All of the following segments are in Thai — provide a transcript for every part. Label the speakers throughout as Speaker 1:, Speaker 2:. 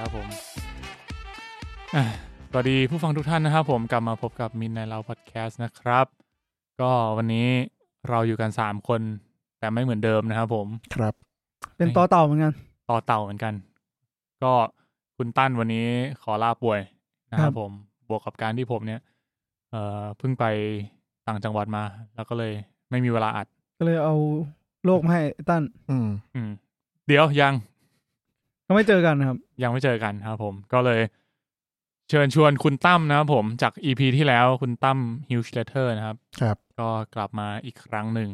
Speaker 1: ครับผมอ่ะสวัสดีผู้ฟังทุกท่านนะครับผมกลับมาพบกับมินในเราพอดแคสต์นะครับ ก็วันนี้เราอยู่กัน 3 คน แต่ไม่เหมือนเดิมนะครับผม
Speaker 2: ครับ
Speaker 3: เป็นต่อเต่าเหมือนกัน
Speaker 1: ต่อเต่าเหมือนกัน ก็คุณตั้นวันนี้ขอลาป่วยนะค
Speaker 3: ครั
Speaker 1: รับบ ผมบวกกับการที่ผมเนี่ย เอ่อเพิ่งไปต่างจังหวัดมา แล้วก็เลยไม่มีเวลาอัด
Speaker 3: ก็เลยเอาโลกมาให้ตั้น
Speaker 2: อืม
Speaker 1: อืม เดี๋ยวยัง
Speaker 3: ก็ไม่เจอกันนะครับ
Speaker 1: ยังไม่เจอกันครับผม ก็เลย เชิญชวนคุณตั้มนะครับผมจากอีพีที่แล้วคุณตั้มฮิวชเลเตอร์นะครับ
Speaker 2: ครับ
Speaker 1: ก็กลับมาอีกครั้งหนึ่ง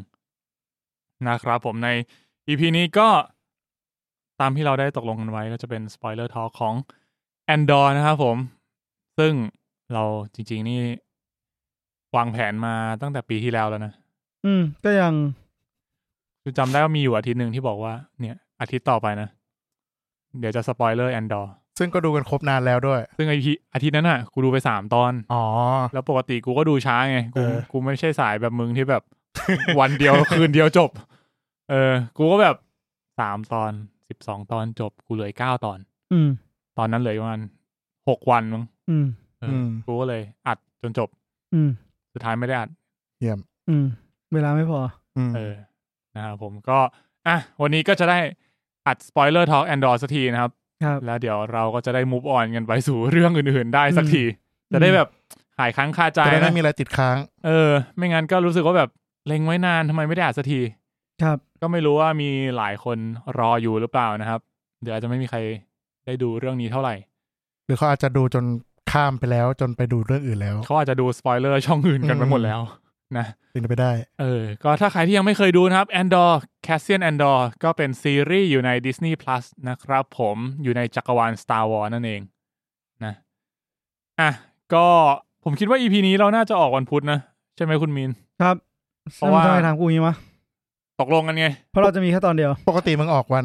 Speaker 1: นะครับผมในอีพีนี้ก็ตามที่เราได้ตกลงกันไว้ก็จะเป็นสปอยเลอร์ทอของ Andor นะครับผม ซึ่งเราจริง ๆ นี่วางแผนมาตั้งแต่ปีที่แล้วแล้วนะ
Speaker 3: อืม ก็ยัง
Speaker 1: คือจำได้ว่ามีอยู่อาทิตย์หนึ่งที่บอกว่าเนี่ย อาทิตย์ต่อไปนะ เดี๋ยวจะสปอยเลอร์ Andor
Speaker 2: ซึ่งก็ดูกันครบนานแล้วด้วย
Speaker 1: ซึ่งไอพีอาทิตย์นั้นอ่ะกูดูไปสามตอน
Speaker 2: อ๋อ
Speaker 1: แล้วปกติกูก็ดูช้าไง กู
Speaker 2: เออ
Speaker 1: กูไม่ใช่สายแบบมึงที่แบบ วันเดียว คืนเดียวจบ เออ กูก็แบบสามตอนสิบสองตอนจบ กูเหลือเก้าตอน
Speaker 3: อืม
Speaker 1: ตอนนั้นเหลือประมาณหกวันมั้ง
Speaker 3: อืม
Speaker 1: เออ
Speaker 2: อื
Speaker 1: อ
Speaker 2: ม
Speaker 1: กูก็เลยอัดจนจบ
Speaker 3: อืม
Speaker 1: สุดท้ายไม่ได้อัด
Speaker 2: เยี่ยม
Speaker 3: อืม เวลาไม่พอ
Speaker 2: อืม
Speaker 1: เออ นะครับผมก็อ่ะวันนี้ก็จะได้อัดสปอยเลอร์ทอล์กแอนดอร์สักทีนะครับ
Speaker 3: ครับ
Speaker 1: แล้วเดี๋ยวเราก็จะได้มูฟออนกันไปสู่เรื่องอื่นๆ ได้สักที จะได้แบบหายค้างคาใจ
Speaker 2: จะได้
Speaker 1: นะ
Speaker 2: ไม่มีอะไรติดค้าง
Speaker 1: เออ ไม่งั้นก็รู้สึกว่าแบบเล็งไว้นานทำไมไม่ได้อัดสักที
Speaker 3: ครับ
Speaker 1: ก็ไม่รู้ว่ามีหลายคนรออยู่หรือเปล่านะครับ เดี๋ยวอาจจะไม่มีใครได้ดูเรื่องนี้เท่าไหร่
Speaker 2: หรือเขาอาจจะดูจนข้ามไปแล้วจนไปดูเรื่องอื่นแล้ว
Speaker 1: เขาอาจจะดูสปอยเลอร์ช่องอื่นกันไปหมดแล้วนะ
Speaker 2: เป็นไปได้
Speaker 1: เออ ก็ถ้าใครที่ยังไม่เคยดูนะครับ Andor Cassian Andor ก็เป็นซีรีส์อยู่ใน Disney Plus นะครับผมอยู่ในจักรวาล Star Wars นั่นเองนะอ่ะก็ผมคิดว่า EP นี้เราน่าจะออกวันพุธนะ ใช่ไหมคุณมิน
Speaker 3: ครับ
Speaker 1: เพราะว่า
Speaker 3: ทำไมถามกูอย่างนี้วะ
Speaker 1: ตกลงกันไง
Speaker 3: เพราะเราจะมีแค่ตอนเดียว
Speaker 2: ปกติมึงออกวัน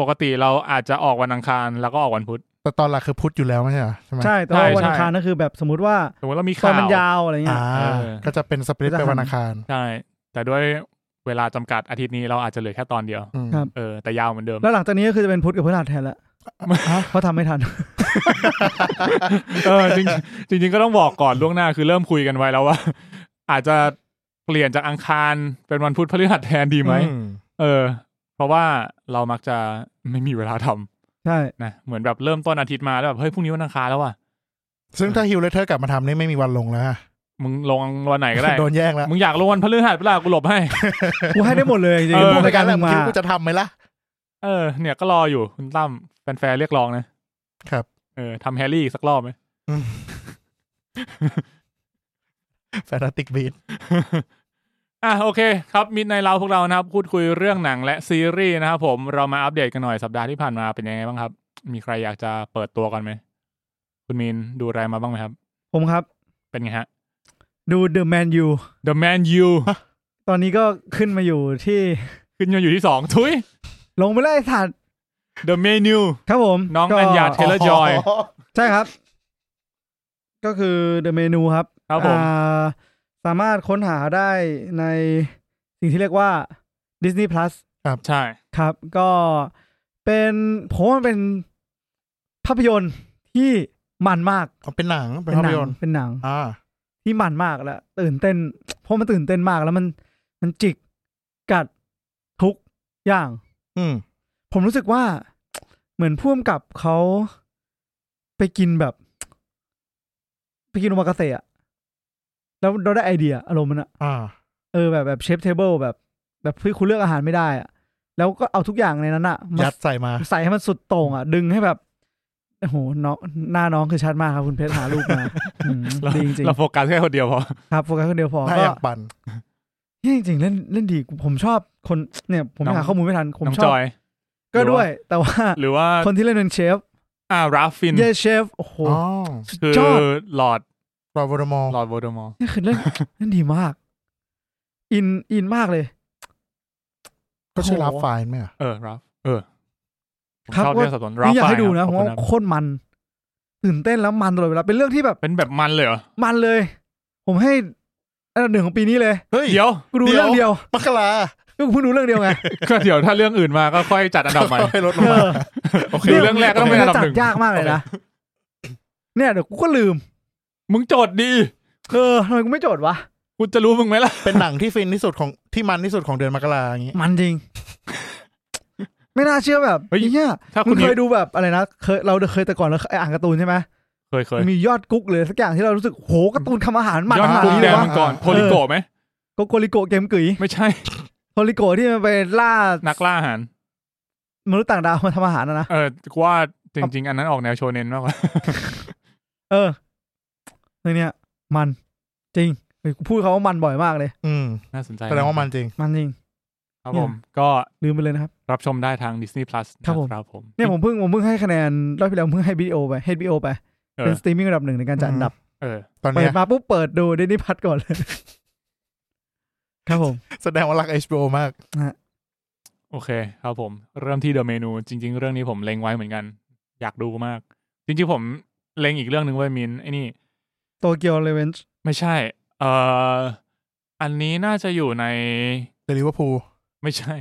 Speaker 1: ปกติเราอาจจะออกวันอังคารแล้วก็ออกวันพุธ
Speaker 2: แต่ตอนหลักคือพุธอยู่แล้วไม่ใช่เหรอใช่ไหม
Speaker 3: ใช่ แต่ว่า
Speaker 1: ใช่
Speaker 3: วันอังคาร
Speaker 1: ใช่
Speaker 3: ก็คือแบบสมมติว่า
Speaker 1: สมมติเรามี
Speaker 3: ตอ
Speaker 1: ข่าน ว
Speaker 3: มันยาวอะไรเงี้
Speaker 2: อ่า
Speaker 3: ย
Speaker 1: เออ
Speaker 2: ก็จะเป็นสปริตไปวันอังคาร
Speaker 1: ใช่ แต่ด้วยเวลาจำกัดอาทิตย์นี้เราอาจจะเหลือแค่ตอนเดียว
Speaker 2: อืม
Speaker 3: ครับ
Speaker 1: เออ แต่ยาวเหมือนเดิม
Speaker 3: แล้วหลังจากนี้ก็คือจะเป็นพุธกับพฤหัสแท นละเพราะทำไม่ทัน
Speaker 1: เออจริง จริงจริง ๆ ก็ต้องบอกก่อนล่วงหน้าคือเริ่มคุยกันไว้แล้วว่า อาจจะเปลี่ยนจากอังคารเป็นวันพุธพฤหัสแทนดีไหม
Speaker 2: อื
Speaker 1: เออ เพราะว่าเรามักจะไม่มีเวลาทำ
Speaker 3: ใช่
Speaker 1: นะ เหมือนแบบเริ่มต้นอาทิตย์มาแล้วแบบเฮ้ยพรุ่งนี้วันอังคารแล้วว่ะ
Speaker 2: ซึ่งถ้าฮิวเลเทอร์กลับมาทำนี่ไม่มีวันลงแล้วฮะ
Speaker 1: มึงลงวันไหนก็ ได้
Speaker 2: โดนแย่งแล้ว
Speaker 1: มึงอยากลงวันพฤหัสเปล่ากูหลบให้
Speaker 3: กูให้ได้หมดเลยจริง
Speaker 1: เออ
Speaker 3: ๆพวกรายการ
Speaker 2: แล้
Speaker 3: มึ
Speaker 2: ว
Speaker 3: งมา
Speaker 2: คิดว่ากูจะทำไหมล่ะ
Speaker 1: เออ เนี่ยก็รออยู่คุณตั้มแฟนๆเรียกร้องนะครับ เออทำแฮร์รี่อีกสักรอบไหม
Speaker 2: แฟนติกบีท
Speaker 1: อ่ะโอเคครับมิดในเราพวกเรานะครับพูดคุยเรื่องหนังและซีรีส์นะครับผมเรามาอัปเดตกันหน่อยสัปดาห์ที่ผ่านมาเป็นยังไงบ้างครับ มีใครอยากจะเปิดตัวกันไหมคุณมีนดูอะไรมาบ้างไหมครับ
Speaker 3: ผมครับ
Speaker 1: เป็นไงฮะ
Speaker 3: ดูเดอะแมนยู
Speaker 1: The Man U
Speaker 3: ตอนนี้ก็ขึ้นมาอยู่ที่
Speaker 1: ขึ้นมาอยู่ที่สองทุย
Speaker 3: ลงไปไล่สัตว์
Speaker 1: The Menu
Speaker 3: ครับผม
Speaker 1: น้อง
Speaker 3: ก็
Speaker 1: อัญญาเทเลจอย
Speaker 3: ใช่ครับ ก็คือ The Menu ครับ
Speaker 1: ครับผม
Speaker 3: อ่าสามารถค้นหาได้ในสิ่งที่เรียกว่า Disney Plus
Speaker 1: ใช่
Speaker 3: ครับ ก็เป็นผมว่ามันเป็นภาพยนตร์ที่มันมาก
Speaker 2: เอาเป็นหนังเป็นภาพ
Speaker 3: หนั
Speaker 2: ยนตร์
Speaker 3: เป็นหนัง
Speaker 2: อ่า
Speaker 3: ที่มันมากแล้วตื่นเต้น เพราะมันตื่นเต้นมากแล้วมันมันจิกกัดทุกอย่าง
Speaker 2: อืม
Speaker 3: ผมรู้สึกว่า เหมือนพ่วมกับเขาไปกินแบบ ไปกินโอมากาเสะอะแล้วเราได้ไอเดียอารมณ์มันอะ
Speaker 2: อ่า
Speaker 3: เออแบบแบบเชฟเทเบิลแบบ แบบที่คุณเลือกอาหารไม่ได้อะแล้วก็เอาทุกอย่างในนั้นอะมา
Speaker 2: ยัดใส่มา
Speaker 3: ใส่ให้มันสุดโต่งอะดึงให้แบบโอ้โหน้องหน้าน้องคือชัดมากครับคุณเพชรหารูป มาอืม
Speaker 1: เรา
Speaker 3: ดีจริง
Speaker 1: เราโฟกัสแค่คนเดียวพอ
Speaker 3: ๆครับโฟกัสคนเดียวพอ
Speaker 2: หน้า
Speaker 3: ก็
Speaker 2: อยากปั่น
Speaker 3: เฮ้ยจริงๆเล่นเล่นดีผมชอบคนเนี่ย ผม
Speaker 1: น้อง
Speaker 3: หาข้อมูลไม่ทันผม
Speaker 1: น้อง
Speaker 3: ชอ
Speaker 1: จ
Speaker 3: บ
Speaker 1: อย
Speaker 3: ก็ด้วย แต่ว่า
Speaker 1: หรือว่า
Speaker 3: คนที่เล่นเป็นเชฟ
Speaker 1: อ่าราฟิน
Speaker 3: เยเชฟ โอ้โห
Speaker 2: อ๋อ
Speaker 3: สุด
Speaker 1: คือย
Speaker 3: อด
Speaker 1: หลอด
Speaker 2: รอวอร์มอ
Speaker 1: หลอดโวลเดอมอร์
Speaker 3: นี่คือเล่น เล่นดีมาก อินอินมากเลย
Speaker 2: ก็ชื่อ
Speaker 3: โอ้โห
Speaker 2: รับไฟล์ไหมอ่ะ
Speaker 1: เออราฟเออผม
Speaker 3: ครับ
Speaker 1: ชอบ
Speaker 3: ว่า
Speaker 1: เรื่องสับสนราฟ
Speaker 3: นี่อยาก
Speaker 1: ไป
Speaker 3: ให้ดูนะ
Speaker 1: ข
Speaker 3: ผ
Speaker 1: อบคุ
Speaker 3: ม
Speaker 1: ณค
Speaker 3: ว่า
Speaker 1: รับ
Speaker 3: โคตรมัน ตื่นเต้นแล้วมันตลอดเวลา เป็นเรื่องที่แบบ
Speaker 1: เป็นแบบมันเลยเหรอ
Speaker 3: มันเลย ผมให้อันดับหนึ่งของปีนี้เลย
Speaker 2: เฮ้ย
Speaker 1: เดี๋ยว
Speaker 3: กูดู
Speaker 2: เดี๋ยว
Speaker 3: เรื่องเดียว
Speaker 2: มกรา
Speaker 3: ก็กูเพิ่งรู้เรื่องเดียวไง
Speaker 1: ก็เดี๋ยวถ้าเรื่องอื่นมาก็ค่อยจัดอันดับใหม่
Speaker 2: ค่อยลดลง
Speaker 3: เอ
Speaker 2: มา
Speaker 3: อ
Speaker 1: โอเค เรื่องแรกก็ต้องเป็นอันดับหนึ่ง
Speaker 3: จัยากมากเลยนะ เนี่ยเดี๋ยวกูก็ลืม
Speaker 1: มึงโจทย์ดี
Speaker 3: เออทำไมกูไม่โจทย์วะ
Speaker 1: กูจะรู้มึงไหมล่ะ
Speaker 2: เป็นหนังที่ฟินที่สุดของที่มันที่สุดของเดือนมกราอย่างงี้
Speaker 3: มันจริง ไม่น่าเชื่อแบบ
Speaker 1: เฮ้ย
Speaker 3: เนี่ย
Speaker 1: ถ้า
Speaker 3: มึ
Speaker 1: คุ
Speaker 3: ง
Speaker 1: ณ
Speaker 3: เค
Speaker 1: เค
Speaker 3: ยดูแบบอะไรนะเคยเราเคยแต่ก่อนเราเคยอ่านการ์ตูนใช่ไหม
Speaker 1: เคยเคย
Speaker 3: มียอดกุ๊กหรือสักอย่างที่เรารู้สึกโหการ์ตูนทำอาหารมัน
Speaker 1: ย้อน
Speaker 3: ขนาด
Speaker 1: กุ๊ก
Speaker 3: นี้
Speaker 1: แด
Speaker 3: เล
Speaker 1: ง
Speaker 3: ยวะ
Speaker 1: มังกรโทริโกะไหม
Speaker 3: ก็โกริโกะเกมกุ๋ย
Speaker 1: ไม่ใช่
Speaker 3: โกริโกะที่มันไปล่า
Speaker 1: นักล่าอาหาร
Speaker 3: มนุษย์ต่างดาว มาทำอาหารนะนะ
Speaker 1: เออกูว่าจริง ๆ อันนั้นออกแนวโชเนนมากกว่า
Speaker 3: เออเรื่องเนี้ยมันจริงเฮ้ยกูพูดเขาว่ามันบ่อยมากเลย
Speaker 2: อืม
Speaker 1: น่าสนใจ
Speaker 2: แสดงว่ามันจริง
Speaker 3: มันจริง
Speaker 1: ครับผม ก็
Speaker 3: ลืมไปเลยนะครับ
Speaker 1: รับชมได้ทาง Disney Plus
Speaker 3: ครับผม
Speaker 1: นะครับผม
Speaker 3: เนี่ยผมเพิ่งผมเพิ่งให้คะแนนรอบที่แล้วผมเพิ่งให้บีโอไปให้บีโอไป
Speaker 1: เอ
Speaker 3: เป็น
Speaker 1: อ
Speaker 3: สตรีมมิ่งระดับหนึ่งในการจัดอันดับ
Speaker 1: เออ
Speaker 2: ตอน
Speaker 3: เปิ
Speaker 2: เนี้
Speaker 3: ด
Speaker 2: ย
Speaker 3: มาปุ๊บเปิดดูเดนนี่พัทก่อนเลย ครับผม
Speaker 2: แสดงว่ารัก HBO มาก
Speaker 1: โอเคครับผม เริ่มที่เดอะเมนูจริง ๆ เรื่องนี้ผมเล็งไว้เหมือนกัน อยากดูมาก จริง ๆ ผมเล็งอีกเรื่องหนึ่งไว้ยมินไอ้นี่
Speaker 3: โตเกียวเลเวนจ์
Speaker 1: ไม่ใช่ เอ่อ อันนี้น่าจะอยู่ใน
Speaker 2: เดลิเวอร์พูล
Speaker 1: ไม่ใช่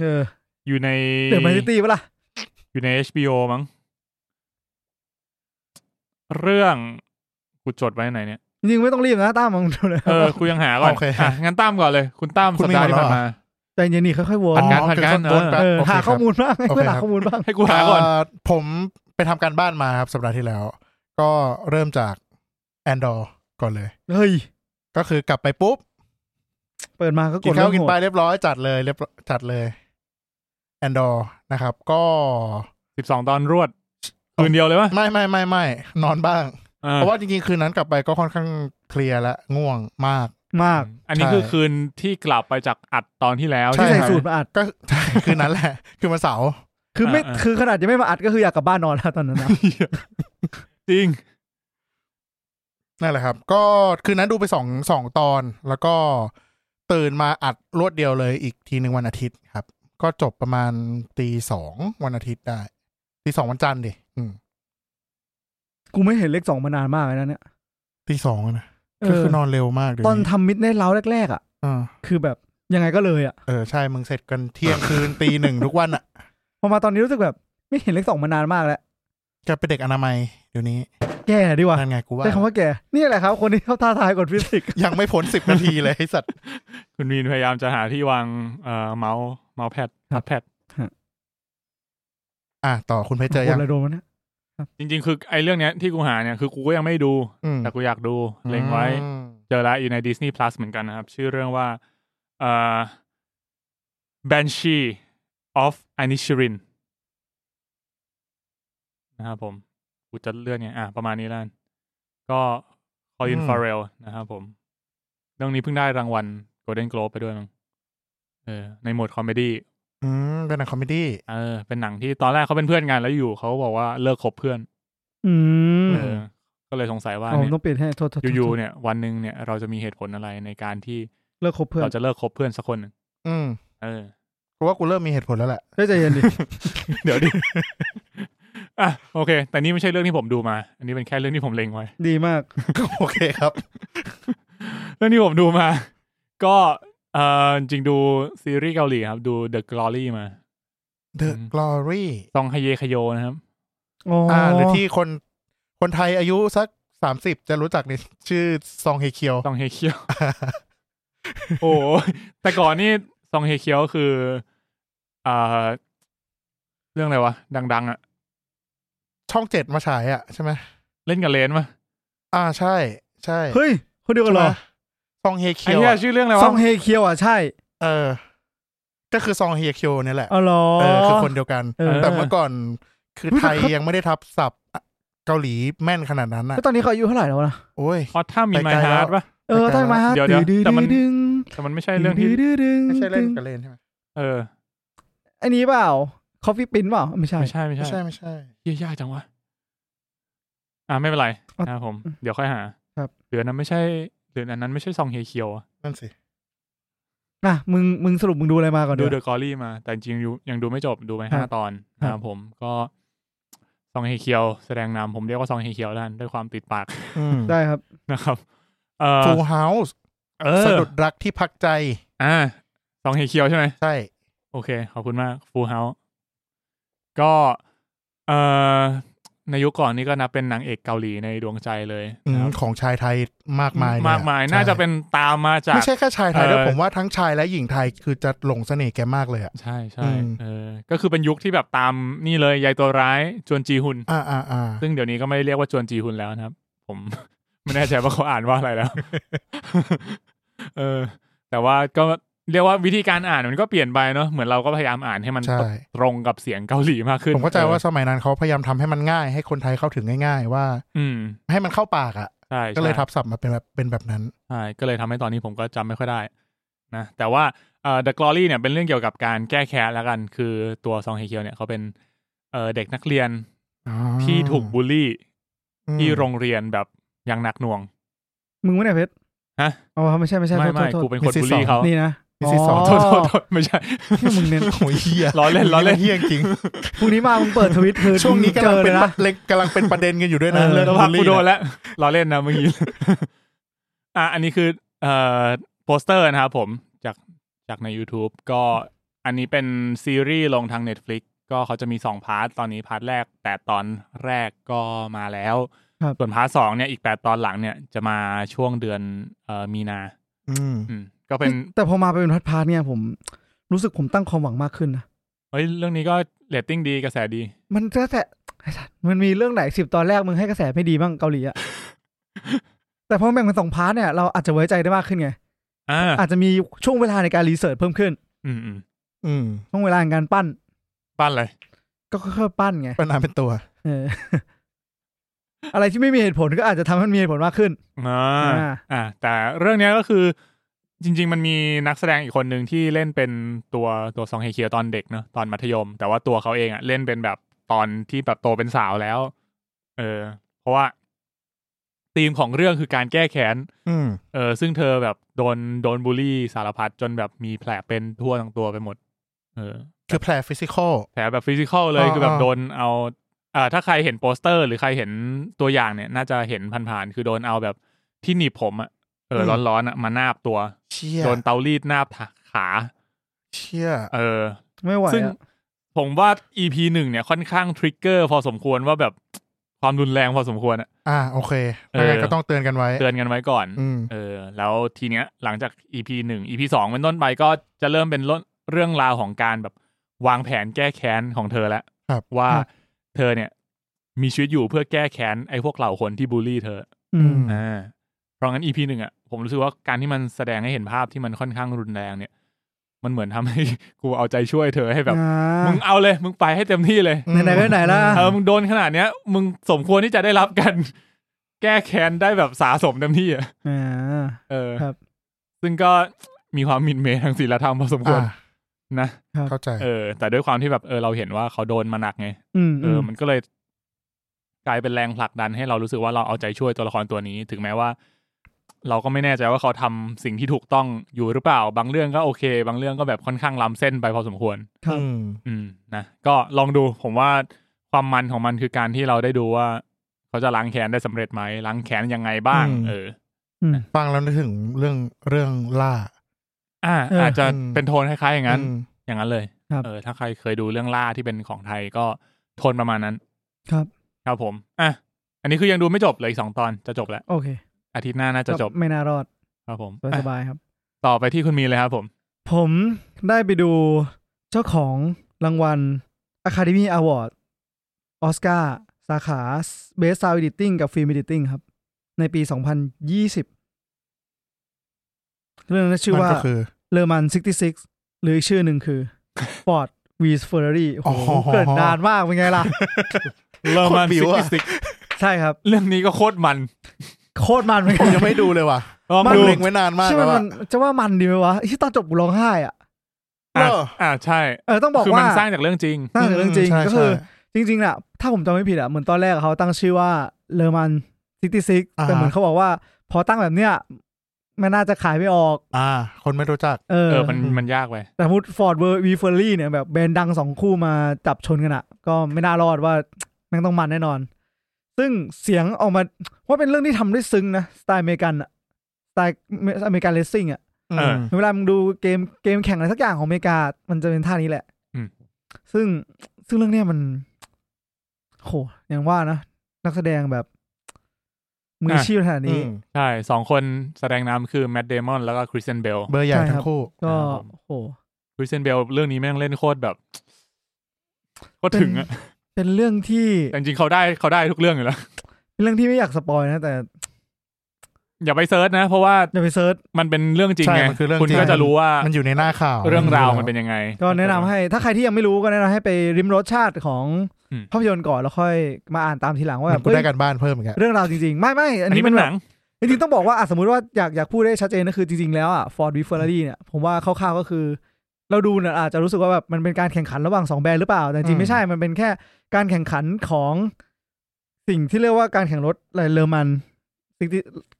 Speaker 3: เออ
Speaker 1: อยู่ใน
Speaker 3: เดี๋ยวแมนซิตี้ปะล่ะ
Speaker 1: อยู่ใน HBO มั้ง เรื่องกูจดไว้ไหนเนี่ย
Speaker 3: จริงๆไม่ต้องรีบนะตามมองดูเลย
Speaker 1: เออ กูยังหาก่อน
Speaker 2: โอเค
Speaker 1: อ่ะงั้นตั้มก่อนเลย คุณตั้มสัปดาห์ที่ผ่านมา
Speaker 3: ใจเย็นนี่ค่อยๆวอร์
Speaker 1: ผ่านงาน
Speaker 2: อ๋อ
Speaker 1: ผ่านงาน
Speaker 2: คือขั้นตอน
Speaker 1: เออ
Speaker 2: แป๊บ
Speaker 3: เออ
Speaker 2: โเค
Speaker 3: หา
Speaker 2: ค
Speaker 3: ข้อ
Speaker 2: รับ
Speaker 3: มูลบ้างให้
Speaker 2: โอ
Speaker 3: เพื่
Speaker 2: เค
Speaker 3: อ
Speaker 2: ค
Speaker 3: น
Speaker 2: รับ
Speaker 3: หาข้อมูลบ้าง
Speaker 1: ให้กูหาก่อน
Speaker 2: เอ่อผมไปทำการบ้านมาครับสัปดาห์ที่แล้ว ก็เริ่มจากแอนดอร์ก่อนเลย
Speaker 3: เฮ้ย
Speaker 2: ก็คือกลับไปปุ๊บ
Speaker 3: เปิดมาก็ก
Speaker 2: กิน
Speaker 3: ด
Speaker 2: ข้า
Speaker 3: เริ่
Speaker 2: ว
Speaker 3: ม
Speaker 2: กิน
Speaker 3: หัว
Speaker 2: ปลาเรียบร้อยจัดเลยเรียบร้อยจัดเลยแอนดอร์นะครับ ก็
Speaker 1: สิบสองตอนรวด คืนเดียวเลยวะ
Speaker 2: ไม่ไม่ไม่ไม่นอนบ้าง
Speaker 1: เออ
Speaker 2: เพราะว่าจริงๆ คืนนั้นกลับไปก็ค่อนข้างเคลียร์และง่วงมาก
Speaker 3: มาก
Speaker 1: อันนี้คือ
Speaker 2: ใช่
Speaker 1: คืนที่กลับไปจากอัดตอนที่แล้ว
Speaker 2: ใช่
Speaker 3: ที่
Speaker 1: ไหม
Speaker 3: ใส่
Speaker 1: ครับ
Speaker 3: สูตรมาอัด
Speaker 2: ก็ ใช่ คืนนั้นแหละ คือวันเสาร์
Speaker 3: คือไม่
Speaker 1: อ่าอ่า
Speaker 3: คือขนาดจะไม่มาอัดก็คืออยากกลับบ้านนอนแล้วตอนนั้นนะ
Speaker 1: จริง
Speaker 2: นั่นแหละครับ ก็คืนนั้นดูไปสองสองตอน แล้วก็ตื่นมาอัดรวดเดียวเลยอีกทีหนึ่งวันอาทิตย์ครับ ก็จบประมาณตีสองวันอาทิตย์ได้ตีสองวันจันทร์ดิอืม
Speaker 3: กูไม่เห็นเลขสองมานานมากเลยนะเนี่ย
Speaker 2: ตีสองอะนะ
Speaker 3: เอ
Speaker 2: คือ
Speaker 3: อ
Speaker 2: คือนอนเร็วมากเดี๋ยว
Speaker 3: ตอน
Speaker 2: นี้
Speaker 3: ทำมิดในเล้าแรกๆอ่ะ
Speaker 2: อ่า
Speaker 3: คือแบบยังไงก็เลยอ่ะ
Speaker 2: เออใช่มึงเสร็จกันเที่ยงคืน ตีหนึ่งทุกวันอ่ะ
Speaker 3: พอมาตอนนี้รู้สึกแบบ ไม่เห็นเลขสองมานานมากแล้ว
Speaker 2: แกเป็นเด็กอนามัยเดี๋ยวนี้
Speaker 3: แก่ดีกว่า
Speaker 2: นั่นไงกูว่า
Speaker 3: ใช้คำว่าแก่นี่แหละครับ คนที่เขาท้าทายกฎฟิสิกส์
Speaker 2: ยังไม่พ้นสิบนาทีเลยไอ้สัตว์
Speaker 1: คุณวีนพยายามจะหาที่วางเอ่อเมาส์เมาส์แพดทัดแพด
Speaker 2: อ่ะต่อคุณเพชรเจอ
Speaker 3: โห
Speaker 2: ยัง
Speaker 3: อะไรโดนวะเนี่ย
Speaker 1: จริง ๆ คือไอ้เรื่องเนี้ยที่กูหาเนี่ยคือกูก็ยังไม่ดู
Speaker 2: อืม
Speaker 1: แต่กูอยากดูเล็งไว้
Speaker 2: อืม
Speaker 1: เจอแล้วอยู่ใน Disney Plus เหมือนกันนะครับ ชื่อเรื่องว่าเอ่อ Banshee of Inisherin นะครับผม กูจะเลื่อนไงอ่ะ ประมาณนี้แล้วกันก็ Colin Farrell นะครับผม เรื่องนี้เพิ่งได้รางวัล Golden Globe ไปด้วยมั้งเออในหมวดคอมเมดี้
Speaker 2: อืมเป็นหนังคอมเมดี้
Speaker 1: เออ เป็นหนังที่ตอนแรกเขาเป็นเพื่อนกันแล้วอยู่เขาบอกว่าเลิกคบเพื่อน
Speaker 3: อืม
Speaker 1: เออ ก็เลยสงสัยว่า
Speaker 3: อ๋อผม
Speaker 1: เนี่ย
Speaker 3: ต้องเปลี่ยนให้โทษโทษโทษ
Speaker 1: อยู่ๆเนี่ย วันหนึ่งเนี่ยเราจะมีเหตุผลอะไรในการที่
Speaker 3: เลิกคบเพื่อน
Speaker 1: เราจะเลิกคบเพื่อนสักคนหนึ่ง
Speaker 2: อืม
Speaker 1: เออ
Speaker 2: กูว่ากูเริ่มมีเหตุผลแล้วแหละ
Speaker 3: เฮ้ยใจเย็นดิ
Speaker 1: เดี๋ยวดิ อ่ะโอเค แต่นี่ไม่ใช่เรื่องที่ผมดูมา อันนี้เป็นแค่เรื่องที่ผมเล็งไว้
Speaker 3: ดีมาก
Speaker 2: โอเคครับ
Speaker 1: เรื่องที่ผมดูมา ก็เออจริงๆดูซีรีส์เกาหลีครับ ดู The Glory มา
Speaker 2: The
Speaker 1: อืม
Speaker 2: Glory
Speaker 1: ซองฮเยคโยนะครับ
Speaker 3: อ๋ออ
Speaker 2: อ่าหรือที่คนคนไทยอายุสักสามสิบจะรู้จักใน ชื่อซองเฮเคียว
Speaker 1: ซองเฮเคียว โอ้โหแต่ก่อนนี่ซองเฮเคียวคืออ่าเรื่องอะไรวะ ดัง ๆ อ่ะ
Speaker 2: ช่องเจ็ดมาฉายอ่ะใช่ไหม
Speaker 1: เล่นกับเลนมา
Speaker 2: อ่าใช่ใช่
Speaker 3: เฮ้ย คนเดียวกัน
Speaker 2: ใช่
Speaker 3: เห
Speaker 2: ไห
Speaker 3: ร
Speaker 2: ม
Speaker 3: อ
Speaker 2: ซองเฮ
Speaker 1: ไอ้
Speaker 2: เคียว
Speaker 1: เหี้ย
Speaker 2: อะ
Speaker 1: ชื่อเรื่องอะไรวะ
Speaker 3: ซองเฮเคียวอ่ะใช่
Speaker 2: เออ ก็คือซองเฮเคียวเนี่ยแหละ
Speaker 3: อ๋อเหรอ
Speaker 2: เออคือคนเดียวกัน
Speaker 3: เออ
Speaker 2: แต่เมื่อก่อนคือไทยยังไม่ได้ทับศัพท์เกาหลีแม่นขนาดนั้นอ่ะ
Speaker 3: แล้วตอนนี้เขาอายุเท่าไหร่แล้วนะ
Speaker 2: โอ้ย
Speaker 1: ออถ้ามี
Speaker 2: ไป
Speaker 1: ไม
Speaker 2: ไกล
Speaker 1: ฮาร์ด
Speaker 2: แล้ว
Speaker 1: ปะ
Speaker 3: เออตั้งมาฮะ
Speaker 1: เดี๋ยวเดี๋ยวแต่มัน
Speaker 3: ดึง
Speaker 1: แต่มันไม่ใช่เรื่องที่
Speaker 3: ดึดึง
Speaker 2: ไม่ใช่เล่นกันเล่นใช่ไหม
Speaker 1: เออ
Speaker 3: อันนี้เปล่าคอฟฟี่ปิ้นเปล่าไม่ใช่
Speaker 1: ไม่ใช่ไม่
Speaker 2: ไม่
Speaker 1: ใช่
Speaker 2: ใช่ไม่ใช่
Speaker 1: เหี้ยยากจังวะ อ่าไม่เป็นไร
Speaker 3: อ่ะ
Speaker 1: นะครับผม เดี๋ยวค่อยหา
Speaker 3: ครับ
Speaker 1: เหลือนั้นไม่ใช่เหลืออันนั้นไม่ใช่ซองเฮเคียวอะ
Speaker 2: นั่นสิ
Speaker 3: นะมึงมึงสรุปมึงดูอะไรมาก่อน
Speaker 1: ดู
Speaker 3: เดี๋ยว
Speaker 1: เดอะกอรี่มา แต่จริงๆอยู่ยังดูไม่จบดูไป
Speaker 3: ครับ
Speaker 1: ห้าตอน
Speaker 3: ครับ
Speaker 1: นะครับผมก็ซองเฮเคียวแสดงนามผมเรียกว่าซองเฮเคียวแล้วกันด้วยความติดปาก
Speaker 2: อืม
Speaker 3: ได้ครับ
Speaker 1: นะครับ เออ
Speaker 2: Full House
Speaker 1: เออ
Speaker 2: สะดุดรักที่พักใจ
Speaker 1: อ่า สองเฮเคียวใช่ไหม
Speaker 2: ใช่
Speaker 1: โอเค ขอบคุณมากฟูเฮาก็เอ่อในยุคก่อนนี่ก็นับเป็นนางเอกเกาหลีในดวงใจเลย
Speaker 2: อืม
Speaker 1: นะครับ
Speaker 2: ของชายไทยมากมายเลยอะ
Speaker 1: มากมาย
Speaker 2: ใช่
Speaker 1: น่าจะเป็นตามมาจาก
Speaker 2: ไม่ใช่แค่ชายไทยด้วย
Speaker 1: เอ่อ
Speaker 2: ผมว่าทั้งชายและหญิงไทยคือจะหลงเสน่ห์แกมากเลยอะ
Speaker 1: ใช่
Speaker 2: อื
Speaker 1: ใช่
Speaker 2: ม
Speaker 1: เออ ก็คือเป็นยุคที่แบบตามนี่เลยยายตัวร้ายจวนจีฮุน
Speaker 2: อ่าอ่าอ่า
Speaker 1: ซึ่งเดี๋ยวนี้ก็ไม่ได้เรียกว่าจวนจีฮุนแล้วนะครับ ผม ไม่แน่ใจว่าเขาอ่านว่าอะไรแล้ว เออ แต่ว่าก็เรียกว่าวิธีการอ่านมันก็เปลี่ยนไปเนอะเหมือนเราก็พยายามอ่านให้มัน
Speaker 2: ใช่
Speaker 1: ตรงกับเสียงเกาหลีมากขึ้น
Speaker 2: ผมเข้าใจว่า
Speaker 1: ออ
Speaker 2: สมัยนั้นเขาพยายามทำให้มันง่าย ให้คนไทยเข้าถึงง่าย ๆ ว่า
Speaker 1: อืม
Speaker 2: ให้มันเข้าปากอ่ะ
Speaker 1: ใช่
Speaker 2: ก็เลย
Speaker 1: ใช่
Speaker 2: ทับศัพท์มาเป็นแบบเป็นแบบนั้น
Speaker 1: ใช่ก็เลยทำให้ตอนนี้ผมก็จำไม่ค่อยได้นะแต่ว่าเอ่อ The Glory เนี่ยเป็นเรื่องเกี่ยวกับการแก้แค้นแล้วกัน คือตัวซองเฮเคียวเนี่ยเขาเป็นเอ่อเด็กนักเรียนที่ถูกบูลลี่ที่โรงเรียนแบบอย่างหนักหน่วง
Speaker 3: มึงไม่ไหนยเพชร
Speaker 1: ฮะ
Speaker 3: อ๋อไม่ใช่ไม่ใช่โท
Speaker 1: ไม่
Speaker 3: ษ
Speaker 1: ไม่
Speaker 3: โทษ
Speaker 1: กูเป็นคน
Speaker 2: มีสิทธิ์
Speaker 1: บูลลี่เขา
Speaker 3: นี่นะ
Speaker 2: มีสิทธิ์สอง
Speaker 1: โทษโทษโทษไม่ใช่
Speaker 3: ที่มึงเน้น
Speaker 2: โอ้ยเฮีย
Speaker 1: ล้อเล่นล้อเล่น
Speaker 2: เฮียจริง
Speaker 3: พรุ่งนี้มามึงเปิดทวิตคือ
Speaker 2: ช่วงนี้
Speaker 3: มึเจ
Speaker 2: กำลัง
Speaker 3: อเล
Speaker 2: เป็น
Speaker 3: ยนะ
Speaker 2: เล็กกำลังเป็นประเด็นกันอยู่ด้วยนะ
Speaker 3: เออ
Speaker 2: เรื่อง
Speaker 1: แล้ว
Speaker 2: บู
Speaker 1: พักกู
Speaker 2: ลลี่
Speaker 1: โดน
Speaker 2: เนี่ย
Speaker 1: แล้วล้อเล่นนะเมื่อกี้ อ่ะอันนี้คือเอ่อโปสเตอร์นะครับผมจากจากใน YouTube ก็อันนี้เป็นซีรีส์ลงทาง Netflix ก็เขาจะมีสองพาร์ทตอนนี้พาร์ทแรกแปดตอนแรกก็มาแล้ว
Speaker 3: ครับ
Speaker 1: ส่วนพาร์ทสองเนี่ยอีกแปดตอนหลังเนี่ยจะมาช่วงเดือนเอ่อมีนา
Speaker 2: อืม
Speaker 1: อืม ก็เป็น
Speaker 3: แต่พอมาเป็นพัดพาร์ทเนี่ยผมรู้สึกผมตั้งความหวังมากขึ้นนะ
Speaker 1: เฮ้ยเรื่องนี้ก็เรตติ้งดีกระแสดี
Speaker 3: มันกระแสไอ้สัสมันมีเรื่องไหนสิบตอนแรกมึงให้กระแสไม่ดีบ้างเกาหลีอะ แต่พอแบ่งเป็นสองพาร์ทเนี่ยเราอาจจะไว้ใจได้มากขึ้นไง
Speaker 1: อ่า
Speaker 3: อาจจะมีช่วงเวลาในการรีเสิร์ชเพิ่มขึ้น
Speaker 1: อืมอืม
Speaker 2: อืม
Speaker 3: ช่วงเวลาในการปั้น
Speaker 1: ปั้นเลย
Speaker 3: ก็ค่อยๆปั้นไง
Speaker 2: ปัญหาเป็นตัว
Speaker 3: เออ อะไรที่ไม่มีเหตุผลก็อาจจะทำให้มันมีเหตุผลมากขึ้น
Speaker 1: อ่า
Speaker 3: อ่า
Speaker 1: อ่าแต่เรื่องเนี้ยก็คือจริง ๆ มันมีนักแสดงอีกคนหนึ่งที่เล่นเป็นตัวตัวซองเฮเคียวตอนเด็กเนอะตอนมัธยม แต่ว่าตัวเขาเองอะเล่นเป็นแบบตอนที่แบบโตเป็นสาวแล้ว เออ เพราะว่าธีมของเรื่องคือการแก้แค้น
Speaker 2: อืม
Speaker 1: เออซึ่งเธอแบบโดนโดนบูลลี่สารพัดจนแบบมีแผลเป็นทั่วทั้งตัวไปหมด เออ
Speaker 2: คือแผลฟิสิกอล
Speaker 1: แผลแบบฟิสิกอลเลย
Speaker 2: อ่า
Speaker 1: คือแบบ
Speaker 2: อ่า
Speaker 1: โดนเอาอ่าถ้าใครเห็นโปสเตอร์ หรือใครเห็นตัวอย่างเนี่ย น่าจะเห็นผ่านๆคือโดนเอาแบบที่หนีบผมอะเออร้อนๆอะมานาบตัว
Speaker 2: เชี่ย
Speaker 1: โดนเตารีดนาบขา
Speaker 2: เชี่ย
Speaker 1: เออ
Speaker 3: ไม่ไหว
Speaker 1: ซึ่ง
Speaker 3: อะ
Speaker 1: ผมว่า EP หนึ่งเนี่ยค่อนข้างทริกเกอร์พอสมควรว่าแบบความรุนแรงพอสมควรอะ
Speaker 2: อ่าโอเค
Speaker 1: เออ
Speaker 2: ยังไงก็ต้องเตือนกันไว้
Speaker 1: เตือนกันไว้ก่อน
Speaker 2: อืม
Speaker 1: เออ แล้วทีเนี้ยหลังจาก EP หนึ่ง EP สองเป็นต้นไปก็จะเริ่มเป็นเรื่องเรื่องราวของการแบบวางแผนแก้แค้นของเธอแล้ว
Speaker 2: ครับ
Speaker 1: ว่า
Speaker 2: ครับ
Speaker 1: เธอเนี่ย มีชีวิตอยู่เพื่อแก้แค้นไอ้พวกเหล่าคนที่บูลลี่เธอ
Speaker 3: อืม
Speaker 1: อ่าเพราะงั้น EP หนึ่งอ่ะผมรู้สึกว่าการที่มันแสดงให้เห็นภาพที่มันค่อนข้างรุนแรงเนี่ย มันเหมือนทำให้ กูเอาใจช่วยเธอให้แบบ มึงเอาเลย มึงไปให้เต็มที่เลย
Speaker 2: อืม
Speaker 3: ไหนๆก็ไหนละ
Speaker 1: เออมึงโดนขนาดเนี้ย มึงสมควรที่จะได้รับกัน แก้แค้นได้แบบสาสมเต็มที่อ่ะ
Speaker 3: อ่า
Speaker 1: เออ
Speaker 3: ครับ
Speaker 1: ซึ่งก็มีความหมินเมย์ทางศีลธรรมพอสมควร
Speaker 2: อ่า
Speaker 1: นะ
Speaker 2: เข้าใจ
Speaker 1: เออ แต่ด้วยความที่แบบเออเราเห็นว่าเขาโดนมาหนักไง
Speaker 3: อืม
Speaker 1: เอ
Speaker 3: อื
Speaker 1: อ
Speaker 3: ม
Speaker 1: มันก็เลยกลายเป็นแรงผลักดันให้เรารู้สึกว่าเราเอาใจช่วยตัวละครตัวนี้ ถึงแม้ว่า เราก็ไม่แน่ใจว่าเขาทำสิ่งที่ถูกต้องอยู่หรือเปล่า บางเรื่องก็โอเค บางเรื่องก็แบบค่อนข้างล้ำเส้นไปพอสมควร
Speaker 3: ครับ
Speaker 2: อืม
Speaker 1: อืมนะก็ลองดูผมว่าความมันของมันคือการที่เราได้ดูว่า เขาจะล้างแค้นได้สำเร็จไหมล้างแค้นยังไงบ้าง เออ
Speaker 3: อืม
Speaker 2: ฟังแล้วนึกถึงเรื่องเรื่องล่า
Speaker 1: อ่า
Speaker 3: เอออ
Speaker 1: อาจจะ
Speaker 2: อืม
Speaker 1: เป็นโทนคล้ายๆอย่างนั้น
Speaker 2: อืม
Speaker 1: อย่างนั้นเลย
Speaker 3: ครับ
Speaker 1: เออ ถ้าใครเคยดูเรื่องล่าที่เป็นของไทยก็โทนประมาณนั้น
Speaker 3: ครับ
Speaker 1: ครับผม อ่ะ อันนี้คือยังดูไม่จบเหลยอีกสองตอนจะจบแล้ว
Speaker 3: โอเค
Speaker 1: อาทิตย์หน้าน่าจะจบ
Speaker 3: ก็ไม่น่ารอด
Speaker 1: ครับผม
Speaker 3: ส
Speaker 1: อ่ะ
Speaker 3: บายๆครับ
Speaker 1: ต่อไปที่คุณมีเลยครับผม
Speaker 3: ผมได้ไปดูเจ้าของรางวัล Academy Award ออสการ์สาขา Best Sound Editing กับ Film Editing ครับ ในปี 2020 เรื่องนั้นชื่อ
Speaker 2: นั่
Speaker 3: ว่าน
Speaker 2: ก็คือ
Speaker 3: เลอ m มัน66 หรืออีกชื่อหนึ่งคือ Ford v Ferrari โอ้โห
Speaker 2: อ๋อ
Speaker 3: เกิดนานมากเป็นไงล่ะ
Speaker 1: เริ่มมันซิ
Speaker 2: โคตรบิว
Speaker 1: ก
Speaker 2: อะ
Speaker 1: ซิก
Speaker 3: ใช่ครับ
Speaker 1: เรื่องนี้ก็โคตรมัน
Speaker 3: โคตรมันเป็น
Speaker 2: ผ
Speaker 3: ไง
Speaker 2: ม ยังไม่ดูเลยว่ะ
Speaker 1: ลอง
Speaker 2: มัน
Speaker 1: ดู
Speaker 2: เล็งไว้นานมาก
Speaker 3: ใช่ไหม
Speaker 2: แล้ว
Speaker 3: มั
Speaker 2: อะ
Speaker 3: นจะว่ามันดีไหมวะที่ตอนจบกูร้องไห้อ่ะ
Speaker 1: อ่ะ
Speaker 2: เออ
Speaker 1: อ่าใช่
Speaker 3: เออต้องบอก
Speaker 1: คือ
Speaker 3: ว่า
Speaker 1: มันสร้างจากเรื่องจริง
Speaker 3: ตั้งแต่เรื่องจริง
Speaker 2: ใช่
Speaker 3: ก็คือ
Speaker 2: ใช่
Speaker 3: จริงๆน่ะ ถ้าผมจำไม่ผิดอ่ะ เหมือนตอนแรกเขาตั้งชื่อว่าเลอมันซิกซิก
Speaker 2: อ่าฮะ
Speaker 3: แต่เหมือนเขาบอกว่า พอตั้งแบบเนี้ยมันน่าจะขายไม่ออก
Speaker 2: อ่า คนไม่รู้จัก
Speaker 3: เออ
Speaker 1: เออมันมันยากไป
Speaker 3: แต่พูดฟอร์ดเวอร์วีเฟอร์รี่เนี่ยแบบแบรนด์ดังสองคู่มาจับชนกันอ่ะ ก็ไม่น่ารอดว่า แม่งต้องมันแน่นอน ซึ่งเสียงออกมาว่าเป็นเรื่องที่ทำได้ซึ้งนะ สไตล์อเมริกันอะสไตล์อเมริกันเลสซิ่งอ่ะ
Speaker 2: อื
Speaker 1: เอ
Speaker 2: ม
Speaker 1: อ
Speaker 3: เวลามึงดูเกมเกมแข่งอะไรสักอย่างของอเมริกา มันจะเป็นท่านี้แหละ
Speaker 1: อืม
Speaker 3: ซึ่งซึ่งเรื่องเนี้ยมัน โห อย่างว่านะ นักแสดงแบบ มืออาชีพขนาดนี้
Speaker 2: อืม
Speaker 1: ใช่สองคนแสดงนำคือแม t เดมอนแล้วก็คริสเตนเบล
Speaker 2: เบอร์ใหญ่
Speaker 3: ใช่ครับ
Speaker 2: ทั้งคู่
Speaker 3: ก็
Speaker 1: ครับผม
Speaker 3: โห
Speaker 1: คริสเตนเบลเรื่องนี้แม่งเล่นโคตรแบบโคตรถึงอะ
Speaker 3: เป็นเรื่องที่
Speaker 1: แต่จริงๆเขาได้เขาได้ทุกเรื่องอยู่แล้ว
Speaker 3: เป็นเรื่องที่ไม่อยากสปอยนะ แต่
Speaker 1: อย่าไปเซิร์ชนะ เพราะว่า
Speaker 3: อย่าไปเซิร์ช
Speaker 1: มันเป็นเรื่องจริง
Speaker 2: ใช่
Speaker 1: ไง
Speaker 2: มันคือเรื่อง
Speaker 1: คุณ
Speaker 2: จริง
Speaker 1: ก็จะรู้ว่า
Speaker 2: มันอยู่ในหน้าข่าว
Speaker 1: เรื่องราวมันเป็นยังไง
Speaker 3: ก็แนะนำให้ ถ้าใครที่ยังไม่รู้ก็แนะนำให้ไปริมรสชาติของ
Speaker 1: อืม
Speaker 3: ภาพยนตร์ก่อนแล้วค่อยมาอ่านตามทีหลังว่า
Speaker 2: เห
Speaker 3: แบ
Speaker 2: มือบ นกูได้
Speaker 3: เอ้ย
Speaker 2: กันบ้านเพิ่มอีกอะ
Speaker 3: เรื่องราวจริง ๆ ไม่ไม่
Speaker 1: อั
Speaker 3: อั
Speaker 1: น
Speaker 3: น
Speaker 1: นี้
Speaker 3: นี้
Speaker 1: เป็
Speaker 3: มัน น
Speaker 1: ห
Speaker 3: แบ
Speaker 1: นั
Speaker 3: บ
Speaker 1: ง
Speaker 3: จริงๆต้องบอกว่าอ่ะสมมติว่าอยากอยากพูดได้ชัดเจนก็คือจริง ๆ แล้วอ่ะ Ford v Ferrari เนี่ยผมว่าคร่าวๆก็คือ เราดูเนี่ยอาจจะรู้สึกว่าแบบมันเป็นการแข่งขันระหว่างสองแบรนด์หรือเปล่าแต่จริงๆไม่ใช่มันเป็นแค่การแข่งขันของสิ่งที่เรียกว่าการแข่งรถอะไรเลอมัน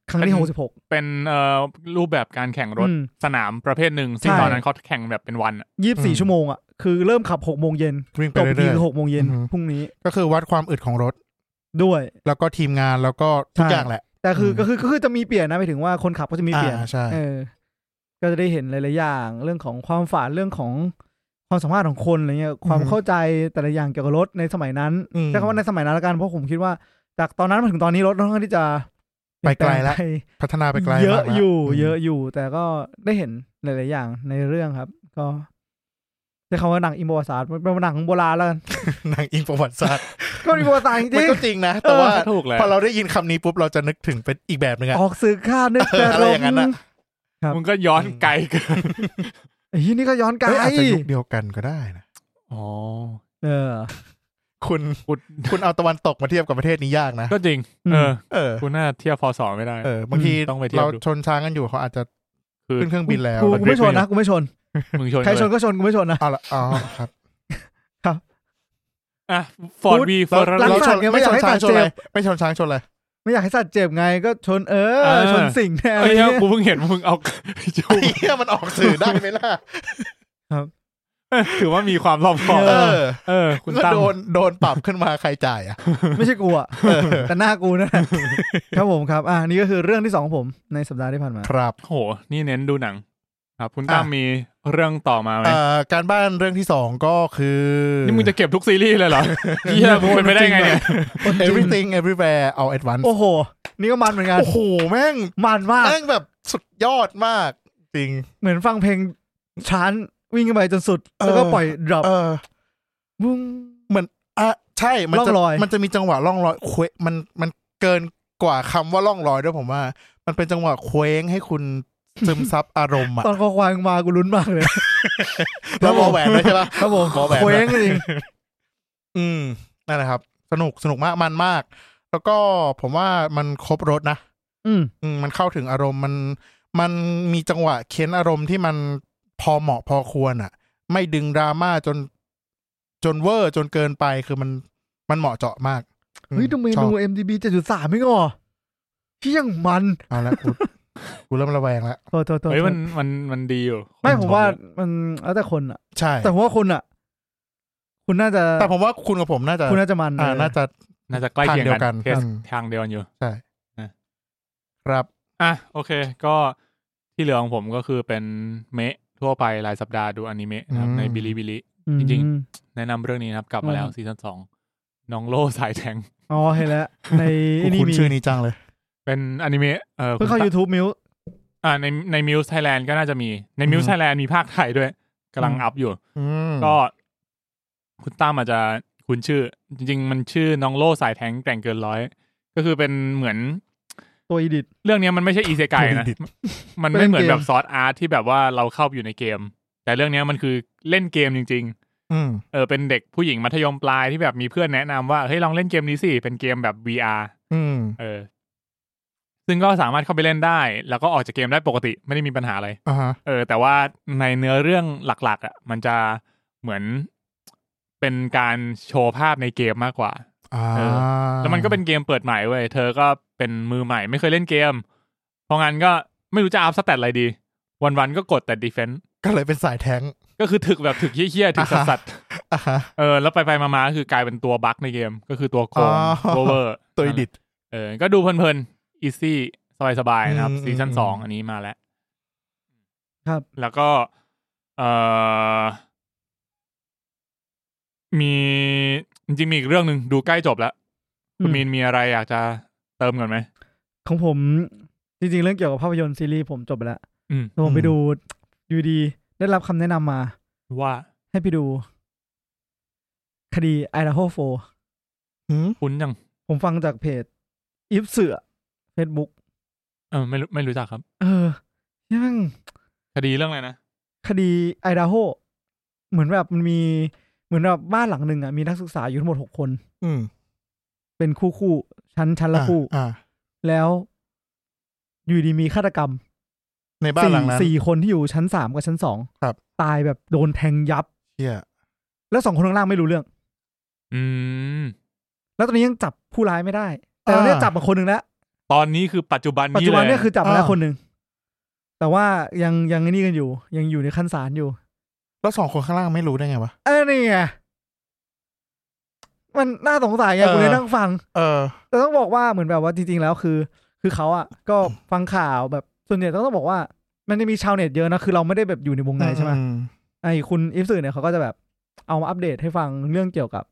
Speaker 3: ครั้งที่หกสิบหก
Speaker 1: เป็นเอ่อรูปแบบการแข่งรถ
Speaker 3: อืม
Speaker 1: สนามประเภทหนึ่ง ซึ่ง
Speaker 3: ใช่
Speaker 1: ตอนนั้นเขาแข่งแบบเป็นวันอะ
Speaker 3: ยี่สิบสี่ชั่วโมงอ่ะคือเริ่มขับหกโมงเย็น
Speaker 2: วิ่งไป
Speaker 3: จบที
Speaker 2: เรื่อย
Speaker 3: คือหกโมงเย็น
Speaker 2: อือหือ
Speaker 3: พรุ่งนี้
Speaker 2: ๆก็คือวัดความอึดของรถ
Speaker 3: ด้วย
Speaker 2: แล้วก็ทีมงานแล้วก็ทุก
Speaker 3: ใช่
Speaker 2: อย่างแหละ
Speaker 3: แต่คือ
Speaker 2: อืม
Speaker 3: ก็คือก็คือจะมีเปลี่ยนนะไปถึงว่าคนขับก็จะมีเปลี่ยน
Speaker 2: อ่าใช่
Speaker 3: เออ ก็จะได้เห็นหลายๆอย่าง เรื่องของความฝันเรื่องของความสามารถของคนอะไรเงี้ยความเข้าใจแต่ละอย่างเกี่ยวกับรถในสมัยนั้น
Speaker 2: อืม
Speaker 3: ใช้คำว่าในสมัยนั้นละกันเพราะผมคิดว่า จากตอนนั้นมาถึงตอนนี้รถค่อนข้างที่จะ
Speaker 2: ไปไกลละ
Speaker 3: เปยน
Speaker 2: พัฒนาไป
Speaker 3: แป
Speaker 2: ไกล
Speaker 3: เยอะ
Speaker 2: มากแล้ว
Speaker 3: อยู่
Speaker 2: ม
Speaker 3: เยอะอยู่ แต่ก็ได้เห็นหลาย ๆ อย่างในเรื่องครับ ก็ใช้คำว่าหนังอิมโบสาสตร์เป็นหนังโบราณแล้วกัน
Speaker 2: หนังอิงประวัติศาสตร์
Speaker 3: ก็มีประวัติศาสตร์จ
Speaker 2: มัน
Speaker 3: ริง
Speaker 2: ก็จริงนะ แต่ว่า
Speaker 1: ถูกเลย
Speaker 2: พอเราได้ยินคำนี้ปุ๊บเราจะนึกถึงเป็นอีกแบบหนึ่ง
Speaker 3: ๆ
Speaker 2: อะ
Speaker 3: ออกสื่อข้านึกแต่
Speaker 2: อะไร
Speaker 3: ล
Speaker 2: อ
Speaker 3: ม
Speaker 2: ย่างนั้นอะ
Speaker 1: มึงก็ย้อนไกลเกิน
Speaker 3: ไอ้ยนี่ก็ย้อนไกล
Speaker 2: เอ้ยอาจจะยุคเดียวกันก็ได้นะ
Speaker 1: อ๋อ
Speaker 3: เออ
Speaker 2: คุณ
Speaker 1: พูด
Speaker 2: คุณเอาตะวันตกมาเทียบกับประเทศนี้ยากนะ
Speaker 1: ก็จริง เออ
Speaker 2: เออ
Speaker 1: คุณน่าเทียบพอสอไม่ได้
Speaker 2: เออบางที
Speaker 1: ต้องไปเทียบ
Speaker 2: เรา
Speaker 1: ดู
Speaker 2: ชนช้างกันอยู่เขาอาจจะ
Speaker 1: คือ
Speaker 2: ขึ้นเครื่องบินแล้ว
Speaker 3: กูกูไม่ชนนะกูไม่ชน
Speaker 1: มึงชน
Speaker 3: ใคร
Speaker 1: กัน
Speaker 3: ช
Speaker 1: เล
Speaker 3: น
Speaker 1: ย
Speaker 3: ก็ชนกูไม่ชนนะ
Speaker 2: เอาละอ๋อครับ
Speaker 1: อ่ะฟอร์ด
Speaker 3: กู
Speaker 1: วีฟ
Speaker 2: เรา
Speaker 1: อร์รา
Speaker 2: เรา
Speaker 1: รี
Speaker 2: ชน
Speaker 3: หลังจากยังไม่
Speaker 2: ไม่
Speaker 3: อ
Speaker 2: ชน
Speaker 3: ยากให้
Speaker 2: ช้างชน
Speaker 3: ตัด
Speaker 2: อะไร
Speaker 3: เจ็บ
Speaker 2: ไม่ชนช้างชนอะไร
Speaker 3: ไม่อยากให้สัตว์เจ็บไงก็ชนเอ
Speaker 1: เอ
Speaker 3: อ
Speaker 1: อ
Speaker 3: ชนสิ่งแทน
Speaker 1: เอ้ยกูเพิ่งเห็นมึงเอาจูง
Speaker 2: เฮียมันออกสื่อได้ไหมล่ะ
Speaker 1: ถือว่ามีความรอบคอบ
Speaker 2: เออ
Speaker 1: เออ คุณ
Speaker 2: ก็
Speaker 1: ตั้ม
Speaker 2: โดนโดนปรับขึ้นมาใครจ่ายอ่ะ
Speaker 3: ไม่ใช่กูอ่ะแต่หน้ากูนนแหละครับผมครับ อ่านี่ก็คือเรื่องที่สองของผมในสัปดาห์ที่ผ่านมา
Speaker 2: ครับ
Speaker 1: โห นี่เน้นดูหนัง ครับ คุณตั้ม
Speaker 2: อ่ะ
Speaker 1: มีเรื่องต่อมาไหม
Speaker 2: เอ่อการบ้านเรื่องที่สองก็คืออ
Speaker 1: นี่มึงจะเก็บทุกซีรีส์เลยเหรอเฮียมึงเป็นไปได้ไงเนี่ย
Speaker 2: everything everywhere all at once
Speaker 3: โอ้โห นี่ก็มันเหมือนกัน
Speaker 2: โอ้โหแม่ง
Speaker 3: มันมาก
Speaker 2: แม่งแบบสุดยอดมากจริง
Speaker 3: เหมือนฟังเพลงชานวิ่งขึ้นไปจนสุด แล้วก็
Speaker 2: เออ
Speaker 3: ปล่อยดรอป
Speaker 2: เออ
Speaker 3: บุ้ง
Speaker 2: อ่ะใช่มันจะ
Speaker 3: ร่องรอย
Speaker 2: มันจะมีจังหวะล่องรอยเคว้มันมันเกินกว่าคำว่าล่องรอยด้วยผมว่า มันเป็นจังหวะเคว้งให้คุณซึมซับอารมณ์อะ
Speaker 3: ตอนคอควายมากูลุ้นมากเลย
Speaker 2: แล้วหมอแหวนด้วยใช่ปะ
Speaker 3: ครับผม
Speaker 2: หมอแหวน
Speaker 3: เคว้ง
Speaker 2: นะ
Speaker 3: จริง
Speaker 2: อืมนั่นแหละครับ สนุกสนุกมากมันมาก แล้วก็ผมว่ามันครบรถนะ
Speaker 3: อืม
Speaker 2: อืมมันเข้าถึงอารมณ์มันมันมีจังหวะเค้นอารมณ์ที่มันพอเหมาะพอควรอะไม่ดึงดราม่าจน จนเวอร์จนเกินไปคือมันมันเหมาะเจาะมากอื
Speaker 3: เฮ้ยดูเม
Speaker 2: ชอบ
Speaker 3: นู MDB 7.3ไม่งอที่ยังมัน
Speaker 2: เอาละกู กูเริ่มระแวงละ
Speaker 3: โทษโทษโทษ
Speaker 1: เฮ้ยมันมันมันดีอยู่
Speaker 3: ไม่ผมว่า
Speaker 1: ชอบอยู่
Speaker 3: มันแล้วแต่คนอ่ะ
Speaker 2: ใช่
Speaker 3: แต่ผมว่าคุณอ่ะ คุณน่าจะ
Speaker 2: แต่ผมว่าคุณกับผมน่าจะ
Speaker 3: คุณน่าจะมัน
Speaker 2: อ่า
Speaker 3: เออ
Speaker 2: น่าจะ
Speaker 1: น่าจะใกล้เคียง
Speaker 2: ทางเดียวกั
Speaker 1: กัน
Speaker 2: น
Speaker 1: เทส
Speaker 2: อืม
Speaker 1: ทางเดียวกันอยู่
Speaker 2: ครับ
Speaker 1: อ่ะโอเค ก็ที่เหลือของผมก็คือเป็นเมะทั่วไปรายสัปดาห์ดูอนิเมะนะครับ
Speaker 2: อืม
Speaker 1: ในบิลิบิลิ
Speaker 3: อืม
Speaker 1: จริง แนะนำเรื่องนี้นะครับ กลับมาแล้วซีซั่นสองน้องโลสายแทง
Speaker 3: อ๋อเห็นแล้ว ใน
Speaker 2: กู
Speaker 3: ไอ้นี่
Speaker 2: คุ้น
Speaker 3: มี
Speaker 2: ชื่อนี้จังเลย
Speaker 1: เป็นอนิเมะเออ
Speaker 3: เพิ่งเข้า
Speaker 1: คุณตะ
Speaker 3: YouTube มิว
Speaker 1: อ่าในในมิวส์ไทยแลนด์ก็น่าจะมีในมิว
Speaker 2: อือฮึ
Speaker 1: ส์ไทยแลนด์มีภาคไทยด้วยกำลัง
Speaker 3: อืม
Speaker 1: อัพอยู่
Speaker 2: อืม
Speaker 1: ก็ คุณตั้มอาจจะคุณชื่อ จริง ๆ มันชื่อน้องโลสายแทงแกร่งเกินร้อย ก็คือเป็นเหมือน
Speaker 3: ตัวอีดิท
Speaker 1: เรื่องเนี้ยมันไม่ใช่อีเซไกาย นะ มัน
Speaker 3: เป็
Speaker 1: ไม่
Speaker 3: น
Speaker 1: เหมือน
Speaker 3: เกม
Speaker 1: แบบซอสอาร์ตที่แบบว่าเราเข้าไปอยู่ในเกม แต่เรื่องเนี้ยมันคือเล่นเกมจริง
Speaker 2: อืม
Speaker 1: ๆ เออเป็นเด็กผู้หญิงมัธยมปลายที่แบบมีเพื่อนแนะนำว่าเฮ้ยลองเล่นเกมนี้สิ เป็นเกมแบบ VR
Speaker 2: อืม
Speaker 1: เออ ซึ่งก็สามารถเข้าไปเล่นได้ แล้วก็ออกจากเกมได้ปกติไม่ได้มีปัญหาอะไร
Speaker 2: อ่าฮะ
Speaker 1: เออ แต่ว่าในเนื้อเรื่องหลัก ๆ อ่ะ มันจะเหมือนเป็นการโชว์ภาพในเกมมากกว่า
Speaker 2: อ่า
Speaker 1: เออ แล้วมันก็เป็นเกมเปิดใหม่เว้ย เธอก็เป็นมือใหม่ไม่เคยเล่นเกม เพราะงั้นก็ไม่รู้จะอัพสเตตอะไรดี วันๆก็กดแต่ดีเฟนต์
Speaker 2: ก็เลยเป็นสายแท้ง
Speaker 1: ก็คือถึกแบบถึกเหี้ยๆถึกสัส
Speaker 2: อ่าฮะ
Speaker 1: ๆเออ แล้วไปไปๆมาๆก็คือกลายเป็นตัวบั๊กในเกม ก็คือตัวโกง
Speaker 2: อ๋อ
Speaker 1: โรเวอร์
Speaker 2: ตัวอิดิต
Speaker 1: เออ ก็ดูเพลินๆ อีซี่ สบายๆ นะครับ
Speaker 2: อืม
Speaker 1: ซีซั่น
Speaker 2: อืม
Speaker 1: สองอันนี้มาแล้ว
Speaker 3: ครับ
Speaker 1: แล้วก็เอ่อมีจริงๆมีอีกเรื่องหนึ่งดูใกล้จบแล้วคุณ
Speaker 3: อืม
Speaker 1: มีนมีอะไรอยากจะเติมก่อนไหม
Speaker 3: ของผมจริงๆ เรื่องเกี่ยวกับภาพยนตร์ซีรีส์ผมจบไปแล้ว
Speaker 1: อืม
Speaker 3: แต่ผมไป
Speaker 2: อืม
Speaker 3: ดูอยู่ดีได้รับคำแนะนำมา
Speaker 1: ว่า
Speaker 3: ให้ไปดู คดีไอ a าโฮโฟ
Speaker 2: หืม
Speaker 1: คุ้นยัง
Speaker 3: ผมฟังจากเพจอิฟเสือเฟซบุ๊ก
Speaker 1: เออไม่รู้ไม่รู้จักครับ
Speaker 3: เออยัง
Speaker 1: คดีเรื่องอะไรนะ
Speaker 3: คดีไอ a าโฮเหมือนแบบมันมีเหมือนแบบบ้านหลังหนึ่งอ่ะมีนักศึกษาอยู่ทั้งหมดหกคน
Speaker 2: อืม
Speaker 3: เป็นคู่คู่ๆชั้นชั้นละคู่
Speaker 2: อ่า
Speaker 3: แล้วอยู่ดีมีฆาตกรรม
Speaker 2: ในบ้านหลังนั้น
Speaker 3: สี่สี่คนที่อยู่ชั้นสามกับชั้นสอง
Speaker 2: ครับ
Speaker 3: ตายแบบโดนแทงยับ
Speaker 2: เชี่ย
Speaker 3: แล้วสองคนข้างล่างไม่รู้เรื่อง
Speaker 1: อืม
Speaker 3: แล้วตอนนี้ยังจับผู้ร้ายไม่ได้ แต่ตอนนี้จับมาคนหนึ่งแล้ว
Speaker 1: ตอนนี้คือปัจจุบัน
Speaker 3: ปัจ
Speaker 1: นี้
Speaker 3: จุ
Speaker 1: เล
Speaker 3: บัน
Speaker 1: ย
Speaker 3: เนี่ยคือจับมาแล้วคนหนึ่งแต่ว่ายังยังไอ้นี่กันอยู่ ยังอยู่ในขั้นศาลอยู่
Speaker 2: แล้วสองคนข้างล่างไม่รู้ได้ไงวะ
Speaker 3: เออนี่ไงมันน่าสงสัยไง
Speaker 2: เออ
Speaker 3: กูเลยนั่งฟัง
Speaker 2: เออ
Speaker 3: แต่ต้องบอกว่าเหมือนแบบว่าจริงๆแล้วคือ คือเขาอ่ะ ก็ฟังข่าวแบบส่วนใหญ่ต้องต้องบอกว่า มันจะมีชาวเน็ตเยอะนะคือเราไม่ได้แบบอยู่ในวงในใช่ไหม
Speaker 2: อื
Speaker 3: ไอ้คุณอิฟสื่อเนี่ยเขาก็จะแบบเอามาอัปเดตให้ฟังเรื่องเกี่ยวกับ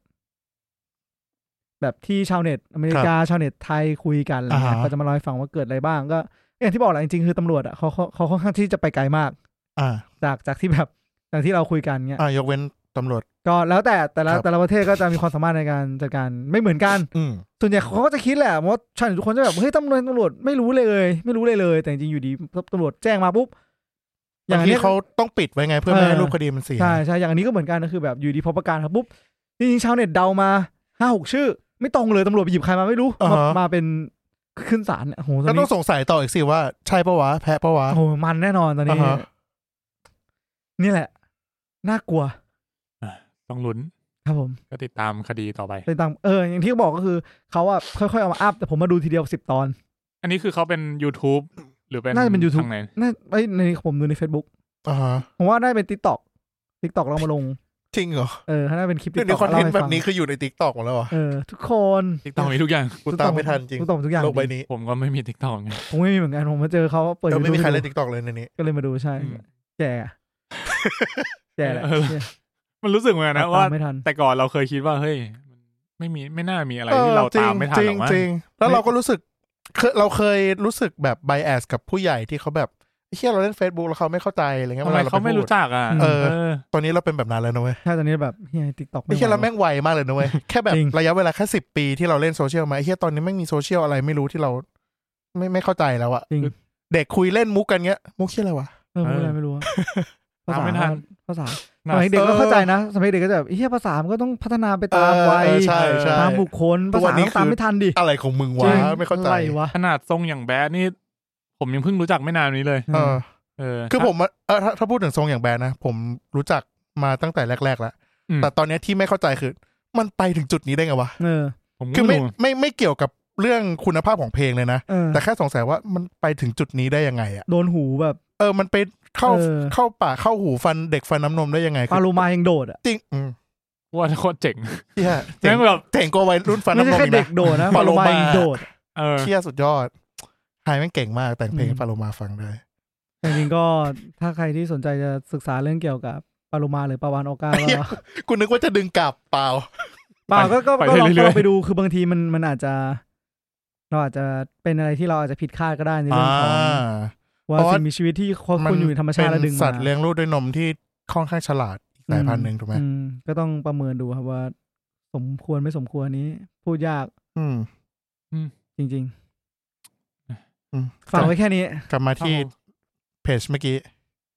Speaker 3: แบบที่ชาวเน็ตอเมริกาชาวเน็ตไทยคุยกันอะไรเงี้ยเขาจะมาเล่าให้ฟังว่าเกิดอะไรบ้างก็อย่างที่บอกแหละจริงๆคือตำรวจอ่ะเขาเขาเขาค่อนข้างที่จะไปไกลมาก
Speaker 2: อ่า
Speaker 3: จากจากที่แบบจากที่เราคุยกันเงี้ย
Speaker 2: อ่ายกเว้นตำรวจ
Speaker 3: ก็แล้วแต่แต่ละ
Speaker 2: ครับ
Speaker 3: แต่ละประเทศก็จะมีความสามารถในการจัดการไม่เหมือนกัน
Speaker 2: อืม
Speaker 3: ส่วนใหญ่เขาก็จะคิดแหละว่าชาวเน็ตทุกคนจะแบบเฮ้ยตำรวจตำรวจไม่รู้เลย ไม่รู้เลยเลย แต่จริงๆอยู่ดีตำรวจแจ้งมาปุ๊บ
Speaker 2: บางทีเขาต้องปิดไว้ไงเพื่อไม่ให้
Speaker 3: เออ
Speaker 2: รูปคดีมันเสีย
Speaker 3: ใช่ใช่อย่างอันนี้ก็เหมือนกันก็คือแบบอยู่ดีพอประกาศครับปุ๊บจริงๆชาวเน็ตเดามาห้าหกชื่อ ไม่ตรงเลยตำรวจไปหยิบใครมาไม่รู้
Speaker 2: อ่า
Speaker 3: มา
Speaker 2: ฮะ
Speaker 3: มาเป็นขึ้นศาลเนี่ยโอ้โหตอ
Speaker 2: ก็
Speaker 3: น
Speaker 2: ต้อ
Speaker 3: นี้
Speaker 2: งสงสัยต่ออีกสิว่า ใช่ปะวะ แพ้ปะวะ
Speaker 3: โอ้โหมันแน่นอนตอนนี้
Speaker 2: อ่าฮะ
Speaker 3: นี่แหละ น่ากลัว
Speaker 1: ต้องลุ้น
Speaker 3: ครับผม
Speaker 1: ก็ติดตามคดีต่อไป
Speaker 3: ไปตามเออ อย่างที่บอกก็คือเขาอะค่อยๆเอามาอัพแต่ผมมาดูทีเดียวสิบตอน
Speaker 1: อันนี้คือเขาเป็น YouTube หรือเป็น
Speaker 3: น่าจะเป็น YouTube
Speaker 1: ทางไหน
Speaker 3: น่าไอ้ยในผมดูใน Facebook
Speaker 2: อ่าฮะ
Speaker 3: ผมว่าได้เป็นติ๊กต็อกติ๊กต็อกเรามาลง
Speaker 2: จริงเหรอ
Speaker 3: เออถ้าได้เป็นคลิป
Speaker 2: เดี๋
Speaker 3: ติ๊
Speaker 2: ยว
Speaker 3: ก
Speaker 2: นี้ค
Speaker 3: ต็อก
Speaker 2: อนเท
Speaker 3: เรา
Speaker 2: น
Speaker 3: ให้
Speaker 2: ต์แบ
Speaker 3: ฟั
Speaker 2: บ
Speaker 3: ง
Speaker 2: นี้คืออยู่ในติ๊กตอกหมดแล้วเหรอ
Speaker 3: เออ ทุกคน
Speaker 1: ติกต็อกมีทุกอย่าง
Speaker 2: กูตามไม่ทันจริง
Speaker 3: ทุกตอบทุกอย่าง
Speaker 2: โลกใบนี้
Speaker 1: ผมก็ไม่มีติกต็อกไง
Speaker 3: ผมไม่มีเหมือนกันผมมาเจอเขาเปิด
Speaker 2: เออไม่มี
Speaker 3: YouTube
Speaker 2: ใครเล่นติ๊กตอกเลยในนี้
Speaker 3: ก็เลยมาดูใช่
Speaker 1: อืม
Speaker 3: แจกอะ แจกแหละ
Speaker 1: เออ
Speaker 3: เนี่ย
Speaker 1: มันรู้สึกเหมือนกันนะ
Speaker 3: ตม
Speaker 1: ว่า
Speaker 3: ไม่ทัน
Speaker 1: แต่ก่อนเราเคยคิดว่าเฮ้ยมันไม่มีไม่น่ามีอะไร
Speaker 2: ออ
Speaker 1: ที่เรา
Speaker 2: จง
Speaker 1: ตามไม่ทัน
Speaker 2: จ
Speaker 1: ห
Speaker 2: ริ
Speaker 1: รง อกมั้ง
Speaker 2: จริงแล้วเราก็รู้สึกเคยเราเคยรู้สึกแบบไบแอสกับผู้ใหญ่ที่เขาแบบเฮียเราเล่น Facebook แล้วเขาไม่เข้าใจอะไรเงี้ย
Speaker 1: ทำไม
Speaker 2: วล
Speaker 1: เขาไม่รู้
Speaker 2: ปพูด
Speaker 1: จักอ่ะ
Speaker 2: เออ
Speaker 1: เออ
Speaker 2: ตอนนี้เราเป็นแบบนั้นแล้วนะเว้ย
Speaker 3: ถ้าตอนนี้แบบเฮียติ๊กต็อก
Speaker 2: ไอ้
Speaker 3: ไม่
Speaker 2: เฮีย
Speaker 3: ไหว
Speaker 2: เราแม่งไวมากเลยนะเว้ย แค่แบบ
Speaker 3: จริง
Speaker 2: ระยะเวลาแค่สิบปีที่เราเล่นโซเชียลมาไอ้เฮียตอนนี้แม่งมีโซเชียลอะไรไม่รู้ที่เรา ไม่ไม่เข้าใจแล้วอะ
Speaker 3: จริง
Speaker 2: เด็กคุยเล่นมุกกันเงี้ย มุกเฮียอะไรวะ
Speaker 3: เออ
Speaker 1: เออ
Speaker 3: พูดอะไรไม่รู้อะ
Speaker 1: ตามไม่ทัน
Speaker 3: ภาษาส
Speaker 1: น่า
Speaker 3: มัยเด็ก
Speaker 2: เอ
Speaker 3: ก็
Speaker 2: อ
Speaker 3: เข้าใจนะสมัยเด็กก็จะแบบเฮียภาษามันก็ต้องพัฒนาไปตามวัย
Speaker 2: เออใช่ใช่
Speaker 3: ตามบุคคล
Speaker 2: ตั
Speaker 3: ภาวษา
Speaker 2: นี้
Speaker 3: ต้อง
Speaker 2: คื
Speaker 3: ตาม
Speaker 2: อ
Speaker 3: ไม่ทันดิ
Speaker 2: อะไรของมึง
Speaker 3: จ
Speaker 2: วะ
Speaker 3: ริง
Speaker 2: ไม่เข้าใจ
Speaker 3: อะไรวะ
Speaker 1: ขนาดทรงอย่างแบดนี่ ผมยังเพิ่งรู้จักไม่นานนี้เลย
Speaker 2: เออ
Speaker 1: เออ
Speaker 2: คือผมอะเออถ้าถ้าพูดถึงทรงอย่างแบรนด์นะ ผมรู้จักมาตั้งแต่แรกๆแล้ว
Speaker 1: อืม
Speaker 2: แต่ตอนเนี้ยที่ไม่เข้าใจคือ มันไปถึงจุดนี้ได้ไงวะ
Speaker 3: เออ
Speaker 1: ผม
Speaker 2: คื
Speaker 1: ก็
Speaker 2: อไม่
Speaker 1: รู้
Speaker 2: ไม่ไม่เกี่ยวกับเรื่องคุณภาพของเพลงเลยนะ
Speaker 3: เออ
Speaker 2: แต่แค่สงสัยว่ามันไปถึงจุดนี้ได้ยังไงอ่ะ
Speaker 3: โดนหูแบบ
Speaker 2: เออมันไปเข้า
Speaker 3: เออ
Speaker 2: เข้าป่ากเข้าหูฟันเด็กฟันน้ำนมได้ยังไง
Speaker 3: ปา
Speaker 2: คือ
Speaker 3: โลมายังโดดอ่ะ
Speaker 2: จริงอืม
Speaker 1: ว่าโคตรเจ๋ง
Speaker 2: เหี้ยเจ๋
Speaker 1: แม่
Speaker 2: ง
Speaker 1: งแบบ
Speaker 2: เจ๋งกว่าวัยรุ่นฟัน
Speaker 3: ไม่
Speaker 2: น้ำน
Speaker 3: ใช่
Speaker 2: ม
Speaker 3: แค่
Speaker 2: อีก
Speaker 3: เด็
Speaker 2: นะ
Speaker 3: กโดดนะ
Speaker 2: ปา
Speaker 3: ปา
Speaker 2: โล
Speaker 3: โล
Speaker 2: มา
Speaker 3: มายังโดด
Speaker 1: เออ
Speaker 2: เชี่ยสุดยอดไฮแม่งเก่งมากแต่งเพลง
Speaker 3: อื
Speaker 2: ให้
Speaker 3: ม
Speaker 2: ปาโลมาฟังได้
Speaker 3: จริงๆก็ถ้าใครที่สนใจจะศึกษาเรื่องเกี่ยวกับปาโลมาหรือปาวานออก้าก็
Speaker 2: กูนึกว่าจะดึงกลับเปล่า
Speaker 3: เปล่าก็ก็
Speaker 1: ไป
Speaker 3: ก็ลองก็
Speaker 1: เรื่
Speaker 3: ล
Speaker 1: อ
Speaker 3: อย งไปดูคือบางทีมันมันอาจจะ เราอาจจะเป็นอะไรที่เราอาจจะผิดคาดก็ได้ในเรื่
Speaker 2: อ่า
Speaker 3: องของว่า
Speaker 2: เพราะ
Speaker 3: สิ่งมีชีวิตที่ควบคุมอยู่ในธรรมชาติ
Speaker 2: เป็
Speaker 3: และ
Speaker 2: น
Speaker 3: ดึงมา
Speaker 2: สัตว์เลี้ยงลูกด้วยนมที่ค่อนข้างฉลาดอีกสายพันธุ์หนึ่งถูกไหม
Speaker 3: อืมก็ต้องประเมินดูครับว่า สมควรไม่สมควรนี้ พูดยาก
Speaker 2: อืม
Speaker 3: จริง
Speaker 2: อืม
Speaker 3: ๆฝากไว้แค่นี้
Speaker 2: กลับมาที่เพจเมื่อกี้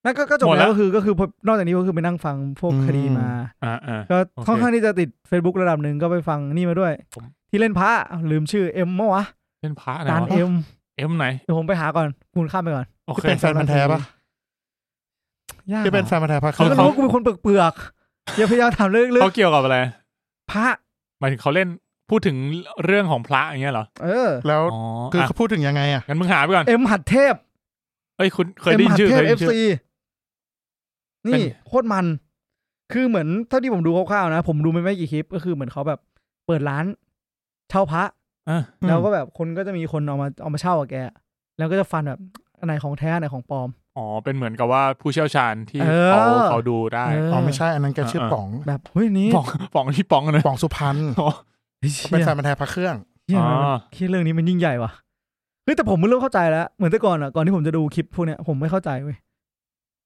Speaker 3: นั่นก็ก็จบ
Speaker 1: หมดแล้
Speaker 3: แล้
Speaker 1: ว
Speaker 3: วก็คือก็คือพอนอกจากนี้ก็คือไปนั่งฟังพวก
Speaker 2: อืม
Speaker 3: คดีมา
Speaker 1: อ่าอ่า
Speaker 3: ก็
Speaker 1: โอเค
Speaker 3: ค่อนข้างที่จะติด Facebook ระดับหนึ่งก็ไปฟังนี่มาด้วย
Speaker 1: ผม
Speaker 3: ที่เล่นพระอ้าวลืมชื่อเอ็มมั้วะ
Speaker 1: เล่นพระไหน
Speaker 3: ตาน
Speaker 1: วะ
Speaker 3: เอ็ม
Speaker 1: เอ็มไหน
Speaker 3: เดี๋ยวผมไปหาก่อนคุณข้ามไปก่อน
Speaker 1: โอ
Speaker 2: ที่
Speaker 1: เค
Speaker 2: เป็นแฟนพันธุ์แท้ปะ
Speaker 3: ยาก
Speaker 2: ที่เป็น
Speaker 3: อะ
Speaker 2: แฟนพันธุ์แท้พระเค
Speaker 3: เขา
Speaker 2: รื่อง
Speaker 3: ก็รู้ว่ากูเป็นคนเปลือกเปลือกๆอย่าพยายามถามเรื่องเรื่อ
Speaker 1: เขา
Speaker 3: ง
Speaker 1: เกี่ยวกับอะไร
Speaker 3: พระ
Speaker 1: หมายถึงเขาเล่นพูดถึงเรื่องของพระอย่างเงี้ยเหรอ
Speaker 3: เออ
Speaker 2: แล้ว
Speaker 1: อ๋อ
Speaker 2: คือ
Speaker 1: อ่ะ
Speaker 2: เขาพูดถึงยังไงอ่ะ
Speaker 1: งั้นมึงหาไปก่อน
Speaker 3: เอ็มหัดเทพ
Speaker 1: เอ้ยคุณเคย
Speaker 3: เอ็ม
Speaker 1: ได้ยิน
Speaker 3: หัด
Speaker 1: ชื่อ
Speaker 3: เท
Speaker 1: เคย
Speaker 3: พ
Speaker 1: ได้
Speaker 3: เอ
Speaker 1: ยิน
Speaker 3: ฟ
Speaker 1: ชื่อ
Speaker 3: ซีนี่
Speaker 1: เป็น
Speaker 3: โคตรมัน คือเหมือนเท่าที่ผมดูคร่าวๆนะ ผมดูไม่ไม่กี่คลิป ก็คือเหมือนเขาแบบ เปิดร้าน เช่าพระ
Speaker 1: อ่ะ
Speaker 2: อืม
Speaker 3: แล้วก็แบบคนก็จะมีคนเอามาเอามาเช่าอะแก แล้วก็จะฟันแบบอันไหนของแท้อันไหนของปลอม
Speaker 1: อ๋อ เป็นเหมือนกับว่าผู้เชี่ยวชาญที่
Speaker 3: เออ
Speaker 1: เขาเขาดูได้
Speaker 3: เอ
Speaker 2: อ๋อไม่ใช่อันนั้นแกชื่อ
Speaker 1: เออ
Speaker 2: ป๋อง
Speaker 3: แบบเฮ้ยนี่
Speaker 1: ป๋องป๋องที่ป๋องนะ
Speaker 2: ป๋องสุพรรณ
Speaker 1: อ๋อ
Speaker 3: เชี่ย
Speaker 2: เป็นสายบันเทิงพระเครื่อง
Speaker 3: เชี่ย
Speaker 1: อ๋อ
Speaker 3: เชี่ยเรื่องนี้มันยิ่งใหญ่ว่ะเฮ้ยแต่ผมเริ่มเข้าใจแล้ว เหมือนแต่ก่อนอ่ะก่อนที่ผมจะดูคลิปพวกเนี้ยผมไม่เข้าใจเว้ย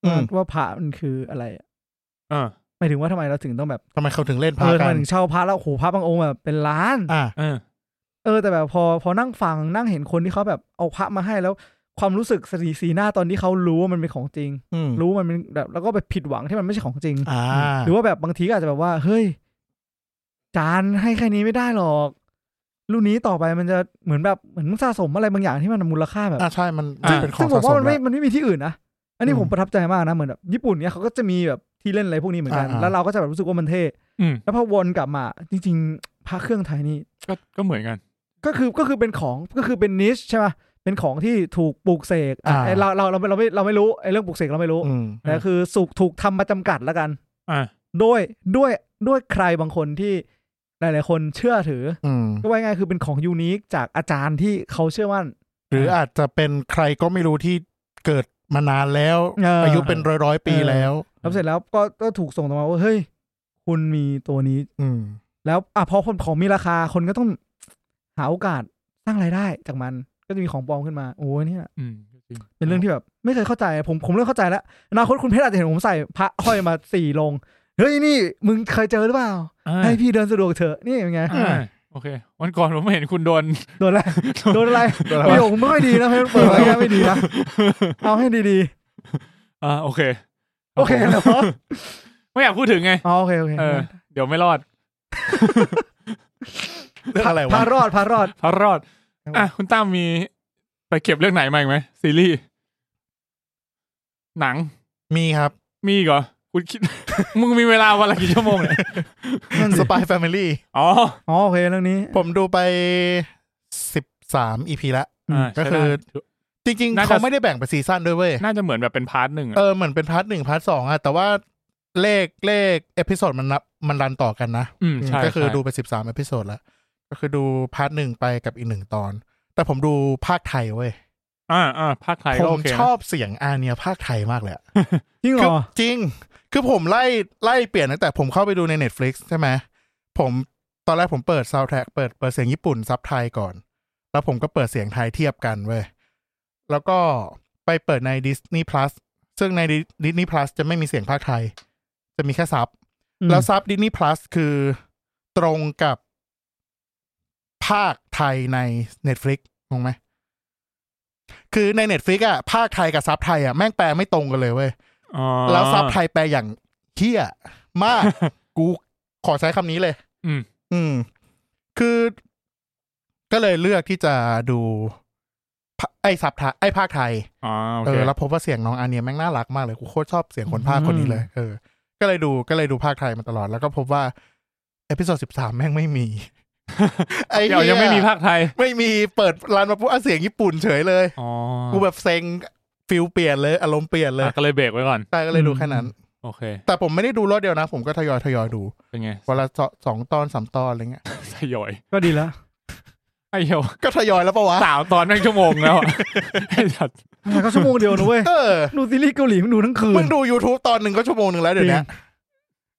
Speaker 2: อืม
Speaker 3: ว่าพระมันคืออะไรอะ
Speaker 1: เออ
Speaker 3: หมายถึงว่าทำไมเราถึงต้องแบบ
Speaker 2: ทำไมเขาถึงเล่น
Speaker 3: เอ
Speaker 2: พา
Speaker 3: อทำ
Speaker 2: กั
Speaker 3: ไม
Speaker 2: น
Speaker 3: ถึงเช่าพระแล้วโอ้โหพระบางองค์แบบเป็นล้าน
Speaker 2: อ่า
Speaker 1: เออ
Speaker 3: เออแต่แบบพอพอนั่งฟังนั่งเห็นคนที่เขาแบบเอาพระมาให้แล้ว ความรู้สึกสีสีหน้าตอนที่เขารู้ว่ามันเป็นของจริง
Speaker 2: อืม
Speaker 3: รู้มันเป็นแบบแล้วก็ไปผิดหวังที่มันไม่ใช่ของจริง
Speaker 2: อ่า
Speaker 3: หรือว่าแบบบางทีก็อาจจะแบบว่า เฮ้ย จานให้แค่นี้ไม่ได้หรอกรุ่นนี้ต่อไปมันจะเหมือนแบบเหมือนมันสะสมอะไรบางอย่างที่มันมูลค่าแบบ
Speaker 2: อ่าใช่มัน
Speaker 1: อ่า
Speaker 2: มันเป็นขอ
Speaker 3: ซึ่
Speaker 2: ง
Speaker 3: งผม
Speaker 2: สะส
Speaker 3: ว่าม มันไม่
Speaker 2: แล้ว
Speaker 3: มันไม่มีที่อื่นนะอันนี้
Speaker 2: อืม
Speaker 3: ผมประทับใจมากนะเหมือนแบบญี่ปุ่นเนี่ยเขาก็จะมีแบบที่เล่นอะไรพวกนี้เหมือนกัน
Speaker 2: อ่าๆ
Speaker 3: แล้วเราก็จะแบบรู้สึกว่ามันเท่
Speaker 1: อืม
Speaker 3: แล้วพอวนกลับมา จริง ๆพระเครื่องไทยนี่
Speaker 1: ก็ก็เหมือนกัน
Speaker 3: ก็คือก็คือเป็นของก็คือเป็นนิชใช่ไหมเป็นของที่ถูกปลูกเสกอ่ะ
Speaker 2: อ่า
Speaker 3: ไอ้เราเราเราเราไม่เราไม่รู้ไอ้เรื่องปลูกเสกเราไม่รู้
Speaker 2: อืม
Speaker 3: แต่คือสุกถูกทำมาจำกัดแล้วกัน
Speaker 1: อ่า
Speaker 3: ด้วยด้วยด้วยใครบางคนที่หลาย ๆ คนเชื่อถือ
Speaker 2: อืม
Speaker 3: ก็ว่าง่ายๆคือเป็นของยูนิคจากอาจารย์ที่เขาเชื่อมั่น
Speaker 2: หรืออาจจะเป็นใครก็ไม่รู้ที่เกิดมานานแล้ว
Speaker 3: เอออ
Speaker 2: อายุเป็นร้อยร้อยๆปี
Speaker 3: เออ
Speaker 2: แล้ว
Speaker 3: แล้วเสร็จแล้วก็ก็ถูกส่งต่อมาว่าเฮ้ย คุณมีตัวนี้
Speaker 2: อืม
Speaker 3: แล้วอ่ะพอคนของมีราคาคนก็ต้องหาโอกาสสร้างรายได้จากมันก็จะมีของปลอมขึ้นมาโอ้ยเนี่ย
Speaker 1: อืมจริง
Speaker 3: เป็นเรื่องที่แบบไม่เคยเข้าใจผมผมเริ่มเข้าใจแล้วอนาคตคุณเพชรอาจจะเห็นผมใส่พระห้อยมา สี่ลงเฮ้ยนี่มึงเคยเจอหรือเปล่า
Speaker 1: อ่า
Speaker 3: ให้พี่เดินสะดวกเถอะนี่เป็นไง
Speaker 1: อ่าโอเค วันก่อนผมเห็นคุณโดน
Speaker 3: โดนอะไรโดนอะไร
Speaker 2: โดนอะไรวะ
Speaker 3: ประโยคไม่ค่อยดีนะเพชรเปิดไว้ไม่ดี นะเอาให้ดี
Speaker 1: อ่าโอเค
Speaker 3: ๆโอเคเหรอ
Speaker 1: ไม่อยากพูดถึงไง
Speaker 3: อ๋อโอเคโอเค
Speaker 1: เออ เดี๋ยวไม่รอด
Speaker 2: เรื่องอะไร
Speaker 3: พาว
Speaker 2: ะ
Speaker 3: รอดพารอด
Speaker 1: เพราะรอด อ่ะคุณตั้มมีไปเก็บเรื่องไหนมาอีกไหมซีรีส์หนัง
Speaker 2: มีครับ
Speaker 1: มีอีกเหรอคุณคิด มึงมีเวลาวันละกี่ชั่วโมง เนี่ย
Speaker 3: นั่น
Speaker 2: ส
Speaker 3: สิ
Speaker 2: ปายแฟมิลี่
Speaker 1: อ๋อ
Speaker 3: อ๋อโอเคเรื่องนี้
Speaker 2: ผมดูไปสิบสามอีพีละ
Speaker 1: อ่า
Speaker 2: ก็คือ
Speaker 1: ใช้ได้
Speaker 2: จริง ๆ
Speaker 1: น่าจะ
Speaker 2: เขาไม่ได้แบ่งเป็นซีซั่นด้วยเว้ย
Speaker 1: น่าจะเหมือนแบบเป็นพาร์ทหนึ่งอะ
Speaker 2: เออเหมือนเป็นพาร์ทหนึ่งพาร์ทสองอะแต่ว่าเลขเลขเอพิโซดมันนับมันรันต่อกันนะ
Speaker 1: ืมใช่
Speaker 2: ก็คือ
Speaker 1: ใช่
Speaker 2: ดูไปสิบสามเอพิโซดละก็คือดูพาร์ทหนึ่งไปกับอีกหนึ่งตอน แต่ผมดูภาคไทยเว้ย
Speaker 1: อ่าอ่าภาคไทย
Speaker 2: ผ
Speaker 1: ก็โอ
Speaker 2: ม
Speaker 1: เคนะ
Speaker 2: ชอบเสียงอาเนียภาคไทยมากเลยอะ
Speaker 3: จริงเหร
Speaker 2: คือ
Speaker 3: อ
Speaker 2: จริง คือผมไล่ไล่เปลี่ยนตั้งแต่ผมเข้าไปดูใน Netflix ใช่ไหมผมตอนแรกผมเปิดซาวแท็กเปิดเปิดเสียงญี่ปุ่นซับไทยก่อน แล้วผมก็เปิดเสียงไทยเทียบกันเว้ย แล้วก็ไปเปิดใน Disney Plus ซึ่งใน Disney Plus จะไม่มีเสียงภาคไทย จะมีแค่ซับ แล้วซับ Disney Plus คือตรงกับภาคไทยใน Netflix งงไหม คือใน Netflix อ่ะ ภาคไทยกับซับไทยอ่ะ แม่งแปลไม่ตรงกันเลยเว้ย
Speaker 1: อ๋อ
Speaker 2: แล้วซับไทยแปลอย่างเฮี้ย มาก กูขอใช้คำนี้เลย
Speaker 1: อืม
Speaker 2: อืม คือ ก็เลยเลือกที่จะดูภาไอ้ซับไทยไอ้ภาคไทย
Speaker 1: อ๋อโอ
Speaker 2: เอ
Speaker 1: เค
Speaker 2: อแล้วพบว่าเสียงน้องอาเนียแม่งน่ารักมากเลยกูโคตรชอบเสียงคนภาคคนนี้เลยเออ ก็เลยดูก็เลยดูภาคไทยมาตลอดแล้วก็พบว่าเอพิโซดสิบสามแม่งไม่มี ไอ้
Speaker 1: เดี๋ยว
Speaker 2: เหี้
Speaker 1: ยังไม่มีภาคไทย
Speaker 2: ไม่มีเปิดร้านมาปุ๊บอ่ะเสียงญี่ปุ่นเฉยเลย
Speaker 1: อ๋อ
Speaker 2: กูแบบเซ็งฟิลเปลี่ยนเลย อารมณ์เปลี่ยนเลย
Speaker 1: อ่ะก็เลยเบรกไว้ก่อน
Speaker 2: ใช่ก็เลยดูแค่นั้น
Speaker 1: โอเค
Speaker 2: แต่ผมไม่ได้ดูรอบเดียวนะ ผมก็ทยอยทยอยดู
Speaker 1: เป็นไง
Speaker 2: วันละสองสองตอนสามตอนอะไรเงี้ย
Speaker 1: สยอย
Speaker 3: ก็ดีแล้ว
Speaker 1: ไอ้เหี้ย
Speaker 2: ก็ทยอยแล้วปะวะ
Speaker 1: สามตอนแม่งชั่วโมงแล้วอะ ไอ้สัตว์
Speaker 3: แต่ก็ชั่วโมงเดียวนะเว้ย
Speaker 2: เออ
Speaker 3: ดูซีรีส์เกาหลีมันดูทั้งคื
Speaker 2: มึ
Speaker 3: น
Speaker 2: งดู YouTube ตอนหนึ่งก็ชั่วโมงหนึ่งแล้วเดี๋ยวนี้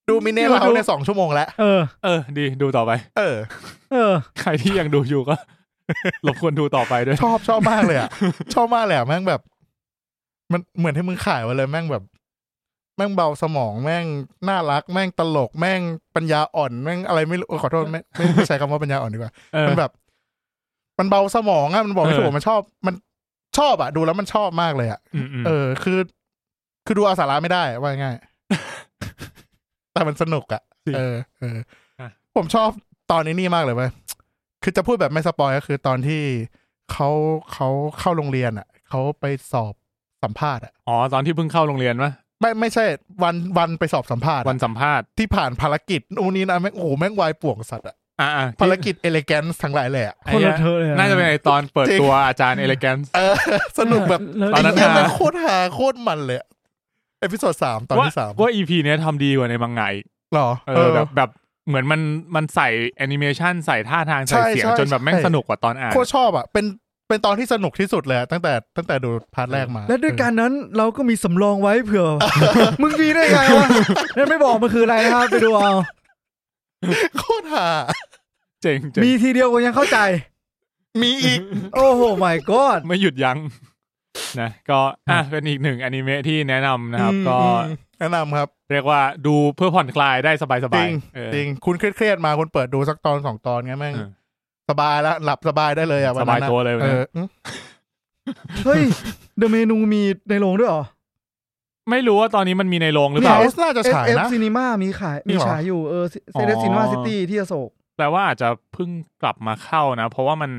Speaker 2: ดูมินเน่เราเนี่ยสองชั่วโมงแล้ว
Speaker 3: เออ
Speaker 1: เออ ดีดูต่อไป
Speaker 2: เอ อ
Speaker 3: เออ
Speaker 1: ใครที่ยังดูอยู่ก็ รบกวนดูต่อไปด้วย
Speaker 2: ชอบชอบมาก เลยอ่ะ ชอบมากเลยอ่ะแม่งแบบ มันเหมือนให้มึงขายไว้เลยแม่งแบบ แม่งเบาสมองแม่งน่ารัก แม่งตลก แม่งปัญญาอ่อนแม่งอะไรไม่รู้เออขอโทษไม่ไม่ไม่ใช้คำว่าปัญญาอ่อนดีกว่า
Speaker 1: เออ
Speaker 2: มันแบบ มันเบาสมองอ่ะมันบอกไม่
Speaker 1: เออ
Speaker 2: ถูกมันชอบ มันชอบอ่ะดูแล้วมันชอบมากเลยอ่ะ
Speaker 1: มอืม
Speaker 2: เออ คือ คือดูเอาสาระไม่ได้ว่าง่าย แต่มันสนุกอ่ะเออเอออะ ผมชอบตอนนี้นี่มากเลยเว้ยคือจะพูดแบบไม่สปอยก็คือตอนที่เขาเขาเข้าโรงเรียนอ่ะเขาไปสอบสัมภาษณ์อ่ะ
Speaker 1: อ๋อตอนที่เพิ่งเข้าโรงเรียนมะ
Speaker 2: ไม่ไม่ใช่วันวันไปสอบสัมภาษณ์อะ
Speaker 1: วันสัมภาษณ์
Speaker 2: ที่ผ่านภารกิจโอ้นี่นะแม่งโอ้โหแม่งวายป่วงสัตว์อ่ะ
Speaker 1: อ่า
Speaker 2: ภารกิจเอเลแกนทั้งหลายแหละ
Speaker 3: คนละเธอะเลยอ
Speaker 1: น่าจะเป็นไอตอนเปิด
Speaker 2: จริง
Speaker 1: ตัวอาจารย์เอเลแกน
Speaker 2: เออ สนุกแบบ
Speaker 3: แล้ว
Speaker 1: ตอนนั้น
Speaker 2: ไเหี้ย
Speaker 1: ฮา
Speaker 2: แม่งโคตรหาโคตรมันเลยเอพิโซดสามตอนที่สาม
Speaker 1: ว่าอีพีเนี้ยทำดีกว่าในมังงะอีก
Speaker 2: หรอ
Speaker 1: เอ
Speaker 2: เอ
Speaker 1: อ
Speaker 2: อ
Speaker 1: แบบแบบเหมือนมันมันใส่แอนิเมชันใส่ท่าทางใส่เสียง
Speaker 2: ใช่ใช่
Speaker 1: จนแบบแม่ง
Speaker 2: ใช่
Speaker 1: สนุกกว่าตอนอ่าน
Speaker 2: โคตรชอบอ่ะเป็น เป็นตอนที่สนุกที่สุดเลยอะตั้งแต่ตั้งแต่ดูพาร์ทแรกมา
Speaker 3: และด้วยการนั้นเราก็มีสำรองไว้เผื่อ มึงมีได้ไงวะนั่นไม่บอกมันคืออะไรนะครับ ไปดูเอา
Speaker 2: โคตรหา
Speaker 1: เจ๋งเจ๋ง
Speaker 3: มีทีเดียวกูยังเข้าใจ
Speaker 2: มีอีก
Speaker 3: โอ้โห my god
Speaker 1: ไม่หยุดยั้งนะก็อ่ะเป็นอีกหนึ่งอนิเมะที่แนะนำนะครับ
Speaker 2: อืม
Speaker 1: ก็
Speaker 2: อืมแนะนำครับ
Speaker 1: เรียกว่าดูเพื่อผ่อนคลายได้สบายส
Speaker 2: จ
Speaker 1: บา
Speaker 2: ริ
Speaker 1: ย
Speaker 2: ง
Speaker 1: เออ
Speaker 2: จริง คุณเครียดๆมาคุณเปิดดูสักตอนสองตอนงั้นแม่ง
Speaker 1: เออ
Speaker 2: สบายแล้ว หลับสบายได้เลยอ่ะนนั้
Speaker 1: ส
Speaker 2: นอะ
Speaker 1: บายตัวเลยวัน
Speaker 2: เอ
Speaker 1: นั้น
Speaker 2: ออืม
Speaker 3: เฮ้ยเดอะเมนูมีในโรงด้วยเหรอ
Speaker 1: ไม่รู้ว่าตอนนี้มันมีในโรงหรือ
Speaker 2: มี
Speaker 1: เปล่า
Speaker 2: เอสน่าจะฉาย
Speaker 3: SF
Speaker 2: นะ
Speaker 3: Cinema มีขาย
Speaker 2: มี
Speaker 3: มี
Speaker 2: เหรอ
Speaker 3: ฉายอยู่เออเซ
Speaker 1: อ๋
Speaker 3: เลส
Speaker 1: อ
Speaker 3: ซินวาซิตี้ที่อโศก
Speaker 1: แปลว่าอาจจะเพิ่งกลับมาเข้านะ เพราะว่ามัน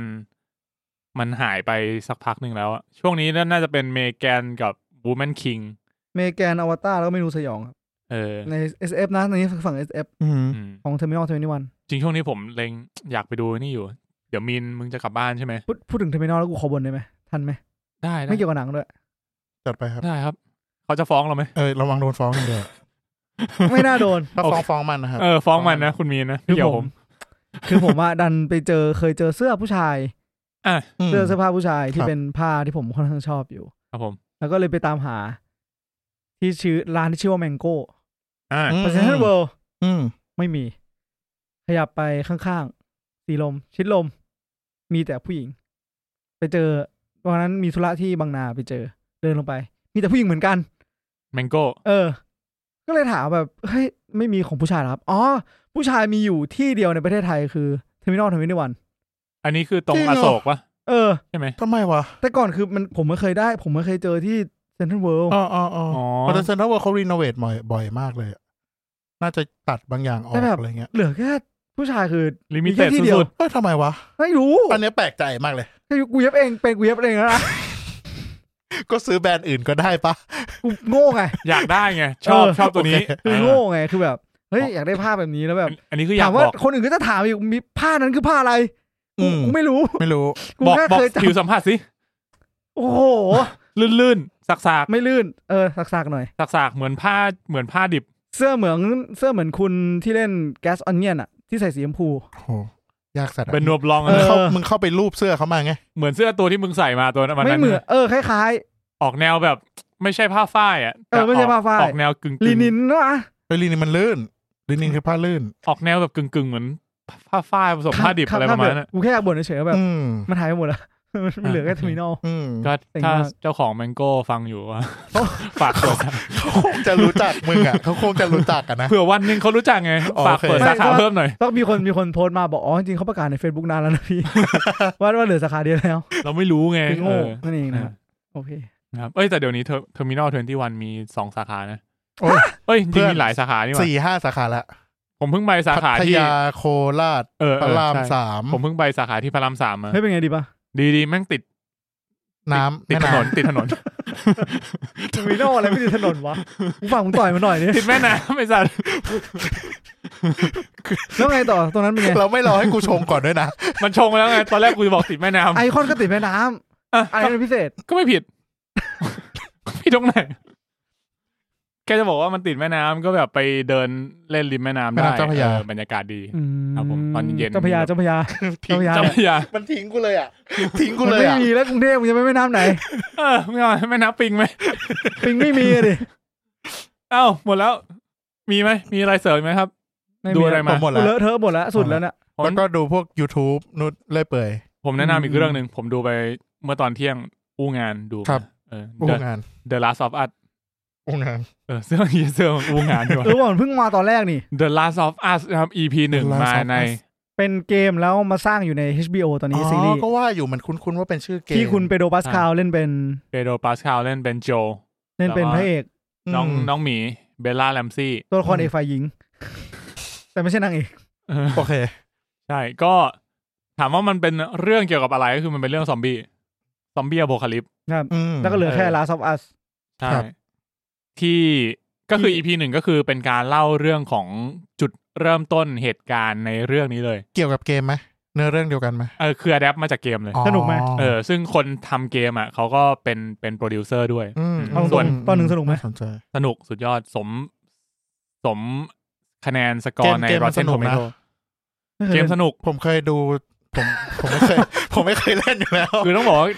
Speaker 1: มันหายไปสักพักหนึ่งแล้วอะช่วงนี้น่าจะเป็นเมแกนกับบูแมนคิง
Speaker 3: เมแกนอวตารแล้วก็เมนูสยองครับ
Speaker 1: เออ
Speaker 3: ใน SF นะในนี้ฝั่ง SF
Speaker 2: อืม
Speaker 1: อืม
Speaker 3: ของ Terminal 21
Speaker 1: จริงช่วงนี้ผมเลงอยากไปดูนี่อยู่ เดี๋ยวมินมึงจะกลับบ้านใช่ไหม
Speaker 3: พูดพูดถึง Terminal แล้วกูขอบนได้ไหมทันไหม
Speaker 1: ได้ได้
Speaker 3: ไม่เกี่ยวกับหนังด้วย
Speaker 2: จัดไปครับ
Speaker 1: ได้ครับ เขาจะฟ้องเราไหม
Speaker 2: เออระวังโดนฟ้องกันเดียว
Speaker 3: ไม่น่าโดน
Speaker 2: ถ้า
Speaker 1: โอเค
Speaker 2: ฟ้องฟ้องมันนะครับ
Speaker 1: เออฟ้องมันนะคุณมีนนะไม่เกี่ยวผม
Speaker 3: คือผมว่าดันไปเจอเคยเจอเสื้อผู้ชาย เสื้อเสื้อผ้าผู้ชาย
Speaker 2: ค
Speaker 3: ที่
Speaker 2: รับ
Speaker 3: เป็นผ้าที่ผมค่อนข้างชอบอยู่
Speaker 1: ครับผม
Speaker 3: แล้วก็เลยไปตามหา ที่ชื่อร้านที่ชื่อว่าแมงโก้
Speaker 1: อ่า
Speaker 2: อืม
Speaker 3: เพราะฉะนั้นเวิลด์
Speaker 2: อืม
Speaker 3: ไม่มี ขยับไปข้างๆสีลม ชิดลม มีแต่ผู้หญิง ไปเจอวันนั้นมีธุระที่บางนาไปเจอ เดินลงไป มีแต่ผู้หญิงเหมือนกัน
Speaker 1: แมงโก้
Speaker 3: เออ ก็เลยถามแบบเฮ้ยไม่มีของผู้ชายเหรอครับ อ๋อ ผู้ชายมีอยู่ที่เดียวในประเทศไทยคือเทอร์มินอลทเวนตี้วัน
Speaker 1: อันนี้คือตรงอโศกปะ
Speaker 3: เออ
Speaker 1: ใช่ไหม
Speaker 2: ทำไมวะ
Speaker 3: แต่ก่อนคือมันผมไม่เคยได้ ผมไม่เคยเจอที่เซ็นทรัลเวิลด์
Speaker 2: อ๋ออ๋ออ๋อ
Speaker 1: อ๋อ
Speaker 2: เพราะเซนทรัลเวิลด์เขารีโนเวทบ่อยบ่อยมากเลยอะน่าจะตัดบางอย่างออกอะไรเงี้ย
Speaker 3: เหลือแค่ผู้ชายคือ
Speaker 1: ลิมิ
Speaker 3: มีแค่
Speaker 1: เต็ด
Speaker 3: ที่เดียว
Speaker 1: สุด
Speaker 2: เอ้ยทำไมวะ
Speaker 3: ไม่รู้
Speaker 2: อันเนี้ยแปลกใจมากเลย
Speaker 3: ถ้ากูเย็บเองเป็นกูเย็บเองแล้วนะ
Speaker 2: ก็ซื้อแบรนด์อื่นก็ได้ปะ
Speaker 3: กูโง่ไง
Speaker 1: ๆอยากได้ไงชอบ
Speaker 3: เออ
Speaker 1: ชอบตัวนี้
Speaker 2: โอเค
Speaker 3: คือโง่ไงคือแบบเฮ้ยอยากได้ผ้าแบบนี้แล้วแบบ
Speaker 1: อันนี้คืออยา
Speaker 3: ถาก ม
Speaker 1: บ
Speaker 3: ว่า
Speaker 1: อก
Speaker 3: คนอื่นก็จะถามอีกมีผ้านั้นคือผ้าอะไร
Speaker 2: อื
Speaker 3: กู
Speaker 2: ม
Speaker 3: กูไม่รู้
Speaker 2: ไม่รู้
Speaker 3: กู
Speaker 1: บอก
Speaker 3: แค่
Speaker 1: บอก
Speaker 3: เคยจ
Speaker 1: ผิวสัมผัสสิ
Speaker 3: ำโอ้โห
Speaker 1: ลื่นๆสักๆ
Speaker 3: ไม่ลื่น เออสักๆหน่อย
Speaker 1: สักๆ เหมือนผ้าเหมือนผ้าดิบ
Speaker 3: เสื้อเหมือนเสื้อเหมือนคุณที่เล่นแก๊สออนเนียนอะที่ใส่สีชมพู
Speaker 2: โหยากสัตว์อะ
Speaker 1: เป็นนวบลอง
Speaker 3: เอ
Speaker 1: อะ
Speaker 3: อ
Speaker 1: นะ
Speaker 2: เข้ามึงเข้าไปรูปเสื้อเขามาไง
Speaker 1: เหมือนเสื้อตัวที่มึงใส่มาตัวนั้นวัน
Speaker 3: ไม่
Speaker 1: นั้น
Speaker 3: เหมือนเออคล้าย
Speaker 1: ออกแนวแบบ ไม่ใช่ผ้าฝ้ายอ่ะ
Speaker 3: เออไม่ใช่
Speaker 1: แต่ก
Speaker 3: ผ้าฝ้าย
Speaker 1: ออกแนวกึ่งๆ
Speaker 3: ๆลินินเนาะ
Speaker 2: เฮ้ยลินินมันลื่นลินินคือผ้าลื่น
Speaker 1: ออกแนวแบบกึ่งกึ่งๆเหมือนผ้าฝ้ายผสมผ้าดิบอะไรประมาณนั้นอะ
Speaker 3: กูแค่อยากบ่นเฉยๆว่าแบบ
Speaker 2: อืม
Speaker 3: มันหายไปหมดแล้ว มันเหลือแค่เทอร์มินอล
Speaker 2: อืม
Speaker 1: ก็
Speaker 3: เจ๋ง
Speaker 1: ถ้าม
Speaker 3: าก
Speaker 1: เจ้าของแมงโก้ฟังอยู่ว่า ฝากเปิด
Speaker 2: เขาคงจะรู้จักมึงอ่ะเขาคงจะรู้จักกันนะ
Speaker 1: เผื่อวันหนึงเขารู้จักไง
Speaker 2: อ๋อ
Speaker 1: ฝาก
Speaker 2: โอเค
Speaker 1: เปิดสาขาเพิ่มหน่อย
Speaker 3: ต้องมีคนมีคนโพสต์มาบอก อ๋อ จริงๆเขาประกาศใน Facebook นานแล้วนะ พี่ ว่าว่าเหลือสาขาเดียวแล้ว
Speaker 1: เราไม่รู้ไง
Speaker 3: คือ
Speaker 1: เอ
Speaker 3: โง่
Speaker 1: อ
Speaker 3: นั่นเองนะครับโอเค
Speaker 1: นะครับเอ้ยแต่เดี๋ยวนี้เทอร์มินอลทเวนตี้วันมีสองสาขานะ
Speaker 2: โอ้ย
Speaker 1: เอ้ยจ
Speaker 2: เพื่
Speaker 1: ริง
Speaker 2: อน
Speaker 1: มีหลายสาขานี่หว่า
Speaker 2: สี่ห้าสาขาละ
Speaker 1: ผมเพิ่งไปสาขา
Speaker 2: พัท
Speaker 1: ที่
Speaker 2: ยาโคราช
Speaker 1: เออ
Speaker 2: พ
Speaker 1: เอ
Speaker 2: ระ
Speaker 1: อ
Speaker 2: ราม
Speaker 1: ใช่
Speaker 2: สาม
Speaker 1: ผมเพิ่งไปสาขาที่พระรามสามมา
Speaker 3: เฮ้ย เป็นไงดีป่ะ
Speaker 1: ดีดีๆแม่งติด
Speaker 2: น้ำ
Speaker 1: ติด
Speaker 2: แม่
Speaker 1: ถนนติดถนน
Speaker 3: เทอร์มินอลอะไรไม่ดีถนนวะกูฟังผมต่อยมัน หน่อยนี่
Speaker 1: ติดแม่น้ำไอ้สัตว์
Speaker 3: แล้วไงต่อตรงนั้นเป็นไง
Speaker 2: เราไม่รอให้กูชงก่อนด้วยนะ
Speaker 1: มันชงไปแล้วไง ตอนแรกกูจะบอกติดแม่น้
Speaker 3: ไอคอนก็ติดแม่น้
Speaker 1: ำอ่ะ
Speaker 3: ำอะไรเป็นพิเศษ
Speaker 1: ก็ไม่ผิด พี่ตรงไหนแค่จะบอกว่ามันติดแม่น้ำก็แบบไปเดินเล่นริมแม่น้ำ
Speaker 2: แม่
Speaker 1: ได้
Speaker 2: น้ำเจ้าพระยา
Speaker 1: ออบรรยากาศดี
Speaker 3: อืม
Speaker 1: ครับผมตอนเย็น
Speaker 3: เจ้าพระยาเจ้าพระยา
Speaker 2: ทิ้
Speaker 3: เจ้าง พระยา
Speaker 1: เจ้าพระยา
Speaker 2: มันทิ้งกูเลยอ่ะ ทิ้งกูเล
Speaker 3: มัน
Speaker 2: ย
Speaker 3: ไม่
Speaker 2: อ่ะ
Speaker 3: มีแล้วกรุงเทพมึงจะไปแม่น้ำไหน
Speaker 1: เออไม่เอาแม่น้ำปิงไหม
Speaker 3: ปิงไม่มีอะดิ
Speaker 1: เอ้าหมดแล้ว มีไหมมีอะไรเสริมไหมครับ
Speaker 3: ม่มี
Speaker 1: ดูอะ
Speaker 2: ผม
Speaker 1: ไราม
Speaker 2: หมด
Speaker 3: กู
Speaker 2: แล้
Speaker 3: เล
Speaker 2: ว
Speaker 3: อะเทอะหมดแล้วสุดแล้วเนี่ย
Speaker 1: ผม
Speaker 2: แล้วก็ดูพวก YouTube นุดเล่อยเปื่อย
Speaker 1: ผมแนะนำอี
Speaker 3: อื
Speaker 1: ก
Speaker 3: ม
Speaker 1: เรื่องหนึ่งผมดูไปเมื่อตอนเที่ยงอู้งานดู
Speaker 2: ครับ
Speaker 1: เออ
Speaker 2: อู้
Speaker 1: The
Speaker 2: งาน
Speaker 1: The Last of Us
Speaker 2: อู้งาน
Speaker 1: เออเสื้อเสื้ออู้งานดีกว่า
Speaker 3: เออว่ามันเพิ่งมาตอนแรกนี่
Speaker 1: The Last of Us นะครับ EP หนึ่ง
Speaker 2: The Last
Speaker 1: มาใน
Speaker 2: of Us
Speaker 3: เป็นเกมแล้วมาสร้างอยู่ใน HBO ตอน
Speaker 2: อ๋
Speaker 3: นี้ซีรี
Speaker 2: อ
Speaker 3: ส์
Speaker 2: ก็ว่าอยู่มันคุ้นๆว่าเป็นชื่อเกม
Speaker 3: ที่คุณเปโดรปัสคาลเล่นเป็น
Speaker 1: เปโดรปาสคาลเล่นเป็นโจ
Speaker 3: เล่นเป็น
Speaker 1: แต่ว่า
Speaker 3: พระเอก
Speaker 2: อืม
Speaker 1: น้องน้องหมีเบลล่าแลมซี่
Speaker 3: ตัวละคร
Speaker 2: อืม
Speaker 3: เอกฝ่ายหญิง แต่ไม่ใช่นางเอก
Speaker 2: โอเค
Speaker 1: ใช่ก็ถามว่ามันเป็นเรื่องเกี่ยวกับอะไรก็คือมันเป็นเรื่องซอมบี้ซอมบี้อโพคาลิป
Speaker 3: ครับ
Speaker 2: อืม
Speaker 3: แล้วก็เหลือแค่
Speaker 1: เออ
Speaker 3: Last of Us
Speaker 1: ใช่
Speaker 2: ครับ
Speaker 1: ที่ก็คืออีพีหนึ่งก็คือเป็นการเล่าเรื่องของจุดเริ่มต้นเหตุการณ์ในเรื่องนี้เลย
Speaker 2: เกี่ยวกับเกมไหมเนื้อเรื่องเดียวกันไหม
Speaker 1: เออคืออะแดปมาจากเกมเลย
Speaker 3: สนุกไหม
Speaker 2: อ๋อ
Speaker 1: เออซึ่งคนทำเกมอ่ะเขาก็เป็นเป็นโปรดิวเซอร์ด้วย
Speaker 2: ม
Speaker 1: เอาตรง
Speaker 2: อืม
Speaker 3: ตอนหนึ่งสนุกไหม
Speaker 2: าสนใจ
Speaker 1: สนุกสุดยอดสมสมคะแนนสกอ
Speaker 2: เกม
Speaker 1: ร์ใน
Speaker 2: เกมมัน
Speaker 1: Rotten
Speaker 2: สนุก
Speaker 1: Tomato
Speaker 2: นะ
Speaker 3: ไคย
Speaker 1: เก
Speaker 3: ล่
Speaker 1: มสนุก
Speaker 2: ผมเคยดูแพ ผมผมไม่เคย ผมไม่เคยเล่นอยู่แล้ว
Speaker 1: คือต้องบอกว่า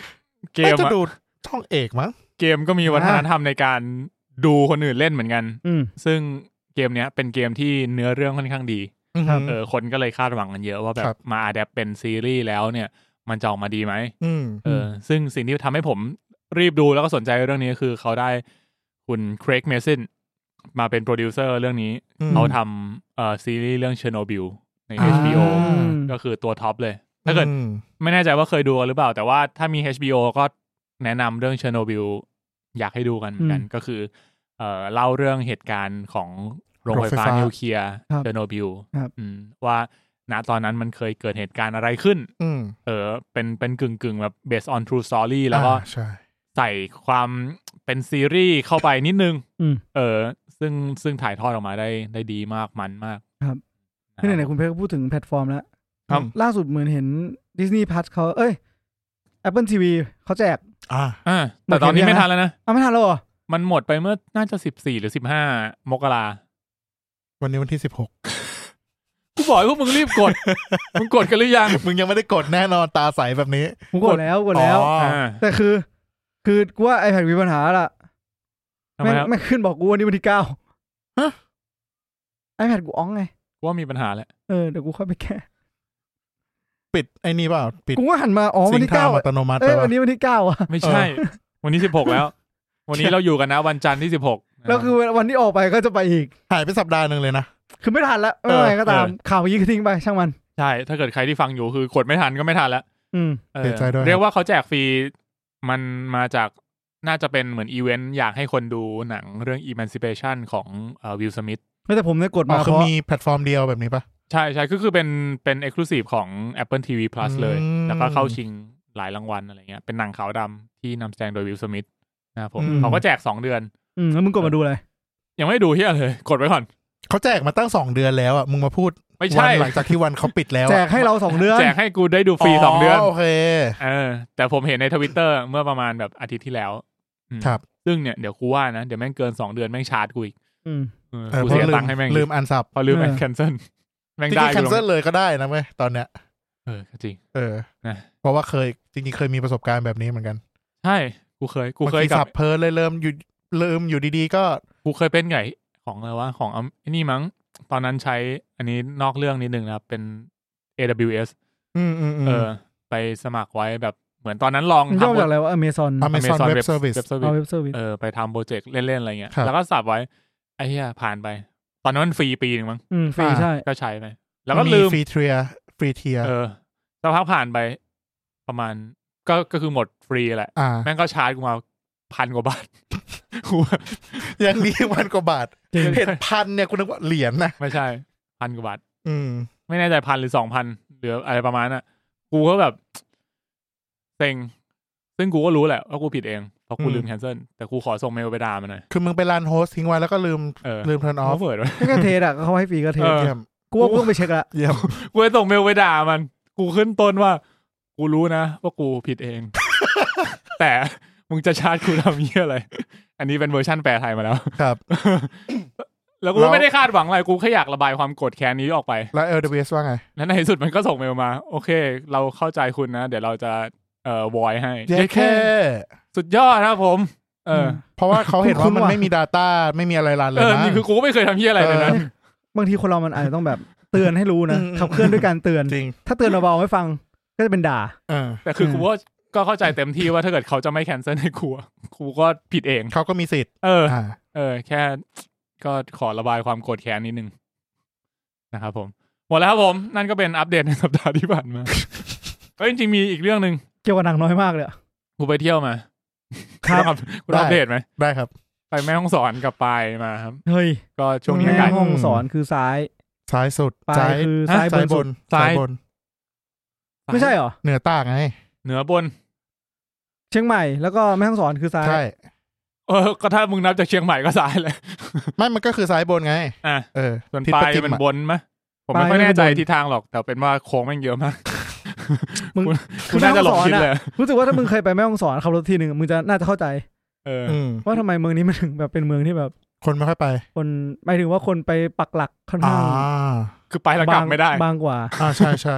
Speaker 1: เกม
Speaker 2: น่าจะ
Speaker 1: อะ
Speaker 2: ดูช่องเอกมั้ง
Speaker 1: เกมก็มีวัฒนธรรมในการดูคนอื่นเล่นเหมือนกัน
Speaker 3: อืม
Speaker 1: ซึ่งเกมเนี้ยเป็นเกมที่เนื้อเรื่องค่อนข้างดี
Speaker 2: อืม
Speaker 1: เออคนก็เลยคาดหวังกันเยอะว่าแบ
Speaker 2: ครับ บ
Speaker 1: มาอาดัเป็นซีรีส์แล้วเนี่ย มันจะออกมาดีไหม
Speaker 2: อืม
Speaker 1: เอออซึ่งสิ่งที่ทำให้ผมรีบดูแล้วก็สนใจเรื่องนี้คือเขาได้คุณเครกเมซินมาเป็นโปรดิวเซอร์เรื่องนี้
Speaker 2: อืม
Speaker 1: เขาทำเอ่อซีรีส์เรื่องเชอร์โนบิลใน HBO
Speaker 2: อ่า
Speaker 1: ก็คือตัวท็อปเลย ถ้าเกิด
Speaker 2: อืม
Speaker 1: ไม่แน่ใจว่าเคยดูกันหรือเปล่า แต่ว่าถ้ามี HBO ก็แนะนำเรื่องเชอร์โนบิลอยากให้ดูกันเหมือนกัน
Speaker 3: อืม
Speaker 1: ก็คือเอ่อเล่าเรื่องเหตุการณ์ของโรงไฟฟ้านิวเคลียร์
Speaker 3: ครับ
Speaker 1: เชอร์โนบิล
Speaker 3: ครับ
Speaker 1: อืมว่าณตอนนั้นมันเคยเกิดเหตุการณ์อะไรขึ้น
Speaker 2: อืม
Speaker 1: เออเป็นเป็นกึ่งกึ่งๆแบบ based on true story แล้วก็
Speaker 2: อ่าใช่
Speaker 1: ใส่ความเป็นซีรีส์เข้าไปนิดนึง
Speaker 3: อืม
Speaker 1: เออ ซึ่งซึ่งถ่ายทอดออกมาได้ได้ดีมากมันมาก
Speaker 3: ครับ
Speaker 1: นะ
Speaker 3: ที่ไหนๆคุณเพชรก็พูดถึงแพลตฟอร์มแล้ว
Speaker 2: ครับ
Speaker 3: ล่าสุดเหมือนเห็น Disney Plus เขาเอ้ย Apple TV เขาแจก
Speaker 2: อ่า
Speaker 1: อ่า
Speaker 3: หม
Speaker 1: แต่
Speaker 3: ด
Speaker 1: ตอนนี้
Speaker 3: เกมยัง
Speaker 1: ไม่ทันแล้วนะ
Speaker 3: อ้าวไม่ทันแล้วเหรอ
Speaker 1: มันหมดไปเมื่อน่าจะสิบสี่หรือสิบห้ามกรา
Speaker 2: วันนี้วันที่สิบหก
Speaker 1: กูบอกให้พวกมึงรีบก ด มึงกดกันหรือยัง
Speaker 2: มึงยังไม่ได้กดแน่นอนตาใสแบบนี้
Speaker 3: ผมกดแล้วกดแล้ว
Speaker 2: อ๋อ
Speaker 1: อ่า
Speaker 3: แต่คือ คือกูว่า iPad มีปัญหาละ
Speaker 1: ทำไม
Speaker 3: แม่ง
Speaker 1: ครับ
Speaker 3: แม่งขึ้นบอกกูวันนี้วันที่เก้า
Speaker 2: ฮะ
Speaker 3: iPad กูอ้องไง
Speaker 1: กูว่ามีปัญหาแหละ
Speaker 3: เออเดี๋ยวกูค่อยไปแก้
Speaker 2: ปิดไอ้นี่เปล่า ปิด
Speaker 3: กูก็หันมาอ๋อ
Speaker 2: ซิ
Speaker 3: วัน
Speaker 2: ง
Speaker 3: ที่
Speaker 2: ค์ทา
Speaker 3: เก้าม
Speaker 2: อัตโนมัติ
Speaker 3: เอ้
Speaker 2: ไป
Speaker 3: ยวั
Speaker 2: วะ
Speaker 3: นนี้วันที่เก้าอ่ะ
Speaker 1: ไม่ใช่ วันนี้สิบหกแล้ว วัน นี้เราอยู่กันนะ วันจันทร์ที่สิบหก
Speaker 3: แล้วคือวันที่ออกไปก็จะไปอีก
Speaker 2: หายไปสัปดาห์หนึ่งเลยนะ
Speaker 3: คือไม่ทันละไม่เป็นไรก็ตาม
Speaker 1: เออ
Speaker 3: ข่าวยิงทิ้งไปช่างมัน
Speaker 1: ใช่ ถ้าเกิดใครที่ฟังอยู่คือกดไม่ทันก็ไม่ทันแล้ว
Speaker 3: อืม
Speaker 1: ออ
Speaker 2: เสียใจด้วย
Speaker 1: เรียกว่าเขาแจกฟรี มันมาจากน่าจะเป็นเหมือนอีเวนต์อยากให้คนดูหนังเรื่อง Emancipation ของวิลสมิธ
Speaker 3: แต่ผมเนี่ยกด
Speaker 2: อ๋
Speaker 3: มา
Speaker 2: อ
Speaker 3: เพ
Speaker 2: คือ
Speaker 3: ราะ
Speaker 2: มีแพลตฟอร์มเดียวแบบนี้ปะ
Speaker 1: ใช่ใช่ก็คือเป็นเป็น Exclusive ของ Apple TV Plus เลย
Speaker 2: อืม
Speaker 1: แล้วก็เข้าชิงหลายรางวัลอะไรเงี้ยเป็นหนังขาวดำที่นำแสดงโดยวิลสมิธนะครับผม
Speaker 2: อืม
Speaker 1: เขาก็แจก 2 เดือน
Speaker 3: อืมแล้วมึงกดมาดูเลย
Speaker 1: ยังไม่ดูเฮียเลย กดไว้ก่อน
Speaker 2: เขาแจกมาตั้งสองเดือนแล้วอ่ะ มึงมาพูด
Speaker 1: ไม่
Speaker 2: วั
Speaker 1: ใช่
Speaker 2: นหลังจากที่วันเขาปิดแล้ว
Speaker 3: แจ
Speaker 2: อะ
Speaker 3: กให้เราสองเดือน
Speaker 1: แจกให้กูได้ดูฟรีสองเดือน
Speaker 2: โอเค
Speaker 1: เออแต่ผมเห็นในทวิตเตอร์เมื่อประมาณแบบอาทิตย์ที่แล้วอืม
Speaker 2: ครับ
Speaker 1: ซึ่งเนี่ยเดี๋ยวกูว่านะเดี๋ยวแม่งเกินสองเดือนแม่งชาร์จกูอีก
Speaker 3: อืม
Speaker 1: เออ
Speaker 2: เออ
Speaker 1: กู
Speaker 2: เพราะ
Speaker 1: เสีย
Speaker 2: ลื
Speaker 1: ตัง
Speaker 2: ม
Speaker 1: ค์ให้แม่งอีก
Speaker 2: ลืมอันซับ
Speaker 1: พอลืม
Speaker 3: เอ
Speaker 1: แอ
Speaker 3: อ
Speaker 1: นแคนเซิลแม่ง
Speaker 2: จ
Speaker 1: ได้
Speaker 2: ริงๆ
Speaker 1: กู
Speaker 2: cancel เลยก็ได้นะเว้ยตอนเนี้ย
Speaker 1: เออก็จริง
Speaker 2: เออ
Speaker 1: นะ
Speaker 2: เพราะว่าเคยจริงๆเคยมีประสบการณ์แบบนี้เหมือนกัน
Speaker 1: ใช่กูเคย กูเคย
Speaker 2: บางที
Speaker 1: กั
Speaker 2: สั
Speaker 1: บบ
Speaker 2: เพลินเลยเริ่มอยู่เริ่มอยู่ดีๆ ก็
Speaker 1: กูเคยเป็นไงของอะไรวะของอันไอ้นี่มั้ง ตอนนั้นใช้อันนี้นอกเรื่องนิดนึงนะครับ เป็น AWS
Speaker 2: อืมอืมอืม
Speaker 1: เออ ไปสมัครไว้แบบเหมือนตอนนั้นลอง
Speaker 3: มันย่
Speaker 1: ทำ
Speaker 3: อมาจากอะไรวะอเมซอน
Speaker 2: Amazon Web Service
Speaker 1: Web
Speaker 3: เอา
Speaker 1: Service
Speaker 3: เว็บเซอร์วิส
Speaker 1: เออไปทำโปรเจกต์เล่น ๆ อะไรเงี้ย
Speaker 2: ครับ
Speaker 1: แล้วก็สับไว้ ไอ้เหี้ยผ่านไป ตอนนั้นมันฟรีปีหนึ่งมั้ง
Speaker 3: อืมฟรี
Speaker 2: อ่า
Speaker 3: ใช่
Speaker 1: ก็ใช้ไปแล้วก็ลืม
Speaker 2: ฟรีเทียฟรีเทีย
Speaker 1: เออสักพักผ่านไปประมาณ ก็ก็คือหมดฟรีแหละ
Speaker 2: อ่า
Speaker 1: แม่งก็ชาร์จกูมาพันกว่าบาทกูว่า
Speaker 2: ยังดีวันกว่าบาท
Speaker 3: จริง
Speaker 2: เห็นพันเนี่ยคุณนึกว่าเหรียญนะ
Speaker 1: ไม่ใช่ พันกว่าบาท
Speaker 2: อืม
Speaker 1: ไม่แน่ใจพันหรือสองพันหรืออะไรประมาณน่ะ กูก็แบบเซ็งซึ่งกูก็รู้แหละว่ากูผิดเองเพราะกู
Speaker 2: อืม
Speaker 1: ลืมแคนเซิลแต่กูขอส่งเมลไปด่ามันหน่อย
Speaker 2: คือมึงไปลานโฮสทิ้งไว้แล้วก็ลืม
Speaker 1: เออ
Speaker 2: ลืมเทิร์นออฟ
Speaker 1: เขาเปิดไว้
Speaker 3: ก็เทสอ่ะก็เขาให้ฟรีก็เทส
Speaker 1: เออ
Speaker 2: เยี่ยม
Speaker 3: กูว่ากูต้องไปเช็คละ
Speaker 2: เยี่ยม
Speaker 1: กูเลยส่งเมลไปด่ามัน กูขึ้นต้นว่า กูรู้นะว่ากูผิดเอง แต่มึงจะชาร์จกูทำเยี่ยอะไร อันนี้เป็นเวอร์ชั่นแปลไทยมาแล้ว
Speaker 2: ครับ
Speaker 1: แล้วกูก็ไม่ได้คาดหวังอะไรกูแค่อยากระบายความโกรธแค้นนี้ออกไป
Speaker 2: แล้ว LWS ว่าไง
Speaker 1: แล้วในที่สุดมันก็ส่งเมลมา โอเค เราเข้าใจคุณนะ เดี๋ยวเราจะเอ่อวอยให้
Speaker 2: เย้แค่
Speaker 1: สุดยอดนะครับผม เออ
Speaker 2: เพราะว่าเขาเห็นว่ามันไม่มี Data ไม่มีอะไรรันเล
Speaker 1: เอยอ
Speaker 2: นะ
Speaker 1: นี่คือกูก็ไม่เคยทำเฮียอะไรเลยนะ
Speaker 2: เออบ
Speaker 3: างทีคนเรามันอาจจะต้องแบบเตือนให้รู้นะ
Speaker 2: อืม
Speaker 3: ขับเคลื่อนด้วยการเตือน
Speaker 2: จริง
Speaker 3: ถ้าเตือนเบาๆไม่ฟังก็จะเป็นด่า
Speaker 2: เออ
Speaker 1: แต่คือ
Speaker 3: เออ
Speaker 1: กูก็ก็เข้าใจเต็มที่ว่าถ้าเกิดเขาจะไม่แคนเซิลให้กูอะกูก็ผิดเอง
Speaker 2: เขาก็มีสิทธิ์
Speaker 1: เออ
Speaker 2: อ่า
Speaker 1: เออ แค่ก็ขอระบายความโกรธแค้นนิดนึงนะครับผมหมดแล้วครับผม นั่นก็เป็นอัปเดตในสัปดาห์ที่ผ่านมา เอ้ยจริงๆมีอีกเรื่องหนึ่ง
Speaker 3: เกี่ยวกับหนังน้อยมากเลยอะ
Speaker 1: กูไปเที่ยวมา
Speaker 3: ครับ
Speaker 1: กูต้องอัปเดตไหม
Speaker 2: ได้ครับ
Speaker 1: ไปแม่ฮ่องสอนกับปายมาครับ
Speaker 3: เฮ้ย
Speaker 1: ก็ช่วงนี้
Speaker 3: แม่
Speaker 1: อากาศ
Speaker 3: ห้องสอนคือซ้าย
Speaker 2: ซ้ายสุด
Speaker 3: ปลายคือ
Speaker 1: ฮะ
Speaker 3: ซ้ายบ
Speaker 2: ซ้าย
Speaker 3: น
Speaker 2: บ
Speaker 3: สุด
Speaker 2: น
Speaker 1: ซ้าย
Speaker 2: ซ้ายบน
Speaker 3: ไม่ใช่เหรอ
Speaker 2: เหนือใต้ไง
Speaker 1: เหนือบน
Speaker 3: เชียงใหม่แล้วก็แม่ห้องสอนคือซ้าย
Speaker 2: ใช่
Speaker 1: เออ ก็ถ้ามึงนับจากเชียงใหม่ก็ซ้ายเลย
Speaker 2: ไม่มันก็คือซ้ายบนไง
Speaker 1: อ่ะ
Speaker 2: เออ
Speaker 1: ส่วน
Speaker 2: ทิศ
Speaker 1: ปลาย
Speaker 2: ประทิม
Speaker 1: มัน
Speaker 2: อะ
Speaker 1: บนมะ ผมไม่ค่อยแน่ใจทิศทางหรอก แต่เป็นว่าโค้งแม่งเยอะมาก
Speaker 3: มึง
Speaker 1: คุณ
Speaker 3: คื
Speaker 1: กู
Speaker 3: อแม่
Speaker 1: น่า
Speaker 3: ห้
Speaker 1: จะ
Speaker 3: อง
Speaker 1: หลง
Speaker 3: สอน
Speaker 1: คิดเล
Speaker 3: อ่ะ
Speaker 1: ย
Speaker 3: รู้สึกว่าถ้ามึงเคยไปแม่ห้องสอนขับรถทีหนึ่งมึงจะน่าจะเข้าใจ
Speaker 1: เออ
Speaker 2: อืม
Speaker 3: ว่าทำไมเมืองนี้มันถึงแบบเป็นเมืองที่แบบ
Speaker 2: คนไม่ค่อยไป
Speaker 3: คนหมายถึงว่าคนไปปักหลักค่อน
Speaker 2: อ่า
Speaker 3: ข้าง
Speaker 1: คือไปแล้วกลับไม่ได้
Speaker 3: บางกว่า
Speaker 2: อ่าใช่ใช่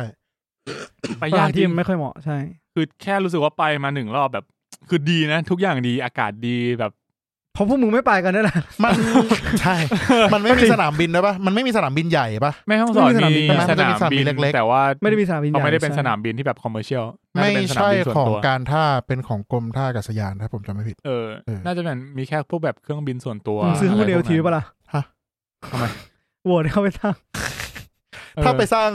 Speaker 1: ไป
Speaker 3: ส
Speaker 1: ยา
Speaker 3: ถาก น
Speaker 1: จ
Speaker 3: ที่
Speaker 1: ริง
Speaker 3: มันไม่ค่อยเหมาะใช่
Speaker 1: คือแค่รู้สึกว่าไปมาหนึ่งรอบแบบ คือดีนะ ทุกอย่างดีอากาศดีแบบ
Speaker 3: เพราะพวกมึงไม่ไปกันนั่นแหละ
Speaker 2: มัน ใช่ มันไม่มีสนามบินด้วยปะมันไม่มีสนามบินใหญ่ปะ
Speaker 1: แม่ห้องสอน
Speaker 3: ไม่มี
Speaker 1: มี
Speaker 3: ส
Speaker 1: สนาม
Speaker 2: ใช่ไหมมัน
Speaker 3: นามบิน
Speaker 2: จะมีสนามบิ
Speaker 1: บิน
Speaker 2: นเล็กๆ
Speaker 1: แต่ว่า
Speaker 3: ไม่ได้มีสนามบินให
Speaker 1: เขา
Speaker 3: ญ่
Speaker 1: ไม่ได้เป็น
Speaker 3: ใช่
Speaker 1: สนามบินที่แบบคอมเมอร์เชียล
Speaker 2: ไม่ใช่
Speaker 1: ส่วน
Speaker 2: ของ
Speaker 1: ตัว
Speaker 2: การท่าเป็นของกรมท่าอากาศยานถ้าผมจำไม่ผิด
Speaker 1: เออ
Speaker 2: เออ
Speaker 1: น่าจะเป็นมีแค่พวกแบบเครื่องบินส่วนตัว
Speaker 3: อืมซื้อเครื่อง
Speaker 1: ะ
Speaker 3: เดี
Speaker 1: ไร
Speaker 3: ยว
Speaker 1: พก
Speaker 3: ที
Speaker 1: นั้น
Speaker 3: ปะล่ะ
Speaker 2: ฮะทำไม
Speaker 3: โหวตเข้าไปตั้ง
Speaker 1: เออ
Speaker 2: ถ้าไปสร้าง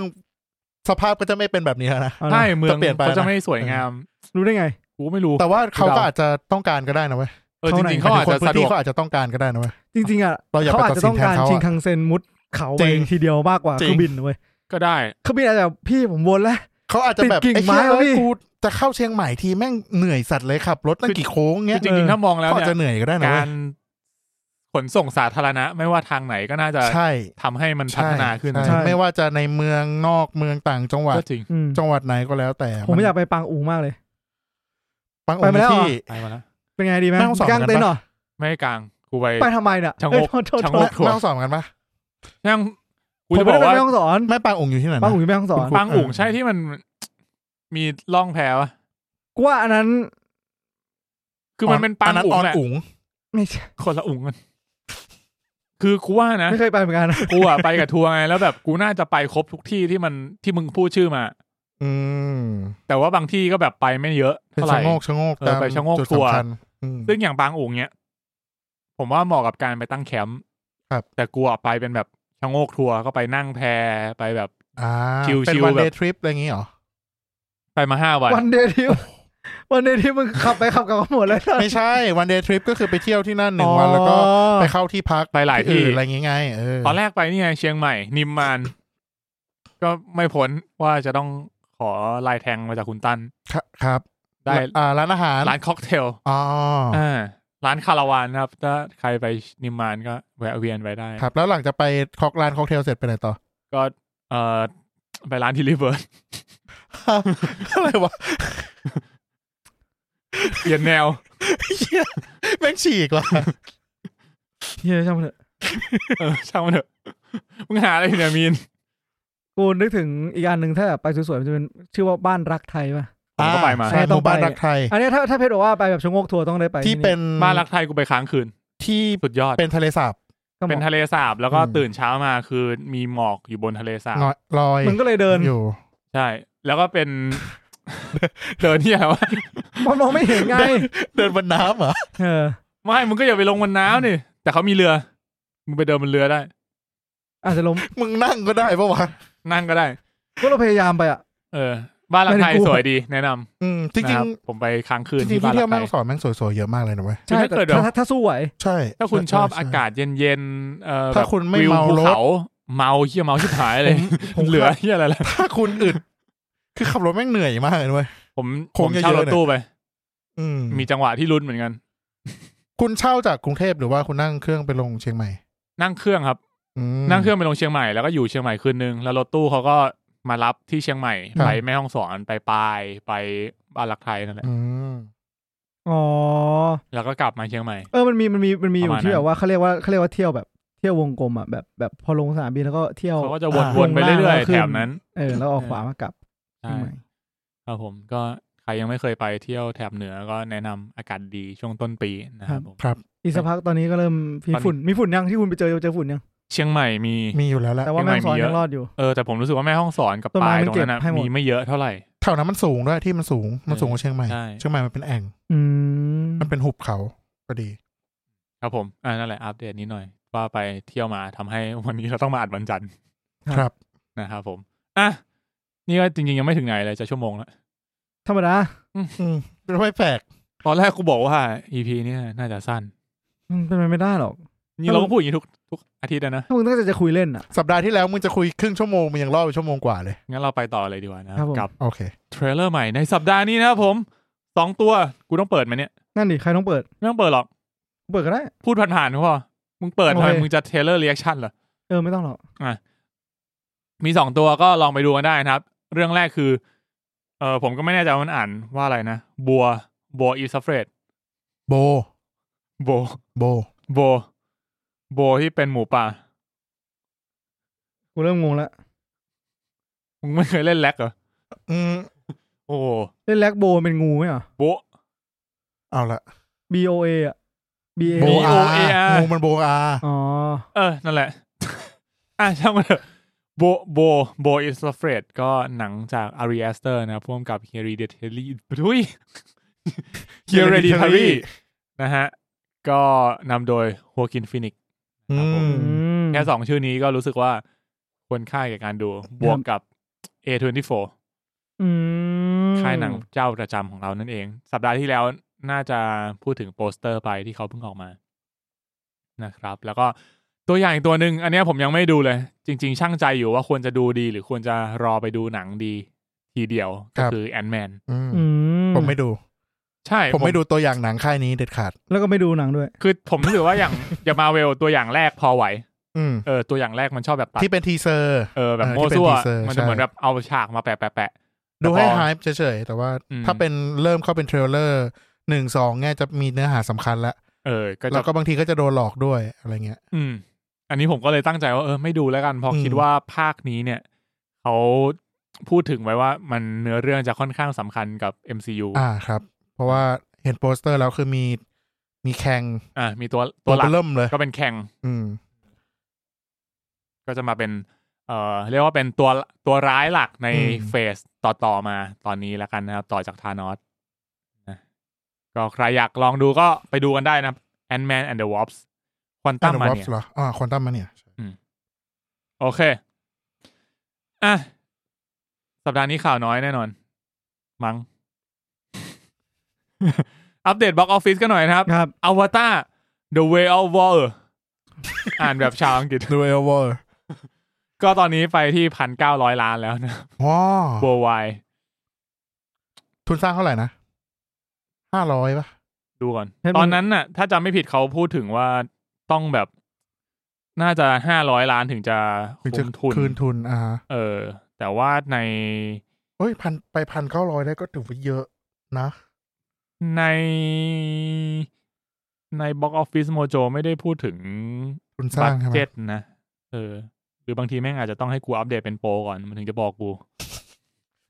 Speaker 2: สภาพก็จะไม่เป็นแบบนี้แล้วนะ
Speaker 3: เอาล่ะ
Speaker 1: ใช่เมือง
Speaker 2: จะเปลี่ยนไป
Speaker 1: เขาจะ
Speaker 2: นะ
Speaker 1: ไม่สวยงาม
Speaker 3: รู้ได้ไง
Speaker 1: กูไม่รู้
Speaker 2: แต่ว่าเขา
Speaker 1: เดา
Speaker 2: ก็อาจจะต้องการก็ได้นะเว้ย
Speaker 1: เออจริงๆ
Speaker 2: เขา
Speaker 1: เขาอาจ
Speaker 2: ค
Speaker 1: จะ
Speaker 2: นพื้
Speaker 1: สะด
Speaker 2: นที่
Speaker 1: วก
Speaker 2: เขาอาจจะต้องการก็ได้นะเว้ย
Speaker 3: จริงๆอ่ะ
Speaker 2: เราอย่าไป
Speaker 3: เขาอาจจะต้องการ
Speaker 2: ตัดสินแทนเขาอะ
Speaker 3: ชิงคังเซนมุดเขา
Speaker 2: จ
Speaker 3: ไป
Speaker 2: ริง
Speaker 3: ทีเดียวมากกว่า
Speaker 2: จริง
Speaker 3: เครื่องบินเว้ย
Speaker 1: ก็ได้
Speaker 3: เครื่องบินอาจจะพี่ผมวนแล้ว
Speaker 2: เขาอาจจะแบบ
Speaker 3: ติดกิ่ง
Speaker 2: ไอ้เชี่ย
Speaker 3: ไม้แล้ว
Speaker 2: เอ้ย
Speaker 3: พี่
Speaker 2: กูจะเข้าเชียงใหม่ทีแม่งเหนื่อยสัตว์เลยขับรถตั้งกี่โค้ง
Speaker 1: คื
Speaker 2: เงี้
Speaker 1: อย จริงๆถ้ามองแล้ว
Speaker 2: เขาอาจ
Speaker 1: เนี่
Speaker 2: จะ
Speaker 1: ย
Speaker 2: เหนื่อยก็ได้นะ
Speaker 1: กา
Speaker 2: เว้ย
Speaker 1: รขนส่งสาธารณะ ไม่ว่าทางไหนก็น่าจะ
Speaker 2: ใช่
Speaker 1: ทำให้มันพั
Speaker 2: ใช่
Speaker 1: ฒนาขึ้น
Speaker 2: ใช่
Speaker 3: ใช่
Speaker 2: ไม่ว่าจะในเมืองนอกเมืองต่างจังหวัด
Speaker 1: ก็จริง
Speaker 3: อืม
Speaker 2: จังหวัดไหนก็แล้วแต่
Speaker 3: ผมอยากไปปางอูมากเลย
Speaker 2: ปังอ
Speaker 3: ไป
Speaker 2: ง
Speaker 3: มาแล้ว
Speaker 2: ที่
Speaker 1: ไป
Speaker 3: เหรอ
Speaker 1: มาแล้ว
Speaker 3: เป็นไงดีไหม
Speaker 2: นั่งสอง
Speaker 3: กาง
Speaker 2: กันปะ
Speaker 3: เต็นท์เหรอ
Speaker 1: ไม่ให้กลางกูไป
Speaker 3: ไปทำไมเนี่ย
Speaker 1: ชะงก
Speaker 3: เอ้ยโทษโทษ
Speaker 1: ชะ
Speaker 3: โท
Speaker 1: งก
Speaker 3: ษ
Speaker 2: แม่ต้องสอนกันปะ
Speaker 1: นั่งกู
Speaker 3: ผม
Speaker 1: จะ
Speaker 3: ไม่
Speaker 1: บอกว่า
Speaker 3: ได้ไปแม่ฮ่องสอน
Speaker 2: แม่ปังองอยู่ที่ไหนนะ
Speaker 3: ปางอูอยู่แม่ฮ่องสอน
Speaker 2: คุณครู
Speaker 1: ปังอุ๋งใช่ที่มัน มีล่องแพวะ
Speaker 3: กูว่าอันนั้น
Speaker 1: คือมันเป็นปัง
Speaker 2: นั้น
Speaker 1: อุ๋
Speaker 2: อง อน
Speaker 1: แหละ
Speaker 2: อุ๋ง
Speaker 3: ไม่ใช่
Speaker 1: คนละอุ๋งกัน คือกูว่านะ
Speaker 3: ไม่เคยไปเหมือนกันนะ
Speaker 1: กูอะไปกับทัวร์ไงแล้วแบบกูน่าจะไปครบทุกที่ที่มันที่มึงพูดชื่อมา
Speaker 2: อืม
Speaker 1: แต่ว่าบางที่ก็แบบไปไม่เยอะ
Speaker 2: เป็น
Speaker 1: เท่าไห
Speaker 2: ชะ
Speaker 1: ร่
Speaker 2: โงกชะโงก
Speaker 1: เออ
Speaker 2: ตาม
Speaker 1: ไปชะโงก
Speaker 2: จุด
Speaker 1: ทัวร์
Speaker 2: สำคัญอืม
Speaker 1: ซึ่งอย่างบางอุ๋งเนี้ยผมว่าเหมาะกับการไปตั้งแคมป์
Speaker 2: ครับ
Speaker 1: แต่กูอะไปเป็นแบบชะโงกทัวร์ก็ไปนั่งแพไปแบบ
Speaker 2: อ่า
Speaker 1: ชิลๆ
Speaker 2: เป็นวัน
Speaker 1: แบบ
Speaker 2: เดย์ทริปอะไรอย่างงี้เหรอ
Speaker 1: ไปมาห้าวัน
Speaker 3: วันเดย์ที่วันเดย์ที่มึงขับไปขับกลับมาหมดแล้วนะ
Speaker 2: ไม่ใช่วันเดย์ทริปก็คือไปเที่ยวที่นั่นหนึ่งวันแล้วก็
Speaker 3: อ๋อ
Speaker 2: ไปเข้าที่พัก
Speaker 1: ไปหลายที่
Speaker 2: อื่นอะไรอย่างงี้ไงเออ
Speaker 1: ตอนแรกไปนี่ไงเชียงใหม่ นิมมาน ก็ไม่พ้นว่าจะต้องขอลายแทงมาจากคุณตั้น
Speaker 2: ครับครับ
Speaker 1: ได้
Speaker 2: อ่าร้านอาหาร
Speaker 1: ร้านค็อกเทล
Speaker 2: อ๋อ
Speaker 1: อ่าร้านคาราวานนะครับ ถ้าใครไปนิมมานก็แวะเวียนไปได้
Speaker 2: ครับ แล้วหลังจากไปคอกร้านค็อกเทลเสร็จไปไหน ต่อ
Speaker 1: ก็เอ่อไปร้านที่ริเวิร์ส
Speaker 2: อะไรวะ
Speaker 1: เปลี่ยนแนว
Speaker 2: เหี้ยแม่งฉีกว่ะ
Speaker 3: เฮียช่างมันเถอะ
Speaker 1: เออช่างมันเถอะมึงหาอะไรอยู่เนี่ยมีน
Speaker 3: กูนึกถึงอีกอันหนึ่งถ้าแบบไปสวยๆมันจะเป็นชื่อว่าบ้านรักไทยป่ะ
Speaker 1: ผมก็ไปมา
Speaker 2: ใช่
Speaker 3: ใช่
Speaker 2: ห
Speaker 3: ต้อง
Speaker 2: มู่บ้าน
Speaker 3: ไป
Speaker 2: รักไทย
Speaker 3: อันเนี้ยถ้าถ้าเพชรบอกว่าไปแบบชะโงกทัวร์ต้องได้ไป
Speaker 2: ที่เป็น
Speaker 1: บ้านรักไทยกูไปค้างคืน
Speaker 2: ที่
Speaker 1: สุดยอด
Speaker 2: เป็นทะเลสาบ
Speaker 3: ก็เห
Speaker 1: เป็น
Speaker 3: มาะ
Speaker 1: ทะเลสาบ แล้วก็
Speaker 2: อืม
Speaker 1: ตื่นเช้ามาคือมีหมอกอยู่บนทะเลสาบ
Speaker 2: งอยลอย
Speaker 3: มึงก็เลยเดิน
Speaker 2: อยู่
Speaker 1: ใช่ แล้วก็เป็น เดินที่อะไรวะ
Speaker 3: มันมองไม่เห็นไง
Speaker 2: เดินบนน้ำเหรอ
Speaker 3: เออ
Speaker 1: ไม่มึงก็อย่าไปลงบนน้ำนี่ แต่เขามีเรือ มึงไปเดินบนเรือได้
Speaker 3: อาจจะล้ม
Speaker 2: มึงนั่งก็ได้ปะวะ
Speaker 1: นั่งก็ได้
Speaker 3: พวก็เราพยายามไปอ่ะ
Speaker 1: เออ บ้านรักไทย
Speaker 3: ไม่ได้กลัว
Speaker 1: สวยดี แนะน
Speaker 2: อืม
Speaker 1: ำนะ
Speaker 2: จริง
Speaker 1: ครับผมไปค้างคืน
Speaker 2: ๆจริ
Speaker 1: ที่
Speaker 2: งๆ
Speaker 1: บ้าน
Speaker 2: ที่เที่ย
Speaker 1: รัก
Speaker 2: ว
Speaker 1: ไท
Speaker 2: แม่
Speaker 1: ย
Speaker 2: งสอนแม่งสวยๆเยอะมากเลยนะเว้ย
Speaker 1: คือถ้าเกิด
Speaker 3: ถ้าถ้าสู้ไหว
Speaker 2: ใช่
Speaker 1: ถ้าคุณชอบ
Speaker 2: ใ
Speaker 1: อากาศเย็นๆเอ่อ
Speaker 2: ถ้าคุณไม่
Speaker 1: แบบวิว
Speaker 2: เมา
Speaker 1: ภู
Speaker 2: รถ
Speaker 1: เขาเมาเฮียเมาชิบหายเลย
Speaker 2: ผม
Speaker 1: เหลือเฮียอะไรล่ะ
Speaker 2: ถ้าคุณอึด คือขับรถแม่งเหนื่อยมากเลยเว้ย
Speaker 1: ผม
Speaker 2: ค
Speaker 1: ผ
Speaker 2: ง
Speaker 1: ม
Speaker 2: จะ
Speaker 1: เช่า
Speaker 2: เย
Speaker 1: ร
Speaker 2: อะ
Speaker 1: ถ
Speaker 2: หน่อย
Speaker 1: ตู้ไป
Speaker 2: อืม
Speaker 1: มีจังหวะที่ลุ้นเหมือนกัน
Speaker 2: คุณเช่าจากกรุงเทพหรือว่าคุณนั่งเครื่องไปลงเชียงใหม่
Speaker 1: นั่งเครื่องครับ
Speaker 2: อืม
Speaker 1: นั่งเครื่องไปลงเชียงใหม่แล้วก็อยู่เชียงใหม่คืนนึง แล้วรถตู้เขาก็มารับที่เชียงใหม่
Speaker 2: ครับ
Speaker 1: ไปแม่ฮ่องสอนไปปายไปบ้านรักไทยนั่นแหละ
Speaker 2: อืม
Speaker 3: อ๋อ
Speaker 1: แล้วก็กลับมาเชียงใหม่
Speaker 3: เออ มันมี มันมี มันมีอยู่
Speaker 1: ประมาณ
Speaker 3: ที่
Speaker 1: นั้น
Speaker 3: แบบว่าเขาเรียกว่าเขาเรียกว่าเที่ยวแบบ เที่ยววงกลมอ่ะ แบบ แบบพอลงสนามบินแล้วก็เที่ยว
Speaker 1: เขาก็จะวนๆไปเรื่อยๆ
Speaker 3: ขึ้
Speaker 1: แถ
Speaker 3: น
Speaker 1: บนั้น
Speaker 3: เออ แล้วออกขวามากลับ
Speaker 1: ใช่
Speaker 3: ใหม่
Speaker 1: ครับผมก็ใครยังไม่เคยไปเที่ยวแถบเหนือก็แนะนำอากาศดีช่วงต้นปีนะครับผม
Speaker 2: ครับ
Speaker 3: อีกสักพักตอนนี้ก็เริ่มมี
Speaker 1: ตอนนี้
Speaker 3: ฝุ่น มีฝุ่นยังที่คุณไปเจอเจอฝุ่นยัง
Speaker 1: เชียงใหม่มี
Speaker 2: มีอยู่แล้วแหละ
Speaker 3: แต่ว่า
Speaker 1: ไม่
Speaker 3: แม่งสอน
Speaker 1: มีเย
Speaker 3: ยั
Speaker 1: อะ
Speaker 3: งรอดอยู่
Speaker 1: เออแต่ผมรู้สึกว่าแม่ห้องสอนกับ
Speaker 3: ต้น
Speaker 1: ปลา
Speaker 3: ไม้
Speaker 1: ย
Speaker 3: มัน
Speaker 1: ตรง
Speaker 3: เก็บ
Speaker 1: นั้นนะ
Speaker 3: ให้หมด
Speaker 1: มีไม่เยอะเท่าไหร่
Speaker 2: แถวนั้นมันสูงด้วยที่มันสูงมันสูงกว่าเชียงใหม่
Speaker 1: ใช่
Speaker 2: เชียงใหม่มันเป็นแอ่ง
Speaker 3: อืม
Speaker 2: มันเป็นหุบเขาก็ดี
Speaker 1: ครับผมอ่านั่นแหละอัปเดตนิดหน่อย ว่าไปเที่ยวมาทำให้ วันนี้เราต้องมาอัดวันจันทร์
Speaker 2: ครับ
Speaker 1: นะครับผมอ่ะนี่ก็จริงๆยังไม่ถึงไหนเลยจะชั่วโมงแล้ว
Speaker 3: ธรรมดา
Speaker 2: อืมไม่แปลก
Speaker 1: ตอนแรกกูบอกว่า EP เนี่ยน่าจะสั้น
Speaker 3: มันเป็นไปไม่ได้หรอก
Speaker 1: นี่เราก็พูดอย่างนี้ทุกทุกอาทิตย์อะนะ
Speaker 3: ถ้ามึงตั้งใจจะคุยเล่นอ่ะ
Speaker 2: สัปดาห์ที่แล้วมึงจะคุยครึ่งชั่วโมงมึงยังรอดไปชั่วโมงกว่าเลย
Speaker 1: งั้นเราไปต่อเลยดีกว่านะครับ
Speaker 3: ผม
Speaker 1: กับ
Speaker 2: โอเค
Speaker 1: เทรลเลอร์ใหม่ในสัปดาห์นี้นะครับผมสองตัวกูต้องเปิดไหมเนี่ย
Speaker 3: นั่นดิ ใครต้องเปิด
Speaker 1: ไม่ต้องเปิดหรอก
Speaker 3: เปิดก็ได้
Speaker 1: พูดผ่านๆก็พอมึงเปิด
Speaker 3: โอ
Speaker 1: ทำ
Speaker 3: เค
Speaker 1: ไมมึงจะเทรลเลอร์เรีแอคชั่นเหรอ
Speaker 3: เออ ไม่ต้องหรอก
Speaker 1: มีสองตัวก็ลองไปดูกันได้นะครับ เรื่องแรกคือเออผมก็ไม่แน่ใจว่ามันอ่านว่าอะไรนะ บัวบัวอีสเฟรด
Speaker 2: โบ
Speaker 1: บัว
Speaker 2: โบ
Speaker 1: บัวบัวที่เป็นหมูป่า
Speaker 3: กูเริ่มงงแล้ว
Speaker 1: มึงไม่เคยเล่นแล็กเหรอ
Speaker 2: อืม
Speaker 1: โอ้โห
Speaker 3: เล่นแล็กโบเป็นงูไหมอ่ะ
Speaker 1: โบะ
Speaker 2: เอาละ
Speaker 3: B O A อ่ะ B A
Speaker 2: โบ
Speaker 1: B O
Speaker 2: อา
Speaker 1: A R
Speaker 2: งูมันโบอา
Speaker 3: อ๋อ
Speaker 1: เออ นั่นแหละ อ่ะช่างมันเถอะโบโบโบอิสเฟรดก็หนังจากอารีแอสเตอร์นะครับพ่วงกับเฮรีเดทรีทุย เฮรีเดทรีนะฮะ ก็นำโดยฮัวกินฟินิก
Speaker 2: อืม
Speaker 3: อืม
Speaker 1: แค่สองชื่อนี้ก็รู้สึกว่าควรค่าแก่การดู บวกกับ A24
Speaker 3: อืม
Speaker 1: ค่ายหนังเจ้าประจำของเรานั่นเอง สัปดาห์ที่แล้วน่าจะพูดถึงโปสเตอร์ไปที่เขาเพิ่งออกมา นะครับ แล้วก็ตัวอย่างอีกตัวหนึ่งอันเนี้ยผมยังไม่ดูเลย จริง ๆ ช่างใจอยู่ว่าควรจะดูดี หรือควรจะรอไปดูหนังดี ทีเดียว
Speaker 2: ค
Speaker 1: ก็
Speaker 2: รับ
Speaker 1: คือแอนแมน
Speaker 2: อืม
Speaker 3: อื
Speaker 2: ผมไม่ดู
Speaker 1: ใช่
Speaker 2: ผมไม่ดูตัวอย่างหนังค่ายนี้เด็ดขาด
Speaker 3: แล้วก็ไม่ดูหนังด้วย
Speaker 1: คือผมรู้สึกว่าอย่างอย่างมาเวลตัวอย่างแรกพอไหว
Speaker 2: อืม
Speaker 1: เออตัวอย่างแรกมันชอบแบบตัด
Speaker 2: ที่เป็นทีเซอร์
Speaker 1: เออแบบ
Speaker 2: เออ
Speaker 1: โม
Speaker 2: ที่เป็น
Speaker 1: ซั่ว
Speaker 2: teaser
Speaker 1: มันจะเหมือน
Speaker 2: ใช่
Speaker 1: แบบเอาฉากมาแปะแปะแปะ
Speaker 2: ดูให้
Speaker 1: แต่พอ
Speaker 2: ฮายเฉยๆ แต่ว่า
Speaker 1: อืม
Speaker 2: ถ้าเป็นเริ่มเข้าเป็นเทรลเลอร์หนึ่งสองเนี่ยจะมีเนื้อหาสำคัญแล้ว
Speaker 1: เออก็
Speaker 2: แล้
Speaker 1: จะ
Speaker 2: วก็บางทีก็จะโดนหลอกด้วยอะไรเงี้ย
Speaker 1: อืม อันนี้ผมก็เลยตั้งใจว่าเออไม่ดูแล้วกันเพราะ
Speaker 2: อืม
Speaker 1: คิดว่าภาคนี้เนี่ยเขาพูดถึงไว้ว่ามันเนื้อเรื่องจะค่อนข้างสำคัญกับ MCU
Speaker 2: อ่าครับ เพราะว่าเห็นโปสเตอร์แล้วคือมีมีแข่ง
Speaker 1: อ่ามีตัวตัวหลัก
Speaker 2: เริ่มเลย
Speaker 1: ก็เป็นแข่ง
Speaker 2: อืม
Speaker 1: ก็จะมาเป็น เอ่อ เรียกว่าเป็นตัวตัวร้ายหลักใน
Speaker 2: อืม
Speaker 1: เฟสต่อต่อๆมาตอนนี้แล้วกันนะครับ ต่อจากธานอสนะก็ใครอยากลองดูก็ไปดูกันได้นะครับ Ant-Man and the Wasp Quantum
Speaker 2: วอ
Speaker 1: Mania
Speaker 2: เหรออ่าควอนตัมมาเนี่ย
Speaker 1: โอเค อ่ะ สัปดาห์นี้ข่าวน้อยแน่นอน มัง้ง อัปเดตบ็อกออฟฟิศกันหน่อยนะครับ
Speaker 3: ครับ
Speaker 1: อวตาร The Way of Water อ่านแบบชาวอังกฤษ
Speaker 2: ดูเอลเวอร์
Speaker 1: ก็ตอนนี้ไปที่พันเก้าร้อยล้านแล้วนะ
Speaker 2: ว้า
Speaker 1: บัววาย
Speaker 2: ทุนสร้างเท่าไหร่นะห้าร้อยป่ะ
Speaker 1: ดูก่อน
Speaker 3: ให้มัน
Speaker 1: ตอนนั้นน่ะ ถ้าจำไม่ผิดเขาพูดถึงว่าต้องแบบ น่าจะห้าร้อยล้านถึงจะ
Speaker 2: ถึงจะ
Speaker 1: คุ้มทุน
Speaker 2: คืนทุนอ่าฮะ
Speaker 1: เออ แต่ว่าใน
Speaker 2: เฮ้ยพันไปพันเก้าร้อยได้ก็ถือว่าเยอะนะ
Speaker 1: ในในบ็อกออฟฟิศโมโจไม่ได้พูดถึง
Speaker 2: ทุนสร้างใช่ไหม
Speaker 1: เจ็ตนะ เออ หรือบางทีแม่งอาจจะต้องให้กูอัปเดตเป็นโปรก่อน มันถึงจะบอกกู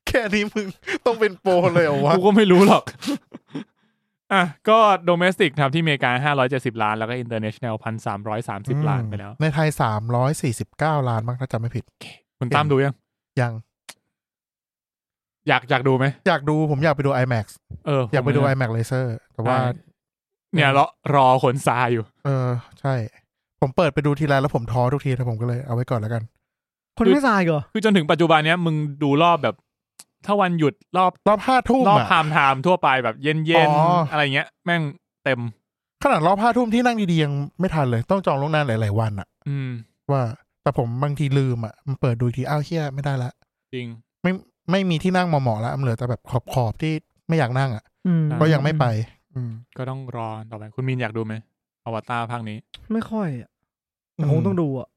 Speaker 2: แค่นี้มึงต้องเป็นโปรเลยเหรอวะ
Speaker 1: กูก็ไม่รู้หรอก อ่ะ ก็โดเมสติกครับที่อเมริกาห้าร้อยเจ็สิบล้าน แล้วก็อินเตอร์เนชั่นแนลพันสามร้อยสามสิบล้านไปแล้ว
Speaker 2: ในไทยสามร้อยสี่สิบเก้าล้านมั้งถ้าจำไม่ผิด
Speaker 1: คุณตามดูยัง
Speaker 2: ยัง
Speaker 1: อยากอยากดูไหม
Speaker 2: อยากดูผมอยากไปดู iMax
Speaker 1: เออ
Speaker 2: อยากไปดู
Speaker 1: ผม
Speaker 2: iMac Laser แต่ว่า
Speaker 1: ใช่ เนี่ยรอรอขนซายอยู่
Speaker 2: เออ ใช่ ผมเปิดไปดูทีไรแล้วผมท้อทุกทีแล้วผมก็เลยเอาไว้ก่อนแล้วกัน
Speaker 3: คนไม่ตายก่อ
Speaker 1: คือจนถึงปัจจุบันเนี้ยมึงดูรอบแบบ ถ้าวันหยุดรอบ
Speaker 2: รอบห้าทุ่ม
Speaker 1: รอบ
Speaker 2: อะ
Speaker 1: พามไทม์ทั่วไปแบบเย็น
Speaker 2: อ๋อ
Speaker 1: ๆ
Speaker 2: อ
Speaker 1: อะไรเงี้ย แม่งเต็ม
Speaker 2: ขนาดรอบห้าทุ่มที่นั่งดีๆยังไม่ทันเลย ต้องจองล่วงหน้าหลายๆวันอะ
Speaker 1: อืม
Speaker 2: ว่า แต่ผมบางทีลืมอะมันเปิดดูอีกทีอ้าวเฮียไม่ได้ละ
Speaker 1: จริง
Speaker 2: ไม่ไม่มีที่นั่งเหมาะๆแล้วมันเหลือแต่แบบขอบขอบๆที่ไม่อยากนั่งอะ
Speaker 3: ม
Speaker 2: ก็ยังไม่ไป อืม
Speaker 1: ก็ต้องรอต่อไป คุณมีนอยากดูไหมอวตารภาคนี้
Speaker 3: ไม่ค่อยอะแต่คงต้องดูอ่ะ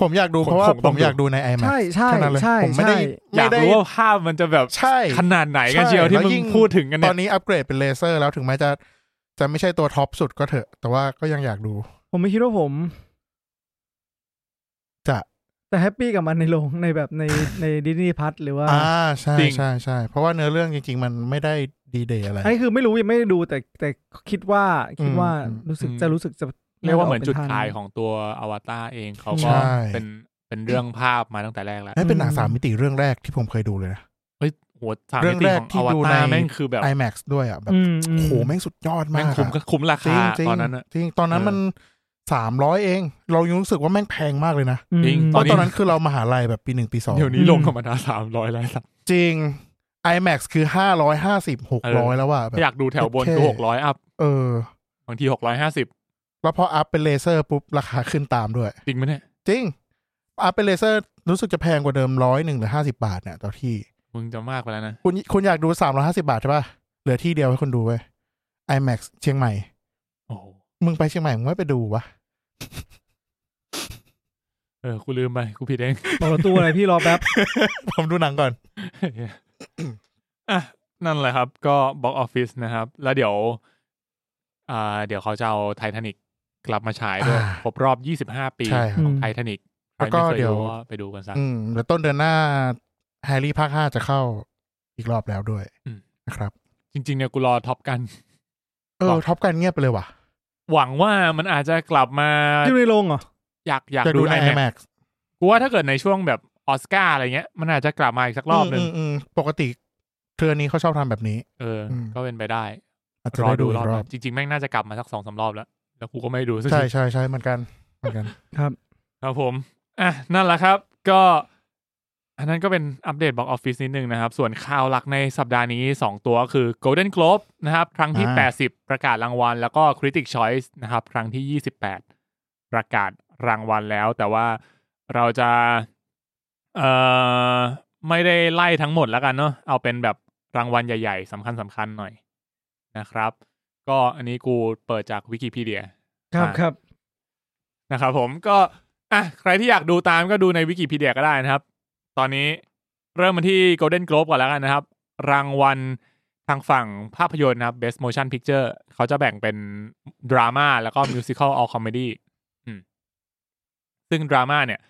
Speaker 2: ผมอยากดูเพราะว่า
Speaker 1: คง
Speaker 2: ผ
Speaker 1: ต้อง
Speaker 2: ม
Speaker 1: ดู
Speaker 2: อยากดูใน iMac
Speaker 3: ใช่ใช่
Speaker 2: แค่นั้นเลย
Speaker 3: ใช่
Speaker 2: ผมไม่
Speaker 3: ใช่
Speaker 2: ได้
Speaker 1: อยาก
Speaker 2: ไม่ได้
Speaker 1: รู้ว่าภาพมันจะแบบ
Speaker 2: ใช่
Speaker 1: ขนาดไหน
Speaker 2: ใช่
Speaker 1: กันเชียวที่
Speaker 2: แล้ว
Speaker 1: มึง
Speaker 2: ยิ่ง
Speaker 1: พูดถึงกัน
Speaker 2: ต
Speaker 1: เนี่
Speaker 2: อย นนี้อัปเกรดเป็นเลเซอร์แล้วถึงแม้จะจะไม่ใช่ตัวท็อปสุดก็เถอะ แต่ว่าก็ยังอยากดู
Speaker 3: ผมไม่คิดว่าผม
Speaker 2: จะ
Speaker 3: แต่แฮปปี้กับมันในโรง ในแบบในในดิสนีย์พัทหรือว่า
Speaker 2: อ่าใช่ใช่ใช่เพราะว่าเนื้อเรื่องจริง ๆ มันไม่ได้ดีเดย์อะไร
Speaker 3: อันนี้คือไม่รู้ยังไม่ได้ดูแต่แต่คิดว่าคิดว่า
Speaker 2: อืม
Speaker 3: รู้สึกจะรู้สึกจะ
Speaker 1: เรียกว่าเหมือนจุด
Speaker 3: ป็ท
Speaker 1: ขายของตัวอวตารเองเขา
Speaker 3: ใช่
Speaker 1: ก็เป็นเป็นเรื่องภาพมาตั้งแต่แรกแล้ว
Speaker 2: นั่นเป็นหนังสามมิติเรื่องแรกที่ผมเคยดูเลยนะ
Speaker 1: เฮ้ยโหัวสาม
Speaker 2: เรื่
Speaker 1: มิ
Speaker 2: อง
Speaker 1: ติ
Speaker 2: แรก
Speaker 1: ของ
Speaker 2: ที่
Speaker 1: อว
Speaker 2: ดู
Speaker 1: ตาร
Speaker 2: ใน
Speaker 1: แม่งคือแบบ
Speaker 2: IMAX ด้วยอ่ะแบบ
Speaker 3: อืมอืม
Speaker 2: โหแม่งสุดยอดมา
Speaker 1: แม่
Speaker 2: ก
Speaker 1: งคุ้ม
Speaker 2: อะ
Speaker 1: คุ้มรา
Speaker 2: จริ
Speaker 1: คาง
Speaker 2: จริง
Speaker 1: ตอนนั้นอะ
Speaker 2: จริงตอนนั้น
Speaker 1: เออ
Speaker 2: มันสามร้อยเอง เรายังรู้สึกว่าแม่งแพงมากเลยนะ
Speaker 3: ม
Speaker 1: จริง
Speaker 2: เพ
Speaker 1: ตอนนี้
Speaker 2: ราะตอนนั้นคือเรามหาลัยแบบปีหนึ่งปีสอง
Speaker 1: เดี๋ยวนี้ลง
Speaker 3: อืม
Speaker 1: ธรรมดาสามร้อยแล้วสัตว์
Speaker 2: จริง IMAX คือห้าร้อยห้าสิบหกร้อยแล้วว่ะแบบ
Speaker 1: อยากดูแถวบน
Speaker 2: โอเค
Speaker 1: คือหกร้อยอัพ
Speaker 2: เออบ
Speaker 1: างทีหกร้อยห้าสิบ
Speaker 2: แล้วพออัพเป็นเลเซอร์ปุ๊บราคาขึ้นตามด้วย
Speaker 1: จริงไหมเนี่ย
Speaker 2: จริง อัพเป็นเลเซอร์รู้สึกจะแพงกว่าเดิมร้อยหนึ่งหรือห้าสิบาทเนี่ยต่อที่
Speaker 1: มึงจะมากไปแล้วนะ
Speaker 2: คุณคุณอยากดูสามร้อห้าสิบาทใช่ป่ะ เหลือที่เดียวให้คนดูเว้ย IMAX เชียงใหม่
Speaker 1: โอ้โห
Speaker 2: มึงไปเชียงใหม่ มึงไม่ไปดูวะ
Speaker 1: เออกูลืมไปกูผิดเอง
Speaker 3: บอกประตูอะไรพี่รอแป๊บ
Speaker 2: ผมดูหนังก่อน
Speaker 1: อ่ะนั่นแหละครับ ก็บ็อกออฟฟิศนะครับ แล้วเดี๋ยว อ่า เดี๋ยวเขาจะเอาไททานิกกลับมาฉายด้วย
Speaker 2: อ่า
Speaker 1: ครบรอบ 25 ปี
Speaker 2: ใช่ครับ
Speaker 1: ไททานิกใคร
Speaker 2: แล้วก็
Speaker 1: ไม่เคย
Speaker 2: เดี๋ยว
Speaker 1: ดูก็ไปดูกันซะ
Speaker 2: อืมเดี๋ยวต้นเดือนหน้าแฮร์รี่ภาคห้าจะเข้า อีกรอบแล้วด้วย
Speaker 1: อืม
Speaker 2: นะครับ
Speaker 1: จริง ๆ เนี่ยกูรอท็อปกัน
Speaker 2: เอ
Speaker 1: ครั
Speaker 2: อบ ท็อปกันเงียบไปเลยว่ะ
Speaker 1: หวังว่ามันอาจจะกลับมา
Speaker 3: อยู่ในโรงเหรอ
Speaker 1: อยากอยาก
Speaker 2: จะ
Speaker 1: ดู
Speaker 2: ดู
Speaker 1: ไอ
Speaker 2: ใน
Speaker 1: แม็ก
Speaker 2: IMAX
Speaker 1: กูว่าถ้าเกิดในช่วงแบบออสการ์อะไรเงี้ย มันอาจจะกลับมาอีกสักรอบหนึ่ง
Speaker 2: มมมปกติเครือนี้เขาชอบทำแบบนี้
Speaker 1: เอออ
Speaker 2: ม
Speaker 1: ก็เป็นไปได้
Speaker 2: อาจจะ
Speaker 1: รอ
Speaker 2: ได้
Speaker 1: ดู
Speaker 2: ดูอี
Speaker 1: รอก บ
Speaker 2: ร
Speaker 1: ห
Speaker 2: อ
Speaker 1: นึ่
Speaker 2: บ
Speaker 1: งจริง ๆ แม่งน่าจะกลับมาสักสองสารอบแล้ว แล้วกูก็ไม่ดูสัก
Speaker 2: ใช่
Speaker 1: ที
Speaker 2: ใช่ใช่เหมือนกันเหมือนกัน
Speaker 1: ครับผม อ่ะ นั่นแหละครับ ก็ อันนั้นก็เป็นอัปเดตบอกออฟฟิศนิดนึงนะครับ ส่วนข่าวหลักในสัปดาห์นี้ 2 ตัวคือ Golden Globe นะครับ ครั้งที่
Speaker 2: อ่า
Speaker 1: 80 ประกาศรางวัล แล้วก็ Critic Choice นะครับ ครั้งที่ 28 ประกาศรางวัลแล้ว แต่ว่าเราจะเอ่อไม่ได้ไล่ทั้งหมดแล้วกันเนาะเอาเป็นแบบรางวัลใหญ่ๆสำคัญสำคัญๆหน่อยนะครับ ก็อันนี้กูเปิดจากวิกิพีเดีย
Speaker 3: ครับ
Speaker 1: อ่า
Speaker 3: ครับ
Speaker 1: นะครับผมก็อ่ะใครที่อยากดูตามก็ดูในวิกิพีเดียก็ได้นะครับ ตอนนี้เริ่มมาที่ Golden Globe ก่อนแล้วกันนะครับ รางวัลทางฝั่งภาพยนตร์นะครับ Best Motion Picture เขาจะแบ่งเป็นดราม่าแล้วก็ Musical or Comedy อืมซึ่งดราม่าเนี่ย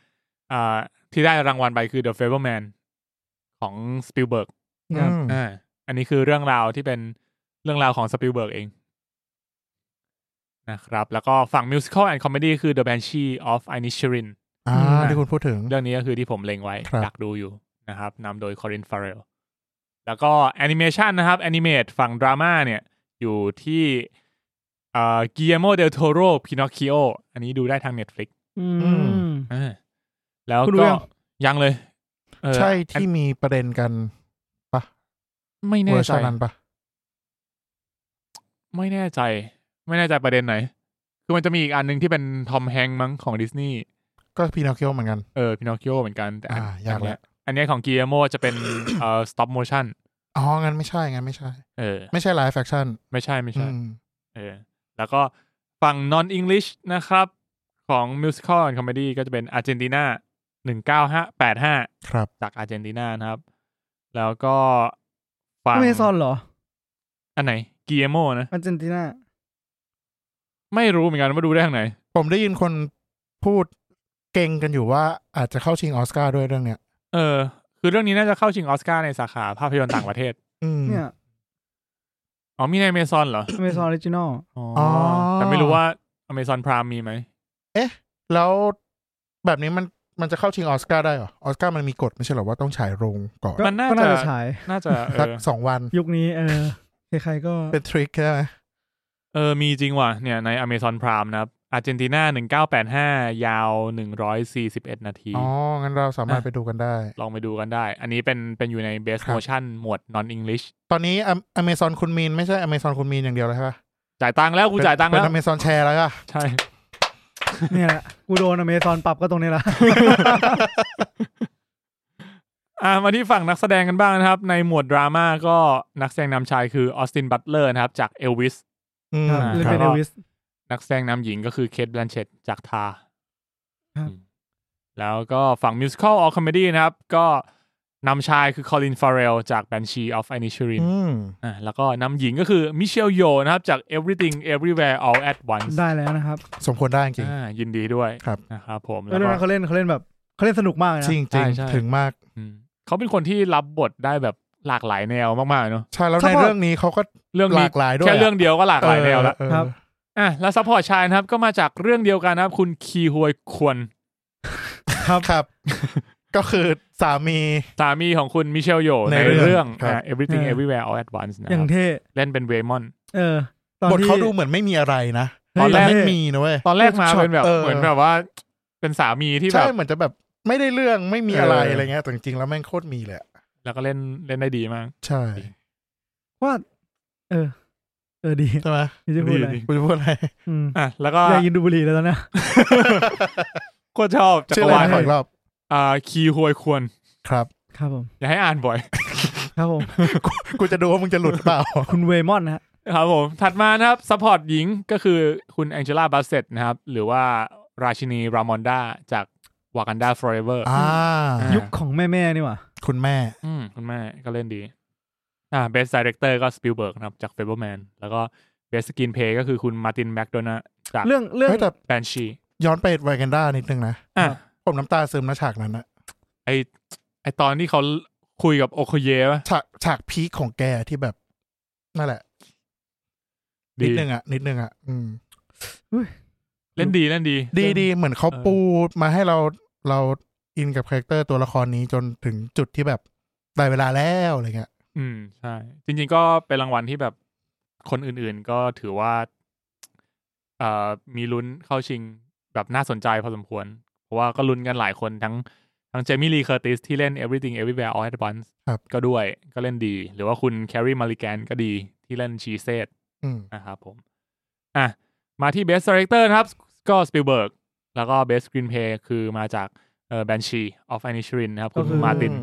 Speaker 1: อ่าที่ได้รางวัลไปคือ The Fableman ของ Spielberg
Speaker 3: ครับ
Speaker 2: อืม
Speaker 1: อ่าอันนี้คือเรื่องราวที่เป็นเรื่องราวของสปิลเบิร์กเองนะครับ แล้วก็ฝั่งมิวสิควลแอนด์คอมเมดี้คือ The Banshee of i n i s h i r i n
Speaker 2: อ่า
Speaker 3: อืม
Speaker 2: ที่คุณพูดถึง
Speaker 1: เรื่องนี้ก็คือที่ผมเล็งไว้
Speaker 2: ครับ
Speaker 1: อยากดูอยู่นะครับนำโดยคอรินฟาเรลแล้วก็แอนิเมชันนะครับแอนิเมตฝั่งดราม่าเนี่ย อยู่ที่เอ่อกิเอโมเดลโทโรพินอคคิโออันนี้ดูได้ทาง Netflix
Speaker 3: อื
Speaker 2: ม
Speaker 3: ม
Speaker 1: อ่าแล้ว
Speaker 3: คุณดู
Speaker 1: ก็
Speaker 3: ยัง
Speaker 1: ยังเลยเออ
Speaker 2: ใช่ที่มีประเด็นกัน
Speaker 1: ไม่
Speaker 2: เว
Speaker 1: แน่
Speaker 2: อร์
Speaker 1: ใจ
Speaker 2: ชันนั้นปะ
Speaker 1: ไม่แน่ใจ ไม่แน่ใจประเด็นไหน คือมันจะมีอีกอันหนึ่งที่เป็นทอมแฮงมั้งของดิสนีย์
Speaker 2: ก็พีนอคคิโอเหมือนกัน
Speaker 1: เออพินอคคิโอเหมือนกันแต่อัน
Speaker 2: อ่ายาก
Speaker 1: อันเนี้
Speaker 2: แล้
Speaker 1: ยว อันเนี้ยของกิเอโมจะ เป็น เอ่อสต็อปโมชั่น
Speaker 2: อ๋องั้นไม่ใช่งั้นไม่ใช่
Speaker 1: เออ
Speaker 2: ไม่ใช่ไลฟ์แฟคชั่น
Speaker 1: ไม่ใช่ไม่ใช่เออ แล้วก็ฝั่ง non English นะครับ ของ musical and comedy ก็จะเป็นอาร์เจนตินาหนึ่งเก้าห้าแปดห้า
Speaker 2: ครับ
Speaker 1: จากอาร์เจนตินานะครับ แล้วก็ฝั่ง
Speaker 3: อเมซอนเหรอ
Speaker 1: อันไหนกิเอโมนะ
Speaker 3: อาร์เจนตินา
Speaker 1: ไม่รู้เหมือนกันว่าดูได้ทางไหน
Speaker 2: ผมได้ยินคนพูดเก่งกันอยู่ว่าอาจจะเข้าชิงออสการ์ด้วยเรื่องเนี้ย
Speaker 1: เออ คือเรื่องนี้น่าจะเข้าชิงออสการ์ในสาขาภาพยนตร์ต่างประเทศ
Speaker 2: อืม
Speaker 3: เนี่ย
Speaker 1: อ๋อมีใน Amazon เหรอ
Speaker 3: อเมซอนออริจินอล
Speaker 1: อ๋อ
Speaker 2: อ
Speaker 1: แต่ไม่รู้ว่า Amazon Prime มีไหม
Speaker 2: แล้วแบบนี้มันมันจะเข้าชิงออสการ์ได้เหรอออสการ์มันมีกฎไม่ใช่เหรอว่าต้องฉายโรงก่อน
Speaker 1: มันน่าจะ
Speaker 3: ก็น่าจะฉาย
Speaker 1: น่าจะเอ
Speaker 2: สัก
Speaker 1: อ
Speaker 2: สองวัน
Speaker 3: ยุคนี้เออใครๆก็
Speaker 2: เป็นทริคใช่ไหม
Speaker 1: เออ มีจริงว่ะ เนี่ย ใน Amazon Prime นะครับอาร์เจนตินาหนึ่งเก้าแปดห้ายาวหนึ่งร้อยสี่สิบเอ็ดนาที
Speaker 2: อ๋องั้นเราสามารถไปดูกันได้
Speaker 1: ลองไปดูกันได้ อันนี้เป็นเป็นอยู่ใน Best
Speaker 2: ครับ
Speaker 1: Motion หมวด Non English
Speaker 2: ตอนนี้อเมซอนคุณมีนไม่ใช่อเมซอนคุณมีนอย่างเดียวเลยใช่ปะ
Speaker 1: จ่ายตังค์แล้วกูจ่ายตังค์
Speaker 2: เป็น
Speaker 1: แล้ว
Speaker 2: อเมซอนแชร์แล้วอะ
Speaker 1: ใช่
Speaker 3: เนี่ยแหละกูโดนอเมซอนปรับก็ตรงนี้แหละ
Speaker 1: อ่ามาที่ฝั่งนักแสดงกันบ้างนะครับ ในหมวดดราม่าก็นักแสดงนำชายคือออสตินบัตเลอร์นะครับ จากเอลวิส
Speaker 2: อืม
Speaker 1: ครับ
Speaker 3: เล่น
Speaker 2: ค
Speaker 3: เป็นเอ
Speaker 2: รับ
Speaker 3: ลวิส
Speaker 1: นักแสดงนำหญิงก็คือเคทแบลนเชตจากทา
Speaker 3: ครับ
Speaker 1: อืมแล้วก็ฝั่งมิวสิควลออ l คอมเมดี้นะครับ ก็นำชายคือคอลินฟาเรลจาก Banshee of i n i s h i r i n
Speaker 2: อืม
Speaker 1: อ่ะแล้วก็นำหญิงก็คือมิเชลโยนะครับ จาก Everything Everywhere All at Once
Speaker 3: ได้แล้วนะครับ
Speaker 2: สมควรได้จริง
Speaker 1: อ่ายินดีด้วย
Speaker 2: ครับ
Speaker 1: นะครับผม
Speaker 3: แล้ว
Speaker 1: แล้วก็
Speaker 3: เรื่องนั้นเขาเล่นเขาเล่นแบบเขาเล่นสนุกมากเลย
Speaker 2: จ
Speaker 3: นะ
Speaker 2: ริงจริง
Speaker 1: ใช่ใช่
Speaker 2: ถึงมาก
Speaker 1: อืมเขาเป็นคนที่รับบทได้แบบหลากหลายแนวมากๆเนาะ
Speaker 2: ใช่แล้วในเรื่องนี้เขาก็
Speaker 1: เรื่อง
Speaker 2: ห
Speaker 1: นี้
Speaker 2: ลากหลายด้วยะ
Speaker 1: แค่เรื่องเดียวก็หลากหลายแนวแล้ว
Speaker 2: เออ
Speaker 3: ครับ
Speaker 1: อ่ะแล้วซัพพอร์ตชายนะครับ ก็มาจากเรื่องเดียวกันนะครับ คุณคีฮวยควน
Speaker 2: ครับ ครับ ก็คือสามี
Speaker 1: สามีของคุณมิเชลโยใน
Speaker 2: ในเรื่อง
Speaker 1: เรื่อง
Speaker 2: ครับ
Speaker 1: อ่ะ Everything
Speaker 3: เออ
Speaker 1: Everywhere All at Once นะค
Speaker 3: อย่า
Speaker 1: รั
Speaker 3: ง
Speaker 1: บ
Speaker 3: เท่
Speaker 1: เล่นเป็นเวมอน
Speaker 3: เออ ตอน
Speaker 2: บท
Speaker 3: ที่
Speaker 2: เขาดูเหมือนไม่มีอะไรนะ
Speaker 1: ตอนแรก
Speaker 2: ไม่มีนะเว้ย
Speaker 1: ตอนแรกมาเป็นแบบ
Speaker 2: เออ
Speaker 1: เหมือนแบบว่า เป็นสามีที่แบ
Speaker 2: ใช่
Speaker 1: บ
Speaker 2: เหมือนจะแบบไม่ได้เรื่องไม่มีอะไร
Speaker 1: เอออ
Speaker 2: อะไรเงี้ยแต่จริงๆแล้วแม่งโคตรมีเลยอะ
Speaker 1: แล้วก็เล่นเล่นได้ดีมาก
Speaker 2: ใช่
Speaker 3: ว่า เออ เออดี
Speaker 2: ใช่ไหม
Speaker 3: นี่จะพูดอะไร
Speaker 1: ดีดี
Speaker 2: กูจะพูดอะไร
Speaker 3: อืม
Speaker 1: อ่ะแล้วก็
Speaker 3: อยากกินดูบุหรี่เลยตอนเนี้ย
Speaker 1: โคตรชอบจัก
Speaker 2: ชื่อ
Speaker 1: ร
Speaker 2: อะไร
Speaker 1: วาล
Speaker 2: นะขออีกรอบ
Speaker 1: อ่าคีฮวยควร
Speaker 2: ครับ
Speaker 3: ครับผม
Speaker 1: อย่าให้อ่านบ่อย
Speaker 3: ครับผม
Speaker 2: กูจะดูว่ามึงจะหลุดหรือเปล่า
Speaker 3: คุณเวมอนนะฮะ
Speaker 1: ครับผม ถัดมานะครับซัพพอร์ตหญิงก็คือคุณแองเจล่าบาสเซตนะครับ หรือว่าราชินีรามอนดาจากวากันดาฟอร์เอเวอร์
Speaker 2: อ่า
Speaker 1: ายุ
Speaker 3: ยุคของแม่แม่ๆนี่หว่า
Speaker 2: คุณแม่
Speaker 1: อืมคุณแม่ก็เล่นดี อ่าเบสไดเรคเตอร์ก็สปิลเบิร์กนะครับ จากเฟเบอร์แมนแล้วก็เบสสกินเพย์ก็คือคุณมาร์ตินแมคโดนาจาก
Speaker 3: เรื่องเรื่อง
Speaker 2: เฮ้ยแต่
Speaker 1: แบนชี
Speaker 2: ย้อนไปไวกันด้านิดนึงนะ
Speaker 1: อ่ะ
Speaker 2: ผมน้ำตาซึมนะฉากนั้นนะ
Speaker 1: ไอตอนที่เขา คุยกับโอโคเยะปะ
Speaker 2: ฉากฉากพีคของแกที่แบบ นั่นแหละ
Speaker 1: ดี
Speaker 2: นิดนึงอ่ะ นิดนึงอ่ะอืม
Speaker 1: เล่นดีเล่นดี
Speaker 2: ดีดีเหมือนเขา
Speaker 1: เออ
Speaker 2: ปูมาให้เราเราอินกับคาแรคเตอร์ตัวละครนี้จนถึงจุดที่แบบได้เวลาแล้วอะไรเงี้ย
Speaker 1: อืมใช่ จริง ๆ ก็เป็นรางวัลที่แบบคนอื่นๆ ก็ถือว่าเอ่อมีลุ้นเข้าชิงแบบน่าสนใจพอสมควร เพราะว่าก็ลุ้นกันหลายคนทั้งทั้งเจมี่ลีเคอร์ติสที่เล่น everything everywhere all at once
Speaker 2: ครับ
Speaker 1: ก็ด้วยก็เล่นดี หรือว่าคุณแครีมาริแกนก็ดีที่เล่นชีเซต
Speaker 2: อืม
Speaker 1: นะครับผม อ่ะ มาที่ Best Director นะครับ ก็สปิลเบิร์ก แล้วก็ Best Screenplay คือมาจากเอ่อ Banshee of Inisherin นะครับ คุณ
Speaker 3: ก็คือ
Speaker 1: มาติน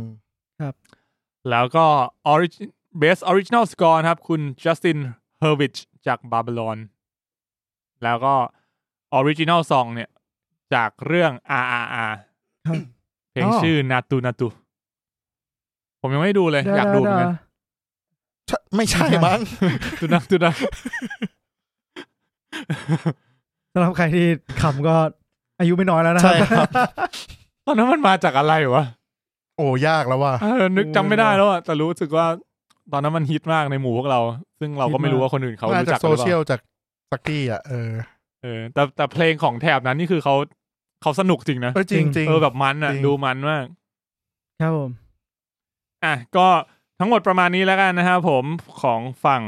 Speaker 1: แล้วก็ Origi- Best Original Score นะครับ คุณ Justin Hurwitz จาก Babylon แล้วก็ Original Song เนี่ย จากเรื่อง RRR
Speaker 3: ครับ
Speaker 1: เพลง
Speaker 2: อ๋อ
Speaker 1: ชื่อ Natu Natu ผมยังไม่ได้ดูเลย อยากดูเหมือนกัน
Speaker 2: ใช่ไม่ใช่มั้ง
Speaker 1: ตุนะตุนะ
Speaker 3: สำหรับใครที่ขำก็อายุไม่น้อยแล้วนะ
Speaker 2: ใช่ครับ
Speaker 1: ตอนนั้นมันมาจากอะไรวะ
Speaker 2: โอ้ยากแล้วว่า
Speaker 1: เออนึกจำไม่ได้แล้วอะแต่รู้สึกว่าตอนนั้นมันฮิตมากในหมู่พวกเรา ซึ่งเราก็ไม่รู้ว่าคนอื่นเขา
Speaker 2: น่า
Speaker 1: รู้
Speaker 2: จะ
Speaker 1: จักห
Speaker 2: โซ
Speaker 1: รือเป
Speaker 2: เชีย
Speaker 1: ล่า
Speaker 2: ลจากสักที่อ่ะเออ
Speaker 1: เออแต่แต่เพลงของแถบนั้นนี่คือเขาเขาสนุกจริงนะ
Speaker 2: เออจริงจริง
Speaker 1: เออแบบมันอะ
Speaker 2: จริง
Speaker 1: ดูมันมาก
Speaker 3: ครับผม
Speaker 1: อ่ะก็ทั้งหมดประมาณนี้แล้วกันนะครับผมของฝั่ง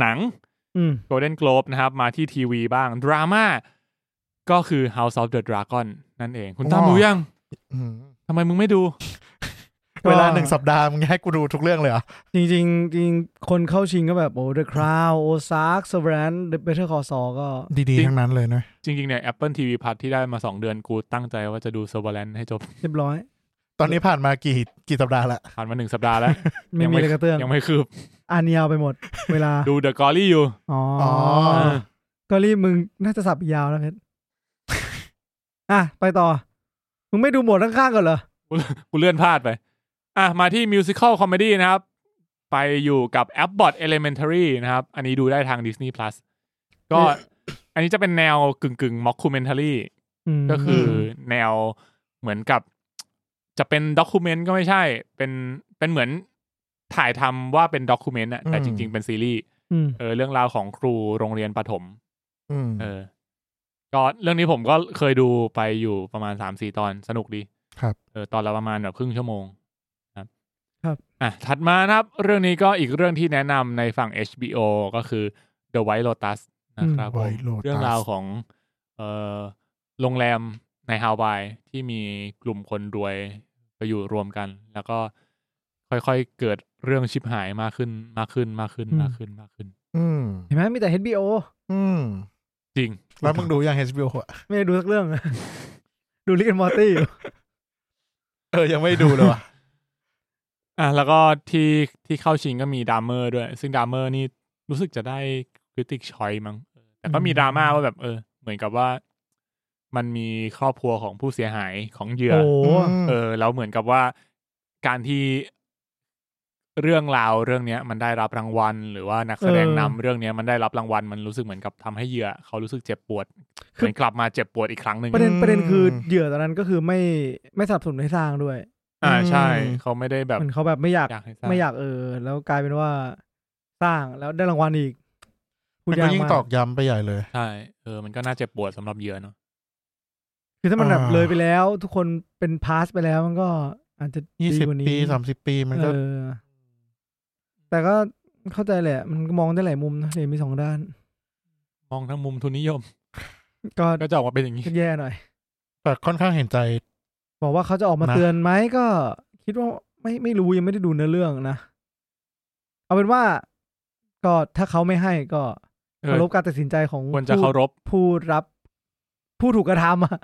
Speaker 1: หนัง
Speaker 3: อืม
Speaker 1: Golden Globe นะครับ มาที่ทีวีบ้าง ดราม่าก็คือ House of the Dragon นั่นเอง คุณตั้ม
Speaker 2: อ๋อ
Speaker 1: ดูยัง
Speaker 2: อืม
Speaker 1: ทำไมมึงไม่ดู
Speaker 3: ก็
Speaker 2: เวลาหนึ่งสัปดาห์มึงให้กูดูทุกเรื่องเลยเหรอ่ะ
Speaker 3: จริงๆจริงๆคนเข้าชิงก็แบบโอ้ The Crown Ozark Severance The Better Call Saul ก็
Speaker 2: ดี
Speaker 1: จริ
Speaker 2: ๆ
Speaker 1: ง
Speaker 2: ทั้งนั้นเลยนะ
Speaker 1: จริงๆเนี่ย Apple TV พัทที่ได้มาสองเดือนกูตั้งใจว่าจะดู s e v e r a n c e ให้จบ
Speaker 3: เรียบร้อย
Speaker 2: ตอนนี้ผ่านมากี่กี่สัปดาห์ละ
Speaker 1: ผ่านมาหนึ่งสัปดาห์ แล้ว
Speaker 3: ไม่
Speaker 1: ยัง
Speaker 3: มี
Speaker 1: ไม่
Speaker 3: อะไรกระเตื้อง
Speaker 1: ยังไม่คืบ
Speaker 3: อ่านยาวไปหมด เวลา
Speaker 1: ดูเดอะกอรี่อยู่
Speaker 3: อ๋อ
Speaker 2: อ๋
Speaker 3: อ
Speaker 2: อ
Speaker 1: เออ
Speaker 3: ก็รีบมึงน่าจะสับยาวแล้วเพชรอ่ะ ไปต่อ มึงไม่ดูหมวดข้างๆก่อนเหรอ
Speaker 1: กูเลื่อนพลาดไป อ่ะ มาที่มิวสิคว c คอมเมดี้นะครับ ไปอยู่กับ a b b o t Elementary นะครับ อันนี้ดูได้ทาง Disney Plus ก็ อันนี้จะเป็นแนวกึ่งกึ่งม็อกคูเมนทารี
Speaker 3: ม
Speaker 1: ก็คือแนวเหมือนกับ จะเป็นด็อ u ูเมนต์ก็ไม่ใช่ เป็นเป็นเหมือนถ่ายทำว่าเป็นด็อ u ูเมนต์อะแต่จริง ๆ เป็นซีรีส์
Speaker 3: ม
Speaker 1: เออเรื่องราวของครูโรงเรียนประถม
Speaker 2: อืม
Speaker 1: เออ ก็เรื่องนี้ผมก็เคยดูไปอยู่ประมาณสามสี่ตอนสนุกดี
Speaker 2: ครับ
Speaker 1: เออตอนละประมาณแบบครึ่งชั่วโมงครับ
Speaker 3: ครับ
Speaker 1: อ่ะถัดมานะครับ เรื่องนี้ก็อีกเรื่องที่แนะนำในฝั่ง HBO ก็คือ The White Lotus นะครับผม
Speaker 2: White Lotus
Speaker 1: เรื่องราวของเอ่อโรงแรมในฮาวายที่มีกลุ่มคนรวยไปอยู่รวมกัน แล้วก็ค่อยๆเกิดเรื่องชิบหายมากขึ้นมากขึ้นมากขึ้นมากขึ้นมากขึ้น
Speaker 2: อืม
Speaker 3: เห็นไหมมีแต่ HBO
Speaker 2: อืม
Speaker 1: จริง
Speaker 2: แล้วมึงดูยัง HBO อ่ะ
Speaker 3: ไม่ได้ดูสักเรื่อง ดูลิกแอนมอร์ตี้อยู่
Speaker 2: เออยังไม่ดูเลยว่ะ
Speaker 1: อ่ะแล้วก็ที่ที่เข้าชิงก็มีดราเมอร์ด้วย ซึ่งดราเมอร์นี่รู้สึกจะได้คริติกชอยมั้งเออแต่ก็มี
Speaker 3: อืม
Speaker 1: ดราม่าว่าแบบเออ เหมือนกับว่า มันมีครอบครัวของผู้เสียหายของเหยื่อ
Speaker 3: โอ้โห
Speaker 1: เออ แล้วเหมือนกับว่าการที่เรื่องราวเรื่องเนี้ย มันได้รับรางวัล หรือว่านักแสดงนำเรื่องเนี้ยมันได้รับรางวัลมันรู้สึกเหมือนกับทำให้เหยื่อ เขารู้สึกเจ็บปวดเหมือนกลับมาเจ็บปวดอีกครั้งหนึ่ง
Speaker 3: ประเด็น
Speaker 2: อืม
Speaker 3: ประเด็นคือเหยื่อตอนนั้นก็คือไม่ไม่สนับสนุนให้สร้างด้วย
Speaker 1: อ่าใช่เขาไม่ได้แบบ
Speaker 3: เหมือนเขาแบบไม่อยาก
Speaker 1: อยากให้สร้าง
Speaker 3: ไม่อยากเออ แล้วกลายเป็นว่าสร้างแล้วได้รางวัลอีกพู
Speaker 2: มั
Speaker 3: ด
Speaker 2: นก็
Speaker 3: ยาก
Speaker 2: ยิ่ง
Speaker 3: มา
Speaker 2: ต
Speaker 3: ก
Speaker 2: อกย้ำไปใหญ่เลย
Speaker 1: ใช่ เออ มันก็น่าเจ็บปวดสำหรับเหยื่อเนอะ
Speaker 3: คือถ้ามันแบบ
Speaker 2: อ่า
Speaker 3: เลยไปแล้ว ทุกคนเป็นพาสไปแล้วมันก็อาจจะ
Speaker 2: ยี่
Speaker 3: ดี
Speaker 2: สิบ
Speaker 3: กว่านี้
Speaker 2: ปีสามสิบปีมันก็
Speaker 3: เออ แต่ก็เข้าใจแหละ มันก็มองได้หลายมุมนะเดี๋ยวมีสองด้าน
Speaker 1: มองทั้งมุมทุนนิยม
Speaker 3: ก็
Speaker 1: ก็จะออกมาเป็นอย่างนี้
Speaker 3: ก็แย่หน่อย
Speaker 2: แต่ค่อนข้างเห็นใจ
Speaker 3: บอกว่าเขาจะออกมา
Speaker 2: นะ
Speaker 3: เตือนไหมก็ คิดว่าไม่ไม่รู้ยังไม่ได้ดูเนื้อเรื่องนะเอาเป็นว่าก็ถ้าเขาไม่ให้ก็
Speaker 1: เออ
Speaker 3: เคารพการตัดสินใจของ
Speaker 1: ควรจะ
Speaker 3: ผู้
Speaker 1: เคารพ
Speaker 3: ผู้รับผู้ถูกกระทำอะ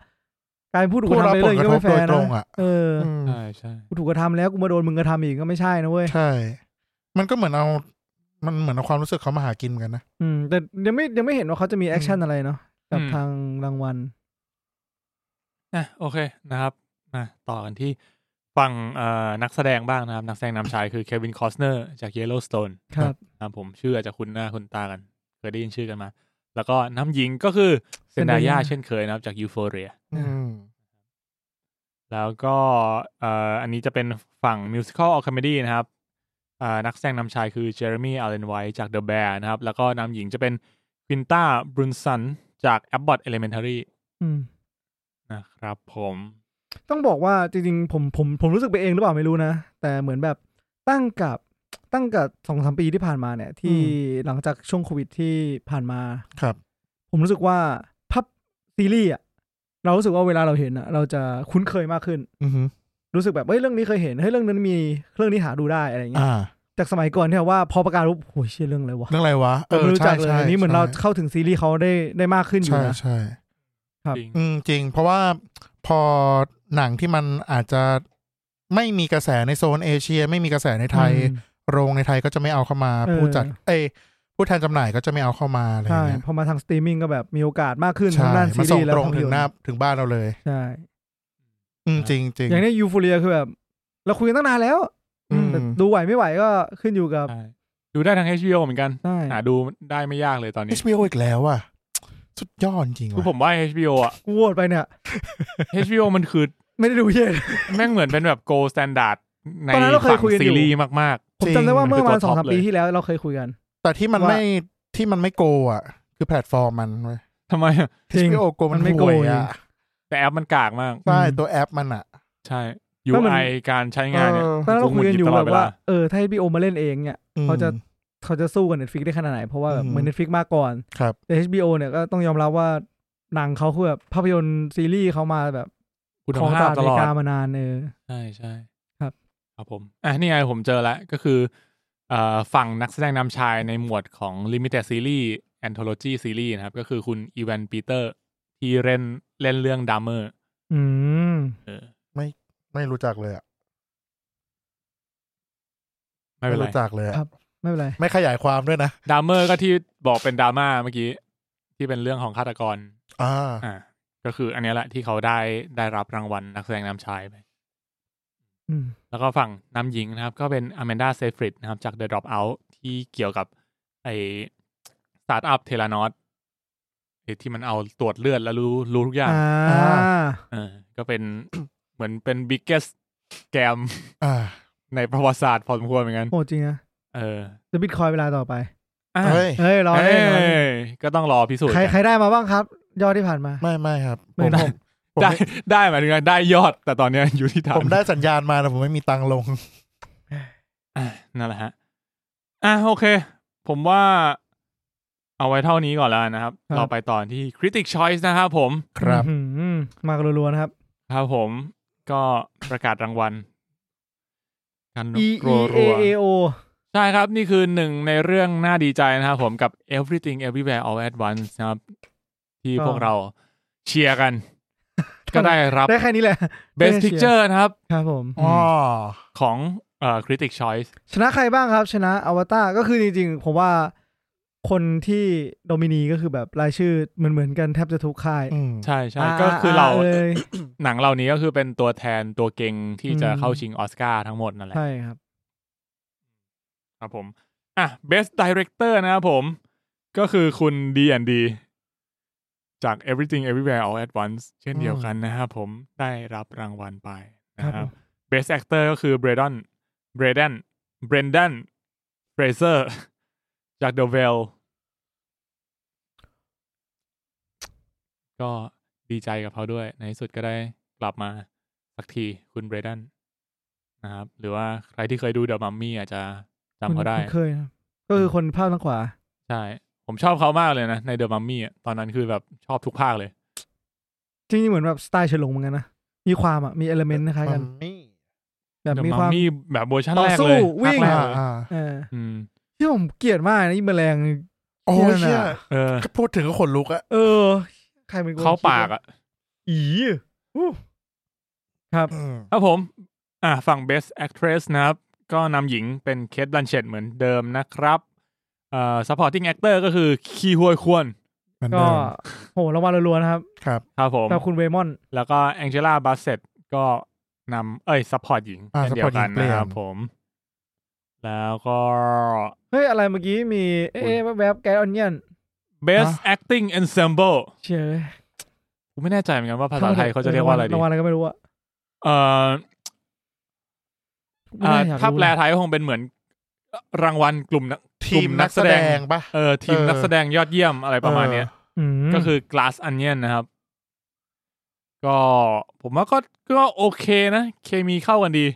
Speaker 3: กลายเป็นผู้ถูกก
Speaker 2: ผู้
Speaker 3: ระ
Speaker 2: รับ
Speaker 3: ทำ
Speaker 2: ผ
Speaker 3: ไปเล
Speaker 2: ล
Speaker 3: ย
Speaker 2: กระทบ
Speaker 3: ก็ไม่แฟ
Speaker 2: โดยต
Speaker 3: ร์นะ
Speaker 2: รงอ่ะ
Speaker 3: เอออ
Speaker 2: ม
Speaker 1: ใช่ใช่
Speaker 3: กูถูกกระทำแล้วกูมาโดนมึงกระทำอีกก็ไม่ใช่นะเว้ย
Speaker 2: ใช่ มันก็เหมือนเอา มันเหมือนเอาความรู้สึกเขามาหากินเหมือนกันนะ
Speaker 3: อืมแต่ยังไม่ยังไม่เห็นว่าเขาจะมีแอคชั่นอะไรเนาะกับ
Speaker 1: อืม
Speaker 3: ทางรางวัล
Speaker 1: อ่ะโอเคนะครับมาต่อกันที่ฝั่งเอ่อนักแสดงบ้างนะครับ นักแสดงนำชายคือเควินคอสเนอร์จาก Yellowstone
Speaker 3: ครับ
Speaker 1: นะครับผมชื่ออาจจะคุ้นหน้าคุ้นตากัน เคยได้ยินชื่อกันมา แล้วก็น้ำหญิงก็คือเซนดา
Speaker 3: Zendaya
Speaker 1: ยาเช่นเคยนะครับจากยูโฟเรีย
Speaker 2: อืม
Speaker 1: แล้วก็เอ่ออันนี้จะเป็นฝั่งมิวสิค l ลออ c ค m เมดี้นะครับเอ่อนักแสดงนำชายคือเจอร์มี่อาเลนไวจาก The Bear นะครับ แล้วก็นำหญิงจะเป็นควินต้าบรุนสันจาก Abbott Elementary
Speaker 3: อืม
Speaker 1: นะครับผม
Speaker 3: ต้องบอกว่าจริงๆผมผมผมรู้สึกไปเองหรือเปล่าไม่รู้นะ แต่เหมือนแบบตั้งกับตั้งกับสองสามปีที่ผ่านมาเนี่ย ที่หลังจากช่วงโควิดที่ผ่านมา
Speaker 2: ครับ
Speaker 3: ผมรู้สึกว่าพับซีรีส์อะเรารู้สึกว่าเวลาเราเห็นอะเราจะคุ้นเคยมากขึ้น
Speaker 2: อือฮึ
Speaker 3: รู้สึกแบบเฮ้ยเรื่องนี้เคยเห็นเฮ้ยเรื่องนั้นมีเรื่องนี้หาดูได้อะไรอย่างเงี้ย
Speaker 2: อ่า
Speaker 3: จากสมัยก่อนที่แบบว่าพอประกาศปุ๊บโอ้ยเชื่อเรื่องอะไรวะ
Speaker 2: เรื่องอะไรวะ
Speaker 3: เราไม่รู้จักเลยอันนี่เหมือนเรา
Speaker 2: ใช่
Speaker 3: เข้าถึงซีรีส์เขาได้ได้มากขึ้นอยู่
Speaker 2: ใช่
Speaker 3: นะ
Speaker 2: ใช่
Speaker 3: ครับ
Speaker 1: จริง
Speaker 2: อืมจริง เพราะว่าพอหนังที่มันอาจจะไม่มีกระแสในโซนเอเชีย ไม่มีกระแสในไทย
Speaker 3: อืม
Speaker 2: โรงในไทยก็จะไม่เอาเข้ามา
Speaker 3: เออ
Speaker 2: ผู้จัดเอยผู้แทนจำหน่ายก็จะไม่เอาเข้ามาอะไรอ
Speaker 3: ใช่
Speaker 2: ย่างเงี้ย
Speaker 3: พอมาทางสตรีมมิ่งก็แบบมีโอกาสมากขึ้น
Speaker 2: ใช่
Speaker 3: ทางด้านซี
Speaker 2: มา
Speaker 3: รี
Speaker 2: ส่ง
Speaker 3: ส์และ
Speaker 2: ตรง
Speaker 3: ภาพ
Speaker 2: ถึ
Speaker 3: ย
Speaker 2: งห
Speaker 3: นต
Speaker 2: น้า
Speaker 3: ร์
Speaker 2: ถึงบ้านเราเลย
Speaker 3: ใช่
Speaker 2: อืมจริงจริง
Speaker 3: อย่างเนี้ยูฟูเรียคือแบบ เราคุยกันตั้งนานแล้ว
Speaker 2: อืม
Speaker 3: แต่ดูไหวไม่ไหวก็ขึ้นอยู่กับ
Speaker 1: ใช่ดูได้ทาง HBO เหมือนกัน
Speaker 3: ใช่
Speaker 1: หาดูได้ไม่ยากเลยตอนนี้
Speaker 2: HBO อีกแล้วอ่ะ สุดยอดจริง
Speaker 1: คือ
Speaker 2: ว่ะ
Speaker 1: ผมว่า HBO อ่ะ
Speaker 3: กูโหวตไปเนี่ย
Speaker 1: HBO มันคือ
Speaker 3: ไม่ได้ดูเหี้ยเลย
Speaker 1: แม่งเหมือนเป็นแบบ gold standard ใน
Speaker 3: ตอนนั้นเราเคย
Speaker 1: ฝั่ง
Speaker 3: คุยกันอยู่
Speaker 1: ซีรีส์มาก
Speaker 3: ผม
Speaker 2: จริง
Speaker 3: จำได้ว่าเมื่อประมาณ
Speaker 1: เป็นตัว
Speaker 3: สองสาม
Speaker 1: top
Speaker 3: ปี
Speaker 1: เลย
Speaker 3: ที่แล้วเราเคยคุยกัน
Speaker 2: แต่ที่มัน
Speaker 3: ว่า
Speaker 2: ไม่ที่มันไม่โกอ่ะ คือแพลตฟอร์มมันเว้ย
Speaker 1: ๆทำไมอะ
Speaker 3: จริง
Speaker 2: HBO โกมัน
Speaker 3: มันไม่
Speaker 2: ไม่
Speaker 3: โก
Speaker 2: โกย
Speaker 3: จริง
Speaker 2: อ่ะ
Speaker 1: แต่แอปมันกากมาก
Speaker 2: ใช่
Speaker 3: อืม
Speaker 2: ตัวแอปมันอ่ะ
Speaker 1: ใช่
Speaker 3: ก็มัน
Speaker 1: UI การใช้งานเนี่ย
Speaker 2: เออ
Speaker 3: ตอนนั้นเราคุยกันอยู่
Speaker 1: ตล
Speaker 3: แบ
Speaker 1: อด
Speaker 3: บ
Speaker 1: เว
Speaker 3: ว่า
Speaker 1: ลา
Speaker 3: เออถ้าให้พีโอมาเล่นเองเนี่ย
Speaker 2: อืม
Speaker 3: เขาจะ เขาจะสู้กับ Netflix ได้ขนาดไหน เพราะว่าแบบ
Speaker 2: อืม
Speaker 3: เหมือน Netflix มาก่อน
Speaker 2: ครับ
Speaker 3: แต่ HBO เนี่ยก็ต้องยอมรับว่าหนังเขาคือแบบภาพยนตร์ซีรีส์เขามาแบบ
Speaker 1: คุณ
Speaker 3: ของ
Speaker 1: ภา
Speaker 3: ต
Speaker 1: พ
Speaker 3: ลาด
Speaker 1: ต
Speaker 3: อ
Speaker 1: ลอ
Speaker 3: เมริ
Speaker 1: ด
Speaker 3: กามานานเออ
Speaker 1: ใช่ใช่
Speaker 3: ครับ
Speaker 1: ครับผม อ่ะ นี่ไงผมเจอแล้วก็คือเอ่อฝั่งนักแสดงนำชายในหมวดของ Limited Series Anthology Series นะครับ ก็คือคุณอีแวนปีเตอร์ที่เล่นเล่นเรื่องดัมเมอร์
Speaker 3: อืม
Speaker 2: ไม่รู้จักเลยอ่ะ
Speaker 1: ไม่เป็นไร
Speaker 2: รู้จักเลยอะ
Speaker 3: ไม่เป็นไร
Speaker 2: ไม่ขยายความด้วยนะ
Speaker 1: ดัมเมอร์ก็ที่บอกเป็นดราม่าเมื่อกี้ ที่เป็นเรื่องของฆาตกร
Speaker 2: อ่า
Speaker 1: อ่า ก็คืออันเนี้ยแหละที่เขาได้ได้รับรางวัลนักแสดงนำชายไป
Speaker 3: อืม
Speaker 1: แล้วก็ฝั่งนำหญิงนะครับ ก็เป็นอ m มนดาเซฟริดนะครับ จาก The Dropout ที่เกี่ยวกับไอสตาร์ทอัพเทเลนอตที่มันเอาตรวจเลือดแล้วรู้รู้ทุกอย่าง
Speaker 3: อ่า
Speaker 1: เออก็เป็น เหมือนเป็น biggest scam
Speaker 2: อ่า
Speaker 1: ในประวัติศาสตร์พอสมควรเหมือนกัน
Speaker 3: โหจริงนะ
Speaker 1: เออ
Speaker 3: จะบิตคอยเวลาต่อไป
Speaker 1: อ่ะ
Speaker 2: เฮ้ย
Speaker 3: เฮ้ยรอเล่นรอเล่น
Speaker 1: เอ้ยก็ต้องรอพิสูจน์
Speaker 3: ใคร
Speaker 1: กัน
Speaker 3: ใครได้มาบ้างครับ ยอดที่ผ่านมา
Speaker 2: ไม่ไม่ครับ
Speaker 3: ไม่
Speaker 2: ผม
Speaker 3: ได้
Speaker 2: ผมผม
Speaker 1: ได้ได้หมายถึงว่าได้ยอด แต่ตอนเนี้ยอยู่ที่ฐาน
Speaker 2: ผมได้สัญญาณมาแต่ผมไม่มีตังค์ลง
Speaker 1: อ่ะนั่นแหละฮะ อ่ะโอเค ผมว่าเอาไว้เท่านี้ก่อนแล้วนะครับ
Speaker 3: ครับ
Speaker 1: เราไปต่อที่ Critic Choice นะครับผม
Speaker 2: ครับ
Speaker 3: อื้อหือมากันรัวๆนะครับ
Speaker 1: ครับผมก็ประกาศรางวัล กัน
Speaker 3: E E
Speaker 1: รัว
Speaker 3: A
Speaker 1: รัว
Speaker 3: A O
Speaker 1: ใช่ครับ นี่คือหนึ่งในเรื่องน่าดีใจนะครับผมกับ Everything Everywhere All at Once นะครับ ที่
Speaker 3: ก็
Speaker 1: พวกเราเชียร์กัน ก็ได้รับ
Speaker 3: ได้แค่นี้แหละ
Speaker 1: Best
Speaker 3: ได้เชียร์
Speaker 1: Picture นะครับ
Speaker 3: ครับผม
Speaker 1: อ๋อ
Speaker 2: ม
Speaker 1: ของเอ่อ Critic Choice
Speaker 3: ชนะใครบ้างครับ ชนะอวตารก็คือจริงๆ ผมว่าคนที่โดมินีก็คือแบบรายชื่อเหมือนๆกันแทบจะทุกค่าย
Speaker 2: อืม
Speaker 1: ใช่ใช่ก็คือเรา
Speaker 3: เอย
Speaker 1: หนังเหล่านี้ก็คือเป็นตัวแทนตัวเก่งที่จะเข้าชิงออสการ์ทั้งหมดนั่นแหละ
Speaker 3: ใช่ครับ
Speaker 1: ครับผม อ่ะ best director นะครับผม ก็คือคุณ D&D จาก Everything Everywhere All at Once เช่นเดียวกันนะครับผมได้รับรางวัลไปนะค
Speaker 3: ครั
Speaker 1: รับ
Speaker 3: บ
Speaker 1: best actor ก็คือ Braden Braden Brendan Fraser จาก The Whale ก็ดีใจกับเขาด้วย ในที่สุดก็ได้กลับมาสักทีคุณเบรดันนะครับ หรือว่าใครที่เคยดูเดอะมัมมี่อาจจะจำเขาได้
Speaker 3: คุ้นเคยนะก็คือคนภาพทางขวา
Speaker 1: ใช่ ผมชอบเขามากเลยนะ ในเดอะมัมมี่ตอนนั้นคือแบบชอบทุกภาคเลย
Speaker 3: จริงๆ เหมือนแบบสไตล์เฉนหลงเหมือนกันนะ มีความอ่ะ มีเอลเมนต์คล้ายๆกัน
Speaker 2: มัมมี่
Speaker 3: แบบ
Speaker 1: เดอะ
Speaker 3: มี
Speaker 1: มั
Speaker 3: ค
Speaker 1: ม
Speaker 3: วาม
Speaker 1: มี่แบบเวอร์ชัน
Speaker 3: ต่อ
Speaker 1: แรก
Speaker 3: สู้
Speaker 1: เลย
Speaker 3: วิ่ง
Speaker 1: ภาคแรกเลย
Speaker 2: อ่าอ่า
Speaker 3: เออ
Speaker 1: อืม
Speaker 3: ที่ผมเกลียดมากนะอีแมลง
Speaker 2: โอ้ย
Speaker 3: เชี่
Speaker 2: เชี่
Speaker 3: ย
Speaker 2: ย
Speaker 3: น่ะ
Speaker 1: เออ
Speaker 2: พูดถึงก็ขนลุกอะ
Speaker 3: เออ ใครเป็นคน
Speaker 1: เข้าปากอ่ะ
Speaker 3: อีอู้ครับ
Speaker 2: อืม
Speaker 1: ครับผม อ่าฝั่ง Best Actress นะครับ ก็นำหญิงเป็นเคทบลันเชตเหมือนเดิมนะครับเอ่อ supporting actor ก็คือคีฮวยควอน
Speaker 2: เหมือน
Speaker 3: ก็
Speaker 2: เดิม
Speaker 3: โหรางวัลล้วนๆนะครับ
Speaker 2: ครับ
Speaker 1: ครับผม
Speaker 3: กับคุณเวมอน
Speaker 1: แล้วก็แองเจล่าบาสเซตก็นำเอ้ย ซัพพอร์ตหญิง
Speaker 2: อ่า
Speaker 1: เช่นเดียวกัน
Speaker 2: support หญิงเปลี่ยน
Speaker 1: นะครับผมแล้วก็
Speaker 3: เฮ้ย อะไรเมื่อกี้มี เอ๊ะแวบๆแกรออนเนียน
Speaker 1: best acting ensemble
Speaker 3: เชื่อ
Speaker 1: กูไม่แน่ใจเหมือนกันว่าภาษาไทยเขาจะเรียกว่าอะไรดี
Speaker 3: รางวัลอะไรก็ไม่รู้อะ
Speaker 1: เอ่อ
Speaker 3: ไม่
Speaker 1: อ่า
Speaker 3: น่อยกรู้
Speaker 1: ถ้าแปลไทยก็คงเป็นเหมือนรางวัลกลุ่มนัก
Speaker 2: ทีมนักแสดงปะ
Speaker 1: เออทีม
Speaker 2: เออ
Speaker 1: นักแสดงยอดเยี่ยมอะไรประมาณเนี้ย
Speaker 4: อืม
Speaker 1: ก็คือ glass onion นะครับ ก็ผมว่าก็ก็โอเคนะ เคมีเข้ากันดี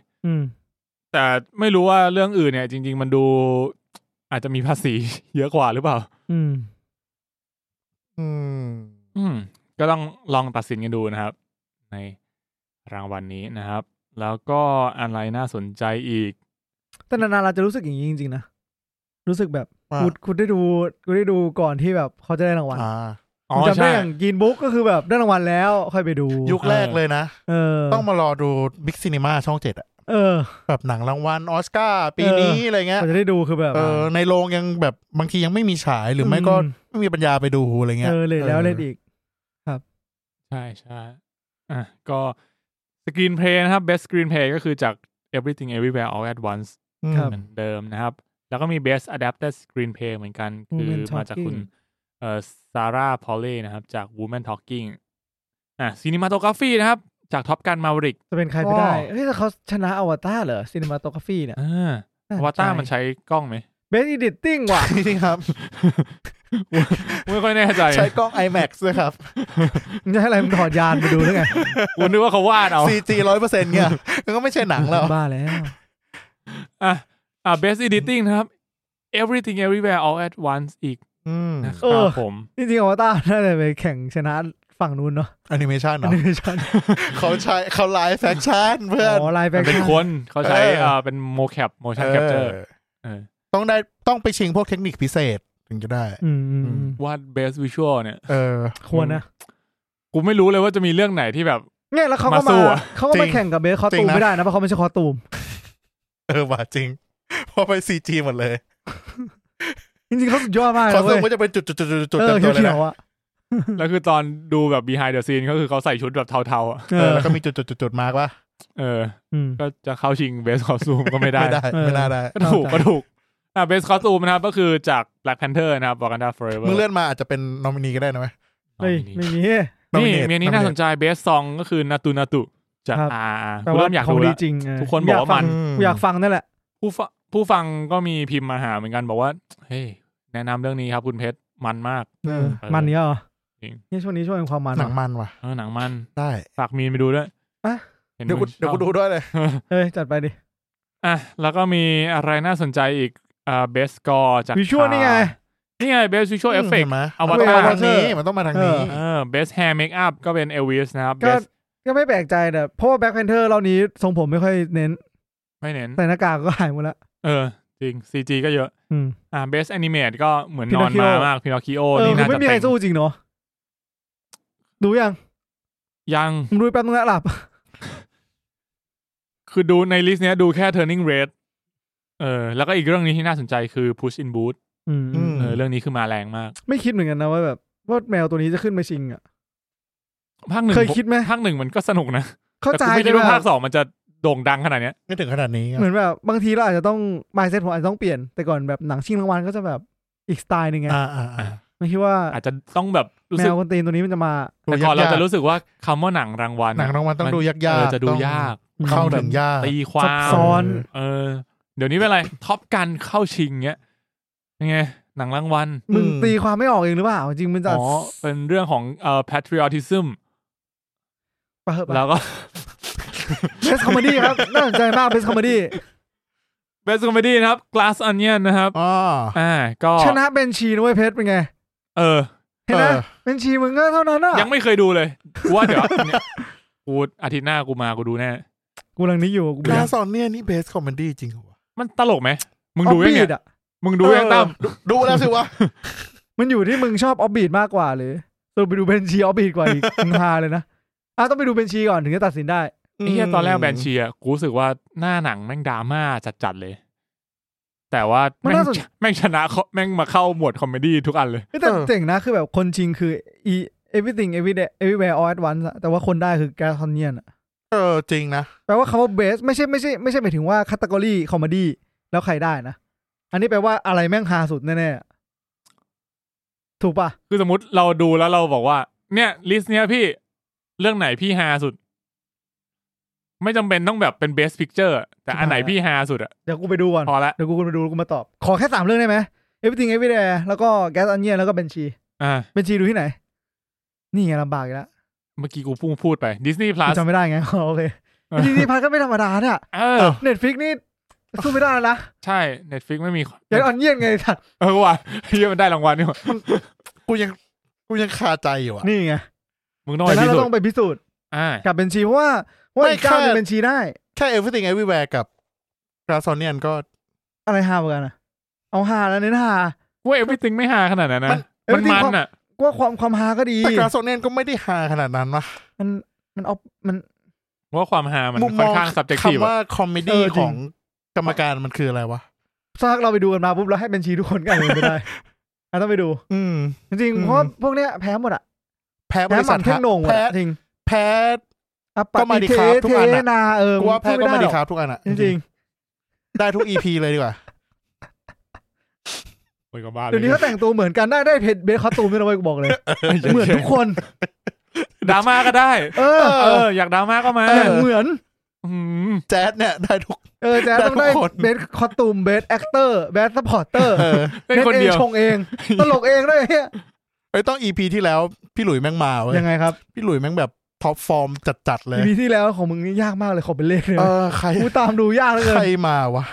Speaker 4: ม
Speaker 1: แต่ไม่รู้ว่าเรื่องอื่นเนี่ย จริง ๆ มันดูอาจจะมีภาษี เยอะกว่าหรือเปล่า
Speaker 4: อืม
Speaker 2: อืม
Speaker 1: อืม ก็ต้องลองตัดสินกันดูนะครับ ในรางวัลนนี้นะครับ แล้วก็อะไรน่าสนใจอีก
Speaker 3: แต่นานๆเราจะรู้สึกอย่างนี้จริงๆนะ รู้สึกแบบ
Speaker 2: ว่า
Speaker 3: กูกูได้ดูกูได้ดูก่อนที่แบบเขาจะได้รางวัล
Speaker 2: อ่า
Speaker 1: อ๋
Speaker 3: ผม
Speaker 1: อ
Speaker 3: จำได้
Speaker 1: ใช่
Speaker 3: อย่างกินบุ๊กก็คือแบบได้รางวัลแล้ว ค่อยไปดู
Speaker 2: ยุคแรกเลยนะ
Speaker 3: เออ
Speaker 2: ต้องมารอดูบิ๊กซีนีมาช่องเจ็ดอะ
Speaker 3: เออ
Speaker 2: แบบหนังรางวัลออสการ์ปีนี้
Speaker 3: เอออ
Speaker 2: อะไรเงี้ย
Speaker 3: กว่าจะได้ดูคือแบบ
Speaker 2: เออในโรงยังแบบบางทียังไม่มีฉายหรือไม่ก็
Speaker 4: อืม
Speaker 2: ไม่มีปัญญาไปดูอะไรเงี้ย
Speaker 3: เออเลยแล้วเล่นอีก
Speaker 1: ใช่ใช่อ่ะก็สกรีนเพลย์นะครับ best screenplay ก็คือจาก everything everywhere all at once
Speaker 2: อืม
Speaker 3: ครับ
Speaker 1: เหมือนเดิมนะครับ แล้วก็มี best adapted screenplay เหมือนกัน คือ
Speaker 3: Woman
Speaker 1: มาจากคุณ
Speaker 3: Talking
Speaker 1: เอ่อซาร่าพอลเล่นะครับ จาก woman talking อ่ะ cinematography นะครับ จาก top gun maverick
Speaker 3: จะเป็นใครไปได้เฮ้ยแต่เขาชนะอวตารเหรอซินิมาโตกราฟีเนี่ย
Speaker 1: อ่าอวตารมันใช้กล้องไหม
Speaker 3: เบสอิดิตติ้งว่ะ
Speaker 2: นี่ครับ
Speaker 1: ไม่ค่อยแน่ใจ
Speaker 2: ใช้กล้อง IMAX ด้วยครับ
Speaker 3: มึงจะให้อะไรมึงถอดยานไปดูหรือไง
Speaker 1: กูนึกว่าเขาวาดเอา
Speaker 2: CG ร้อยเปอร์เซ็นต์เนี่ยมันก็ไม่ใช่หนังแล้ว
Speaker 3: บ้าแล้ว
Speaker 1: อ่ะอ่ะ best editing นะครับ everything everywhere all at once อีก
Speaker 2: อืม
Speaker 1: นะค
Speaker 3: เอ
Speaker 1: รั
Speaker 3: อ
Speaker 1: บผม
Speaker 3: จริงๆอวตารน่าจะไปแข่งชนะฝั่งนู้นเนาะ
Speaker 2: แอนิเมชัน
Speaker 3: อัน
Speaker 2: เนาะ
Speaker 3: นี้ฉัน
Speaker 2: เขาใช้เขาไลฟ์แฟคชั่นเพื่อน
Speaker 3: อ๋อไลน์แบ
Speaker 1: มั
Speaker 3: ง
Speaker 1: นเป็น
Speaker 3: ค์
Speaker 1: คนเขาใช้
Speaker 2: เออ
Speaker 1: อ่าเป็นโมแคปโมชั่นแคปเจอร์ เออ
Speaker 2: ต้องได้ต้องไปชิงพวกเทคนิคพิเศษถึงจะได้
Speaker 4: อืมอืมอืม
Speaker 1: วาดเบสวิชวลเนี่ย
Speaker 2: เออ
Speaker 3: ควรนะ
Speaker 1: กูไม่รู้เลยว่าจะมีเรื่องไหนที่แบบ
Speaker 3: เนี่ยแล้วเขาก็
Speaker 1: มาสู้
Speaker 3: มา
Speaker 1: อะ
Speaker 3: เขาก็มาแข่งกับเบสคอส
Speaker 2: จริ
Speaker 3: ตู
Speaker 2: ง
Speaker 3: ม
Speaker 2: นะ
Speaker 3: ไม่ได้นะเพราะเขาไม่ใช่คอสตูม
Speaker 2: เออว่าจริงเพอไปซีจีหมดเลย
Speaker 3: จริงๆเขาสุดยอดมาก
Speaker 2: คอ
Speaker 3: นะ
Speaker 2: สตู
Speaker 3: เว้
Speaker 2: ม
Speaker 3: ย
Speaker 2: ก็จะเป็นจุดจุดจุดจุดจุด
Speaker 3: เอ
Speaker 2: เต็
Speaker 3: อ
Speaker 2: มตัวเลย
Speaker 3: เขีย
Speaker 2: นะ
Speaker 3: วๆอ่ะ
Speaker 1: แล้วคือตอนดูแบบ behind the scene ก็คือเขาใส่ชุดแบบเทาๆอะ
Speaker 3: เอ
Speaker 2: เออ
Speaker 3: อ
Speaker 2: แล้วก็มีจุดจุดจุดจุดมาร์กว่า
Speaker 1: เออ
Speaker 4: อืม
Speaker 1: ก็จะเข้าชิงเบสคอสตูมก็ไม่ได้
Speaker 2: ไม่ได้ไม่น่าได้
Speaker 1: ก็ถูกก็ถูก อ่ะเบสคอสตูมนะครับ ก็คือจาก Black Panther นะครับ Wakanda Forever
Speaker 2: มึงเลื่อนมาอาจจะเป็นนอมินีก็ได้นะไหม
Speaker 1: อ๋อ
Speaker 3: เฮ้ย
Speaker 1: มี
Speaker 3: ไม่
Speaker 1: นี่
Speaker 3: มี
Speaker 1: นี่
Speaker 2: nominate
Speaker 1: เมียนี้น่าสน
Speaker 2: nominate
Speaker 1: ใจเบสซองก็คือนาตูนาตุจาก
Speaker 3: ครับ
Speaker 1: อาร์
Speaker 3: แต่
Speaker 1: กู
Speaker 3: ว่า
Speaker 1: เริ่มอยาก
Speaker 3: ขอ
Speaker 1: ดู
Speaker 3: งดี
Speaker 1: แล้ว
Speaker 3: จริงเออ
Speaker 1: ทุกคนบอกว่ามัน
Speaker 2: อืม
Speaker 3: กูอยากฟังนั่นแหละ
Speaker 1: ผู้ฟังผู้ฟังก็มีพิมพ์มาหาเหมือนกันบอกว่า เฮ้ย แนะนำเรื่องนี้ครับ คุณเพชรมันมาก
Speaker 2: เออ
Speaker 1: เออ
Speaker 3: มันเนี้ยเหรอ
Speaker 1: จริง
Speaker 3: นี่ช่วงนี้ช่วงแห่งความมัน
Speaker 2: ห
Speaker 3: เหร
Speaker 2: นั
Speaker 3: อง
Speaker 2: มันว่ะ
Speaker 1: เออหนังมัน
Speaker 2: ได้
Speaker 1: ฝากมีนไปดูด้วย
Speaker 3: ะ
Speaker 1: ห็น
Speaker 2: เดี๋ยวกู
Speaker 1: มึง
Speaker 2: เดี๋ยวกู
Speaker 1: ช
Speaker 2: ดู
Speaker 1: อบ
Speaker 2: ด้วยเลย
Speaker 3: เอ้ยจัดไปดิ
Speaker 1: อ่ะแล้วก็มีอะไรน่าสนใจอีกอ่าเบสกอร์จาก
Speaker 3: วิชวลนี่ไง
Speaker 1: นี่ไงเบสวิชวลเอฟเฟกต์
Speaker 2: ห็นไหม
Speaker 1: อวตาร
Speaker 2: มันต้องมทางนี้มันต้องมาทางนี้
Speaker 3: เอ
Speaker 1: เออเบสแฮร์เมคอัพก็เป็นเอลวิสนะครับเบ
Speaker 3: ก็
Speaker 1: ส
Speaker 3: ก็ไม่แปลกใจแต่เพราะว่าแบ็คแพนเทอร์เรานี้ทรงผมไม่ค่อยเน้น
Speaker 1: ไม่เน้น
Speaker 3: แต่หน้ากากก็หายหมดละ
Speaker 1: เออ จริงซีจีก็เยอะ
Speaker 4: อืม
Speaker 1: อ่าเบสแอนิเมตก็เหมือนนอน
Speaker 3: Pinocchio
Speaker 1: มามากพินอคิโอ
Speaker 3: เออ
Speaker 1: นี่
Speaker 3: คือ
Speaker 1: น่า
Speaker 3: ไม่
Speaker 1: จะ
Speaker 3: มีใคร
Speaker 1: เต็ง
Speaker 3: สู้จริงเนาะดูยัง
Speaker 1: ยัง
Speaker 3: ผมดูแป๊บนึงแล้วหลับ
Speaker 1: คือดูในลิสต์เนี้ยดูแค่ turning red เออแล้วก็อีกเรื่องนี้ที่น่าสนใจคือ push in boot
Speaker 4: อืมอืม
Speaker 1: เออเรื่องนี้คือมาแรงมาก
Speaker 3: ไม่คิดเหมือนกันนะว่าแบบว่าแมวตัวนี้จะขึ้นมาชิงอ่ะ
Speaker 1: ภาคหนึ่ง
Speaker 3: เคยคิดไหม
Speaker 1: ภาคหนึ่งมันก็สนุกนะ
Speaker 3: เข้าใจ
Speaker 1: แต่กูไม่คิด
Speaker 3: แต่
Speaker 1: ว่า
Speaker 3: แบ
Speaker 1: ภา
Speaker 3: บ
Speaker 1: คสองมันจะโด่งดังขนาดเนี้ย
Speaker 2: ไม่ถึงขนาดนี้
Speaker 3: เหมือนแบบบางทีเราอาจจะต้องมายเซ็ตผมอาจจะต้องเปลี่ยนแต่ก่อนแบบหนังชิงรางวัลก็จะแบบอีกสไตล์หนึ่งไง
Speaker 2: อ่าอ่าอ่า
Speaker 3: ไม่คิดว่า
Speaker 1: อาจจะต้องแบบรู้
Speaker 3: แม
Speaker 1: สึก
Speaker 3: วคนตีนตัวนี้มันจะมา
Speaker 1: แต่ก่อนเราจะรู้สึกว่าคำว่าหนังรางวัล
Speaker 2: หนังรางวัลต้องดูยา
Speaker 1: เอย
Speaker 2: กา
Speaker 1: อก จะดูยาก
Speaker 2: ต้องเข้าถึงยาก
Speaker 1: ตีควา
Speaker 3: ซั
Speaker 1: ม
Speaker 3: บซ้อน
Speaker 1: เออ เดี๋ยวนี้เป็นไรท็อปกันเข้าชิงเงี้ยยังไง หนังรางวัล
Speaker 3: มึง
Speaker 2: อืม
Speaker 3: ตีความไม่ออกเองหรือเปล่าจริงมันจะ
Speaker 1: อ๋อเป็นเรื่องของเอ่อ patriotism
Speaker 3: ปะเหอะ
Speaker 1: แล้วก็
Speaker 3: เบสคอมเมดี้ครับ น่าสนใจมากเบสคอมเมดี้
Speaker 1: best comedy นะครับ glass onion นะครับ
Speaker 2: อ๋อ
Speaker 1: อ่าก็
Speaker 3: ชนะเบนชีนะเว้ยเพชรเป็นไง
Speaker 1: เออ
Speaker 3: เห็นไหมเบนชีมึงก็เท่านั้นอ่ะ
Speaker 1: ยังไม่เคยดูเลยกูว่าเดี๋ยว เนี่ยกูอาทิตย์หน้ากูมากูดูแน่
Speaker 3: กูกำลังนี้อยู่กู
Speaker 2: กา
Speaker 3: ยั
Speaker 2: ซอนเนี่ยนี่เบสคอมเมดี้จริงเหรอวะ
Speaker 1: มันตลกไหม มึง
Speaker 3: งออ
Speaker 1: ดู
Speaker 3: บ
Speaker 1: ยัง
Speaker 3: บี
Speaker 1: เนี่ย
Speaker 3: ดอ่ะ
Speaker 1: มึงดูยังตั้ม
Speaker 2: เออดูแล้วสิวะ
Speaker 3: มันอยู่ที่มึงชอบออบบีดมากกว่าหรือเราไปดูเบนชีออบบีดกว่าอีก มึงฮาเลยนะอ่ะต้องไปดูเบนชีก่อนถึงจะตัดสินได้
Speaker 1: ไอ้เฮียตอนแรกแบนเชียกูรู้สึกว่าหน้าหนังแม่งดราม่าจัดๆเลย แต่ว่า
Speaker 3: มัน
Speaker 1: แม่ง
Speaker 3: น่าสน
Speaker 1: แม่งชนะเขาแม่งมาเข้าหมวดคอมเมดี้ทุกอันเลย
Speaker 3: เฮ้ยแต่
Speaker 2: เออ
Speaker 3: เจ๋งนะคือแบบคนจริงคือ e everything every day everywhere all at once อะแต่ว่าคนได้คือแกทอนเนียน
Speaker 2: เออจริงนะ
Speaker 3: แปลว่าคำว่า best ไม่ใช่ไม่ใช่ไม่ใช่หมายถึงว่าคัตกรีคอมเมดี้แล้วใครได้นะ อันนี้แปลว่าอะไรแม่งฮาสุดแน่ๆอะถูกปะ
Speaker 1: คือสมมติเราดูแล้วเราบอกว่า เนี่ยลิสต์เนี้ยพี่เรื่องไหนพี่ฮาสุด ไม่จำเป็นต้องแบบเป็น best picture อะแต่อันไหนพี่ฮาสุดอะ
Speaker 3: เดี๋ยวกูไปดูก่อน
Speaker 1: พอละ
Speaker 3: เดี๋ยวกูไปดูกูมาตอบ ขอแค่สามเรื่องได้ไหม Everything Everywhere แล้วก็แก๊สอันเนียแล้วก็เบนชี
Speaker 1: อ่า
Speaker 3: เบนชีดูที่ไหน นี่ไงลำบากอีกแล้ว
Speaker 1: เมื่อกี้กูพุ่งพูดไป Disney
Speaker 3: กู
Speaker 1: Plus
Speaker 3: จำไม่ได้ไง อ๋อโอเคจริงๆพันก็ไม่ธรรมดาเนี่ย
Speaker 1: เออ
Speaker 3: เน็ตฟิกนี่สู้ไม่ได้แล้ว นะ
Speaker 1: ใช่ Netflix ไม่มี
Speaker 3: แก๊สอันเนียไงสัตว์
Speaker 1: เออว่ะ เฮียมันได้รางวัลนี่หว่า
Speaker 2: กูยังกูยังคาใจอยู่อ่ะ
Speaker 3: นี่ไง
Speaker 1: มึงต้อง
Speaker 3: แต่
Speaker 1: ไป
Speaker 3: นั้น
Speaker 1: พิ
Speaker 3: เรา
Speaker 1: สูจ
Speaker 3: ต้อง
Speaker 1: น์
Speaker 3: ไปพิสูจน์
Speaker 1: อ่า
Speaker 3: กับเบนชีเพราะว่าเพราะว่าอีกเจ้า
Speaker 2: ไม่
Speaker 3: จะ
Speaker 2: ค่ะ
Speaker 3: เบนชีได้
Speaker 2: แค่ everything everywhere กับ g r a s s o n i a n ก็
Speaker 3: อะไรฮาเหมือนกันอะเอาฮาแล้วเน้นฮา
Speaker 1: ว่า everything ไม่ฮาขนาดนั้นนะ
Speaker 3: มั
Speaker 1: มัน นมัน
Speaker 3: everything ความ
Speaker 1: อ่ะ
Speaker 3: ก็ว่าความความฮาก็ดี
Speaker 2: แต่ g r a s s o n i a n ก็ไม่ได้ฮาขนาดนั้นนะ
Speaker 3: มันมันเอามัน
Speaker 1: ว่าความฮามัน
Speaker 2: มุมม
Speaker 1: ค่อ
Speaker 2: อง
Speaker 1: นข้าง subjective
Speaker 2: คำ
Speaker 1: อะ
Speaker 2: ว่า comedy ของกรรมการมันคืออะไรวะ
Speaker 3: ซากเราไปดูกันมาปุ๊บเราให้เบนชีทุกคนกันเลยไม่ ได้อ่ะต้องไปดู
Speaker 2: อืม
Speaker 3: จริง
Speaker 2: อื
Speaker 3: ๆ
Speaker 2: ม
Speaker 3: เพราะพวกเนี้ยแพ้หมดอะ
Speaker 2: แพ้บ
Speaker 3: แพ้
Speaker 2: ริ
Speaker 3: ห
Speaker 2: ษั
Speaker 3: มั
Speaker 2: ท
Speaker 3: นเท่งโหนงหมด
Speaker 2: แพ้
Speaker 3: อะจริง
Speaker 2: แพ้
Speaker 3: อะป
Speaker 2: ก็มาดิ
Speaker 3: ฏิเท
Speaker 2: ครับทุกอันอะ
Speaker 3: เทนาเออ
Speaker 2: กูว่าแพ้
Speaker 3: พู
Speaker 2: ก็มาดี
Speaker 3: ไห
Speaker 2: ค
Speaker 3: รอ
Speaker 2: รับทุกอันอ่ะ
Speaker 3: จริง
Speaker 2: ได้ทุก EP เลยดีกว่า
Speaker 1: โอ้ยก็บ้า
Speaker 3: ๆ
Speaker 1: เล
Speaker 3: เดี๋ยวยนี้เขาแต่งตัวเหมือนกันได้ได้เพจเบสคอสตูมด้วยนะเว้ยกูบอกเลย เหมือนทุกคน
Speaker 1: ดราม่าก็ได้
Speaker 3: เออ
Speaker 2: เออ
Speaker 1: เออ อยากดราม่าก็มา
Speaker 2: เอ
Speaker 3: แต่งเหมือน
Speaker 1: อืม
Speaker 2: แจ๊ดเนี่ย ได้ทุก
Speaker 3: เออแจ๊ส
Speaker 2: ได้ทุก
Speaker 3: ต้องได้
Speaker 2: คน
Speaker 3: เบสคอสตูมเบสแอคเตอร์เบสซัพพอร์เตอร์
Speaker 2: เออ
Speaker 1: เล่นคน
Speaker 3: เอ
Speaker 1: เดี
Speaker 3: ง
Speaker 1: ยว
Speaker 3: ชงเอง ตลกเองด้วยเหี้ย
Speaker 2: ไอ้ยต้อง EP ที่แล้วพี่หลุยแม่งมาเว้ย
Speaker 3: ยังไงครับ
Speaker 2: พี่หลุยแม่งแบบท็อปฟอร์มจัดๆเลย
Speaker 3: อีพีที่แล้วของมึงนี่ยากมากเลยขอเป็นเลขเลย
Speaker 2: เอ
Speaker 3: นะ
Speaker 2: อใคร
Speaker 3: กูตามดูยากเหลย
Speaker 2: ใครมาวะ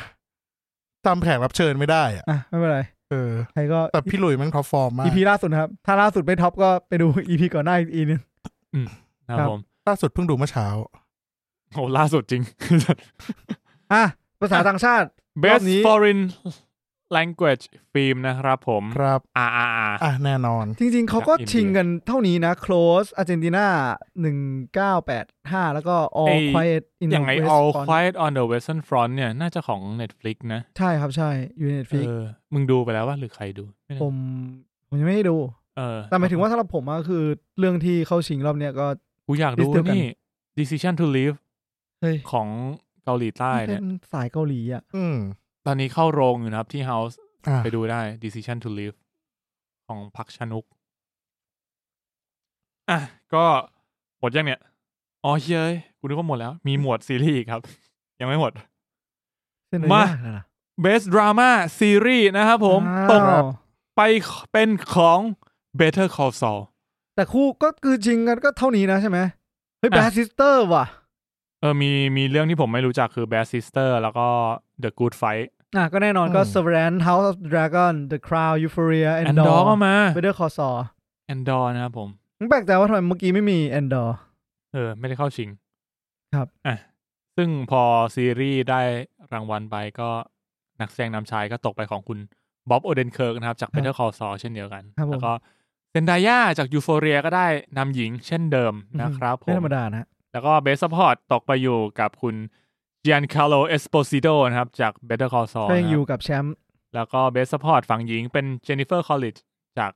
Speaker 2: จำแขกรับเชิญไม่ได้อ่ะ
Speaker 3: อ่ะไม่เป็นไร
Speaker 2: เออ
Speaker 3: ใครก็
Speaker 2: แต่พี่หลุยแม่งท็อปฟอร์มมาก
Speaker 3: อีพีล่าสุดนะครับ ถ้าล่าสุดไม่ท็อปก็ไปดูอีพีก่อนหน้าอีกอีนึง
Speaker 1: ครับผม
Speaker 2: ล่าสุดเพิ่งดูเมื่อเช้า
Speaker 1: โหล่าสุดจริง
Speaker 3: อ่ะ ภาษาต่างชาติ รอบ
Speaker 1: best
Speaker 3: นี้
Speaker 1: foreign language film นะครับผม
Speaker 2: ครับ
Speaker 1: R R R
Speaker 2: อ่ะแน่นอน
Speaker 3: จริง ๆ เขาก็ชิงกันเท่านี้นะ close Argentina 1985 แล้วก็
Speaker 1: ไอ้
Speaker 3: all quiet in
Speaker 1: อย่าง
Speaker 3: the
Speaker 1: ไง
Speaker 3: West
Speaker 1: All
Speaker 3: Front
Speaker 1: Quiet on the Western Front เนี่ย น่าจะของ Netflix นะ
Speaker 3: ใช่ครับใช่อยู่ใน
Speaker 1: เอ
Speaker 3: Netflix
Speaker 1: อมึงดูไปแล้วว่าหรือใครดูไแน่
Speaker 3: ผมผมยังไม่ได้ดู
Speaker 1: เออ
Speaker 3: แต่หมายถึงว่าสำหรับผมอะก็คือเรื่องที่เข้าชิงรอบเนี้ยก็
Speaker 1: กูอยาก
Speaker 3: ลิ
Speaker 1: ดู
Speaker 3: สต์เดียวกัน
Speaker 1: นี่ Decision to Leave
Speaker 3: เฮ้ย
Speaker 1: ของเกาหลีใต้
Speaker 3: เป็
Speaker 1: เนี่ย
Speaker 3: นสายเกาหลีอะ
Speaker 2: อืม
Speaker 1: ตอนนี้เข้าโรงอยู่นะครับที่ House
Speaker 2: อ่ะ
Speaker 1: ไปดูได้ Decision to Live ของพักชนุก อ่ะ ก็หมดยังเนี่ย อ๋อเฮ้ยกูนึกว่าหมดแล้ว มีหมวดซีรีส์อีกครับ ยังไม่หมด
Speaker 3: เส้นอะไร
Speaker 1: มา
Speaker 3: ยากนะ
Speaker 1: Best Drama Series นะครับผม ตก
Speaker 3: อ้าว
Speaker 1: ไปเป็นของ Better Call Saul
Speaker 3: แต่คู่ก็คือชิงกันก็เท่านี้นะใช่ไหมเฮ้ย
Speaker 1: อ่ะ
Speaker 3: Bad Sister ว่ะ
Speaker 1: เออมีมีเรื่องที่ผมไม่รู้จักคือ Bad Sister แล้วก็ The Good Fight
Speaker 3: อ่ะก็แน่นอนก็ Severance House of Dragon The Crown Euphoria
Speaker 1: แอนดอ
Speaker 3: Andor
Speaker 1: ร์ก็มา
Speaker 3: Better Call Saul
Speaker 1: แอนดอร์นะครับผม
Speaker 3: ผมแปลกใจว่าทำไมเมื่อกี้ไม่มี Andor
Speaker 1: เออ ไม่ได้เข้าชิง
Speaker 3: ครับ
Speaker 1: อ่ะ ซึ่งพอซีรีส์ได้รางวัลไปก็นักแสดงนำชายก็ตกไปของคุณบ๊อบโอเดนเคิร์กนะครับ จาก Better Call Saul เช่นเดียวกัน
Speaker 3: ครับผม
Speaker 1: แล้วก็เซนดาย่าจากยูโฟเรียก็ได้นำหญิงเช่นเดิมนะครับผ
Speaker 3: ไม่
Speaker 1: ม
Speaker 3: ธรรมดานะ
Speaker 1: แล้วก็เบสซัพพอร์ตตกไปอยู่กับคุณเจียนคาร์โลเอสโปซิโดนะครับ จาก Better Call Saul
Speaker 3: ก็ยังอยู่
Speaker 1: นะครับ
Speaker 3: กับแชมป์
Speaker 1: แล้วก็เบสซัพพอร์ตฝั่งหญิงเป็นเจนนิเฟอร์คอลลิจจาก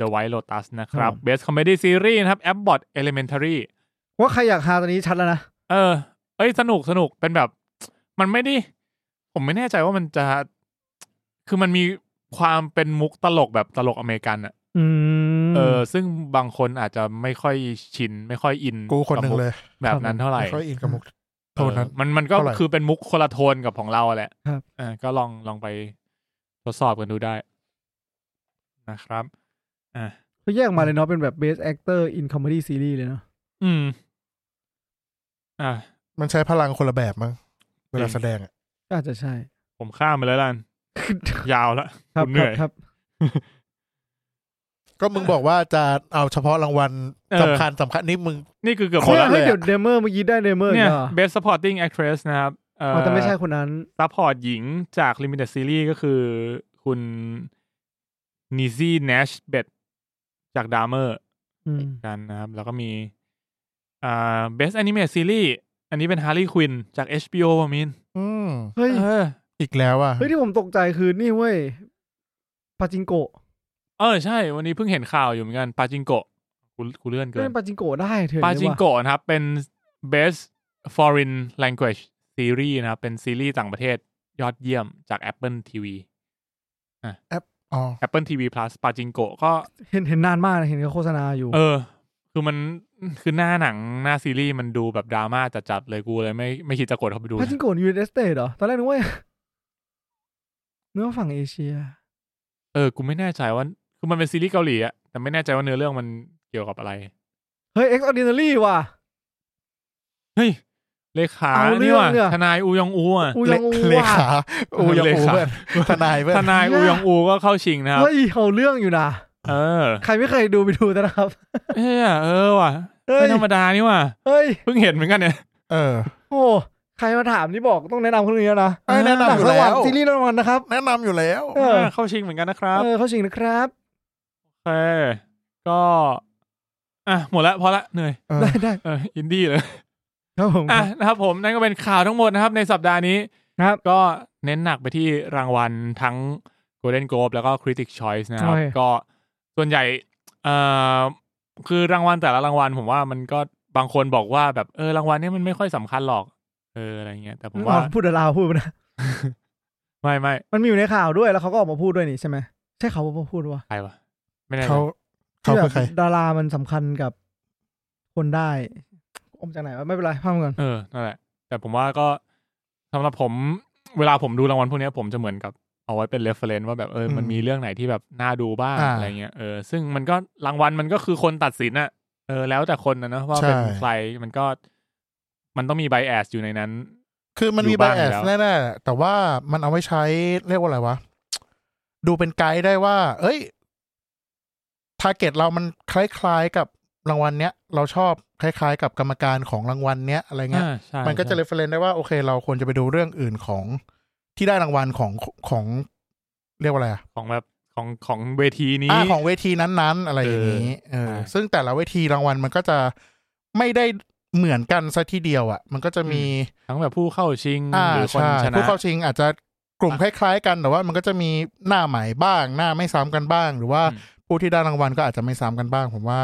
Speaker 1: The White Lotus นะค
Speaker 3: ครั
Speaker 1: รับบ เบสคอมเมดี้ซีรีส์นะครับ Abbott Elementary
Speaker 3: ว่าใครอยากหาตอนนี้ชัดแล้วนะ
Speaker 1: เออ เอ้ย สนุก สนุก เป็นแบบ มันไม่ได้ ผมไม่แน่ใจว่ามันจะ คือมันมีความเป็นมุกตลกแบบตลกอเมริกันอะ
Speaker 3: อืม
Speaker 1: เออ ซึ่งบางคนอาจจะไม่ค่อยชิน ไม่ค่อยอิน
Speaker 2: กูคนหนึ่ง
Speaker 1: กับมุก
Speaker 2: เลย
Speaker 1: แบบนั้นเท่าไหร่
Speaker 2: ไม่ค่อยอินกับมุกโทษนั้น
Speaker 1: เออมัน มันก็
Speaker 2: เท่าไหร่
Speaker 1: คือเป็นมุกคนละโทนกับของเราแหละ
Speaker 3: ครับ
Speaker 1: เอ่าก็ลอง ลองไปทดสอบกันดูได้ นะครับ
Speaker 3: เขาแยกออกมาเลยเนาะเป็นแบบ Best Actor in Comedy Series เลยเนาะ
Speaker 1: อืม อ่า
Speaker 2: มันใช้พลังคนละแบบมั้งเวลาแสดงอ่ะ
Speaker 3: ก็อาจจะใช่
Speaker 1: ผมข้ามไปเลยละกันยาวละ
Speaker 3: ครับ
Speaker 1: กูเหนื่อย
Speaker 3: ครับ
Speaker 2: ก็มึงบอกว่าจะเอาเฉพาะรางวัล
Speaker 1: เออ
Speaker 2: สำคัญสำคัญนี่มึง
Speaker 1: นี่คือเกือบห
Speaker 3: ค
Speaker 1: ม
Speaker 3: น
Speaker 1: ด
Speaker 3: ละ
Speaker 1: แล้ว
Speaker 3: เฮ้ยเดี๋ยวเดเมอร์เมื่อกี้ได้เดเมอร์
Speaker 1: เนี่ย
Speaker 3: เหรอ
Speaker 1: Best Supporting Actress นะครับเอ่อ
Speaker 3: อ๋อแต่ไม่ใช่คนนั้น
Speaker 1: ซัพพอร์ตหญิงจาก Limited Series ก็คือคุณนิซี่เนชเบดจากดามเมอร์
Speaker 3: อืม
Speaker 1: กันนะครับ แล้วก็มีอ่า Best Anime Series อันนี้เป็น Harley Quinn จาก HBO อะมิน
Speaker 2: อืม
Speaker 3: เฮ้ย
Speaker 1: เออ
Speaker 2: อีกแล้วอ่ะ
Speaker 3: เฮ้ยที่ผมตกใจคือนี่เว้ยปาจิงโกะ
Speaker 1: เออ ใช่ วันนี้เพิ่งเห็นข่าวอยู่เหมือนกันปาจิงโกะกูกูเลื่อนเกิ
Speaker 3: เล่
Speaker 1: น
Speaker 3: นปาจิงโกะได้เถอะ
Speaker 1: ปาจิง
Speaker 3: ว่
Speaker 1: โกะนะครับ เป็น Best Foreign Language Series นะครับ เป็นซีรีส์ต่างประเทศยอดเยี่ยมจาก Apple TV
Speaker 2: อ๋อ
Speaker 1: Apple TV Plus ปาจิงโกะก็
Speaker 3: เห็นเห็นนานมากนะเห็นเขาโฆษณาอยู่
Speaker 1: เออ คือมันคือหน้าหนังหน้าซีรีส์มันดูแบบดราม่าจัดๆเลยกูเลยไม่ไม่คิดจะกดเข้าไปดู
Speaker 3: พาจิงโกะยูเอสเตทเหรอ ตอนแรกนึกว่าเนื้อฝั่งเอเชีย
Speaker 1: เออกูไม่แน่ใจว่าคือมันเป็นซีรีส์เกาหลีอะแต่ไม่แน่ใจว่าเนื้อเรื่องมันเกี่ยวกับอะไร
Speaker 3: เฮ้ย extraordinary ว่ะ
Speaker 1: เฮ้ย เลขา
Speaker 3: เอาเรื่
Speaker 1: เนี่
Speaker 3: อง
Speaker 1: ว่ะ
Speaker 3: เนี่ย
Speaker 1: ทนายอูยองอูอ่ะ
Speaker 3: อูยองอู
Speaker 2: เล
Speaker 3: ว่ะ
Speaker 2: ขาอูยองอู
Speaker 1: เลขา
Speaker 2: เพื่อนทนายเพื่อ
Speaker 1: ท
Speaker 2: น
Speaker 1: นาย
Speaker 3: เนี่
Speaker 1: อู
Speaker 3: ย
Speaker 1: ยองอูก็เข้าชิงนะครับ
Speaker 3: เฮ้ยเอาเรื่องอยู่นะ
Speaker 1: เออ
Speaker 3: ใครไม่เคยดูไปดูแต่นะครับ
Speaker 1: เอ้ยเออว่ะ
Speaker 3: เฮ้ย
Speaker 1: ไม่ธรรมดานี่ว่ะ
Speaker 3: เฮ้ย
Speaker 1: เพิ่งเห็นเหมือนกันเนี่ย
Speaker 2: เออ
Speaker 3: โอ้ใครมาถามนี่บอกต้องแนะนำคนนี้แล้วนะ
Speaker 2: เอ้ยแนะ
Speaker 3: หนั
Speaker 2: นำ
Speaker 3: ง
Speaker 2: อยู่
Speaker 3: สวร
Speaker 2: แล้ว
Speaker 3: รค์ซีรีส์รางวัลนะครับ
Speaker 2: แนะนำอยู่แล้ว
Speaker 3: เออ
Speaker 1: เข้าชิงเหมือนกันนะครับ
Speaker 3: เออเขาชิงนะครับ
Speaker 1: โอเค ก็ อ่ะ หมดละพอละเหนื่อย
Speaker 2: เออ
Speaker 3: ได้ได้
Speaker 1: เออ อินดี้เลย
Speaker 3: ครับผม
Speaker 1: อ่ะ นะครับผม นั่นก็เป็นข่าวทั้งหมดนะครับ ในสัปดาห์นี้
Speaker 3: ครับ
Speaker 1: ก็เน้นหนักไปที่รางวัลทั้ง Golden Globe แล้วก็ Critic Choice นะครับ
Speaker 3: ใช่
Speaker 1: ก็ส่วนใหญ่ เอ่อ คือรางวัลแต่ละรางวัลผมว่ามันก็บางคนบอกว่าแบบเออรางวัลเนี้มันไม่ค่อยสำคัญหรอก เอออะไรเงี้ย แต่ผมว่า
Speaker 3: อ๋อพูดแต่เราวพูดไปนะ
Speaker 1: ไม่ไม่
Speaker 3: มันมีอยู่ในข่าวด้วยแล้วเขาก็ออกมาพูดด้วยนี่ใช่ไหมใช่เขาออกมาพูดว่า
Speaker 1: ใครวะไม่แน่ใจ
Speaker 2: เขาเขา
Speaker 3: ที่แบ
Speaker 2: คื
Speaker 3: บ
Speaker 2: อใคร
Speaker 3: ดารามันสำคัญกับคนได้อมจากไหนวะไม่เป็นไรพามนก่อน
Speaker 1: เออนั่นแหละ แต่ผมว่าก็สำหรับผม เวลาผมดูรางวัลพวกเนี้ยผมจะเหมือนกับเอาไว้เป็น reference ว่าแบบเออมัน
Speaker 2: อืม
Speaker 1: มีเรื่องไหนที่แบบน่าดูบ้าง
Speaker 2: อ่า
Speaker 1: อะไรเงี้ยเออซึ่งมันก็รางวัลมันก็คือคนตัดสินอะเออแล้วแต่คนนะเนอะว่าเป็น
Speaker 2: ใช่
Speaker 1: ใครมันก็ มันต้องมี bias อยู่ในนั้น
Speaker 2: คือมัน
Speaker 1: อ
Speaker 2: มี
Speaker 1: ยู่
Speaker 2: ไบ
Speaker 1: บ้าง
Speaker 2: แอ
Speaker 1: อยู่
Speaker 2: ส
Speaker 1: แล้ว
Speaker 2: แน่ๆแต่ว่ามันเอาไว้ใช้เรียกว่าอะไรวะ ดูเป็นไกด์ได้ว่า เอ้ยทาร์เก็ตเรามันคล้ายๆกับรางวัลเนี้ย เราชอบคล้ายๆ กับกรรมการของรางวัลเนี้ยอะไรเงี้ย
Speaker 1: อ่าใช่
Speaker 2: มันก็จะ
Speaker 1: ใช่
Speaker 2: เรฟเฟรนได้ว่าโอเค เราควรจะไปดูเรื่องอื่นของที่ได้รางวัลของของ เรียกว่าอะไรอะ
Speaker 1: ของแบบของของเวทีนี้
Speaker 2: อ่ะของเวทีนั้นๆ อะไรอย่างนี้เออ
Speaker 1: ใช่
Speaker 2: ซึ่งแต่ละเวทีรางวัลมันก็จะไม่ได้เหมือนกันซะทีเดียวอ่ะ มันก็จะมี
Speaker 1: อืม ทั้งแบบผู้เข้าชิง
Speaker 2: อ่า
Speaker 1: หรือคน
Speaker 2: ใช่
Speaker 1: ชนะ
Speaker 2: ผู้เข้าชิงอาจจะกลุ่มคล้าย ๆ กันแต่ว่ามันก็จะมีหน้าใหม่บ้าง หน้าไม่ซ้ำกันบ้าง หรือว่า
Speaker 1: อืม
Speaker 2: ผู้ที่ได้รางวัลก็อาจจะไม่ซ้ำกันบ้าง ผมว่า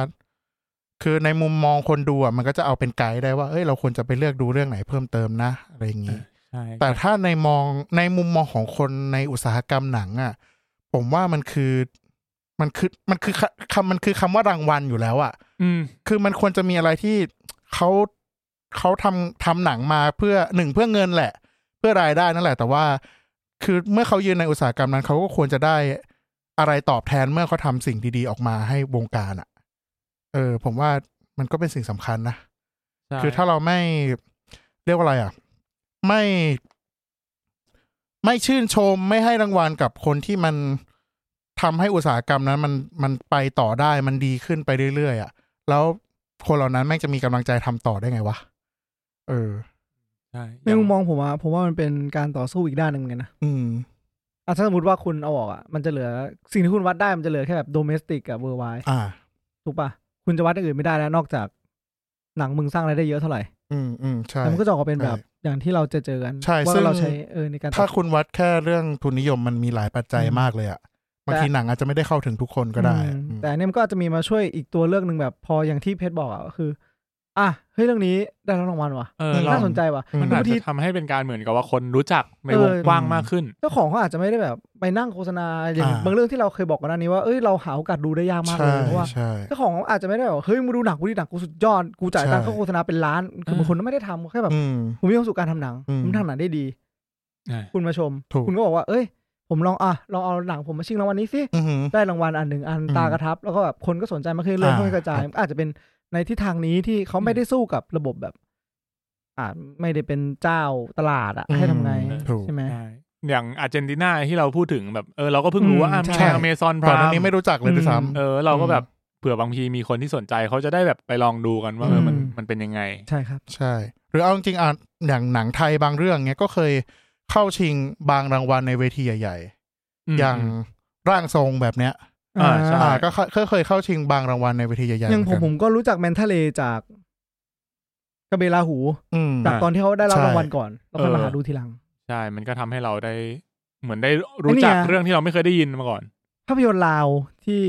Speaker 2: คือในมุมมองคนดูอ่ะมันก็จะเอาเป็นไกด์ได้ว่าเอ้ยเราควรจะไปเลือกดูเรื่องไหนเพิ่มเติมนะอะไรอย่างนี้
Speaker 1: ใช่
Speaker 2: แต่ถ้าในมองในมุมมองของคนในอุตสาหกรรมหนังอ่ะ ผมว่ามันคือมันคือมันคือคำมันคือคำว่ารางวัลอยู่แล้วอ่ะ
Speaker 1: อืม
Speaker 2: คือมันควรจะมีอะไรที่เขาเขาทำทำหนังมาเพื่อหนึ่งเพื่อเงินแหละ เพื่อรายได้นั่นแหละ แต่ว่าคือเมื่อเขายืนในอุตสาหกรรมนั้นเขาก็ควรจะได้อะไรตอบแทนเมื่อเขาทำสิ่งดีๆออกมาให้วงการอะ่ะ เออ ผมว่ามันก็เป็นสิ่งสำคัญนะ
Speaker 1: ใช่
Speaker 2: คือถ้าเราไม่เรียกว่าอะไรอ่ะ ไม่ ไม่ชื่นชมไม่ให้รางวัลกับคนที่มันทำให้อุตสาหกรรมนั้น มันมันไปต่อได้มันดีขึ้นไปเรื่อยๆอ่ะ แล้วคนเหล่านั้นแม่งจะมีกำลังใจทำต่อได้ไงวะเออ
Speaker 1: ใช่
Speaker 3: ในมุมมองผมอะผมว่ามันเป็นการต่อสู้อีกด้านหนึ่งเหมือนกันนะ
Speaker 2: อืม
Speaker 3: อ่ะถ้าสมมติว่าคุณเอาออกอะมันจะเหลือสิ่งที่คุณวัดได้มันจะเหลือแค่แบบโดเมสติกกับเวอร์ไว
Speaker 2: อ่า
Speaker 3: ถูกปะคุณจะวัดอย่างอื่นไม่ได้แล้วนอกจาก หนังมึงสร้างรายได้เยอะเท่าไหร่
Speaker 2: อืมอืมใช่
Speaker 3: แล้วมันก็จะออกมาเป็นแบบอย่างที่เราจะเจอกัน
Speaker 2: ใช่
Speaker 3: ว่า
Speaker 2: ซึ่ง
Speaker 3: เราใช้เออในการ
Speaker 2: ถ้าคุณวัดแค่เรื่องทุนนิยมมันมีหลายปัจจัย
Speaker 3: อืม
Speaker 2: มากเลยอ่ะบาง
Speaker 3: แต่
Speaker 2: ทีหนังอาจจะไม่ได้เข้าถึงทุกคนก็ได้อะ
Speaker 3: อื
Speaker 2: อื
Speaker 3: ม
Speaker 2: ม
Speaker 3: แต่อันเนี่ยมันก็อาจจะมีมาช่วยอีกตัวเลือกหนึ่งแบบพออย่างที่เพชรบอกอะก็คือ อ่ะเฮ้ยเรื่องนี้ได้รับรางวัลว่ะ
Speaker 1: เออเรา
Speaker 3: น่าสนใจว่ะ
Speaker 1: มัน
Speaker 3: ห
Speaker 1: อา
Speaker 3: บ
Speaker 1: จ
Speaker 3: งที
Speaker 1: จะทำให้เป็นการเหมือนกับว่าคนรู้จักในวง
Speaker 3: เออ
Speaker 1: กว้างมากขึ้น
Speaker 3: เจ้าของเขาอาจจะไม่ได้แบบไปนั่งโฆษณาอย่างบางเรื่องที่เราเคยบอกกันหน้านี้ว่าเอ้ยเราหาโอกาสดูได้ยากมากเล
Speaker 2: ใช่
Speaker 3: ยเพราะว่า
Speaker 2: ใช่
Speaker 3: เจ้าของอาจจะไม่ได้แบบว่าเฮ้ยมึงดูหนังกูดีหนังกูสุดยอดกูจ่ายตัง
Speaker 2: ใช่
Speaker 3: ค์ค่าโฆษณาเป็นล้านคือ
Speaker 1: เออ
Speaker 3: บางคนไม่ได้ทำแค่แบบ
Speaker 2: อืม
Speaker 3: ผมมีความสุขการทำหนัง
Speaker 2: อืม
Speaker 3: ผมทำหนังได้ดี
Speaker 1: ใช่
Speaker 3: คุณมาชม
Speaker 2: ถูก
Speaker 3: คุณก็บอกว่าเอ้ย ผมลองอ่ะลองเอาหนังผมมาชิงรางวัลนี้สิ
Speaker 2: อือหือ
Speaker 3: ได้รางวัลอันหนึ่งอัน
Speaker 2: อืม
Speaker 3: ตากระทับ แล้วก็แบบคนก็สนใจมากขึ้นเรื่อง
Speaker 2: อ่า
Speaker 3: เพื่อกระจายมันก็อาจจะเป็นในทิศทางนี้ที่เขาไม่ได้สู้กับระบบแบบ อ่าไม่ได้เป็นเจ้าตลาดอะให้ทำไง
Speaker 2: อืมถูก
Speaker 3: ใช่ไหม
Speaker 1: ใช่อย่างอาร์เจนตินาที่เราพูดถึงแบบเออเราก็เพิ่งรู้ว่า
Speaker 3: อืม
Speaker 1: อ่ะมี
Speaker 3: ใช่
Speaker 1: อเมซอนพ
Speaker 2: ก่อ
Speaker 1: ราน
Speaker 2: หน้าม นี้ไม่รู้จักเลยด้วยซ้
Speaker 1: เออเราก็
Speaker 2: อืม
Speaker 1: แบบเผื่อบางทีมีคนที่สนใจเขาจะได้แบบไปลองดูกันว่าเออมัน
Speaker 3: อืม
Speaker 1: มันเป็นยังไง
Speaker 3: ใช่ครับ
Speaker 2: ำใช่ หรือเอาจริงๆอ่ะอย่างหนังไทยบางเรื่องเนี้ยก็เคยเข้าชิงบางรางวัลในเวทีใหญ่ๆ อย่างร่างทรงแบบเนี้ย
Speaker 1: อ่าใช่
Speaker 2: อ่าก็เคก็เคยเข้าชิงบางรางวัลในเวทีใหญ่ๆ
Speaker 3: อย่าง
Speaker 2: เห
Speaker 3: ผ
Speaker 2: มือ
Speaker 3: ม
Speaker 2: น
Speaker 3: ผ
Speaker 2: กัน
Speaker 3: มก็รู้จักแมนทะเลจากกระเบลาหู
Speaker 2: อืม
Speaker 3: จากตอนที่เขาได้รับ
Speaker 2: ใช่
Speaker 3: รางวัลก่อนแล้วค่อยมา
Speaker 1: เออ
Speaker 3: หาดูทีหลัง
Speaker 1: ใช่ มันก็ทำให้เราได้เหมือนได้รู้จัก
Speaker 3: ไอ้เนี่ย
Speaker 1: เรื่องที่เราไม่เคยได้ยินมาก่อน
Speaker 3: ภาพยนตร์ลาวที่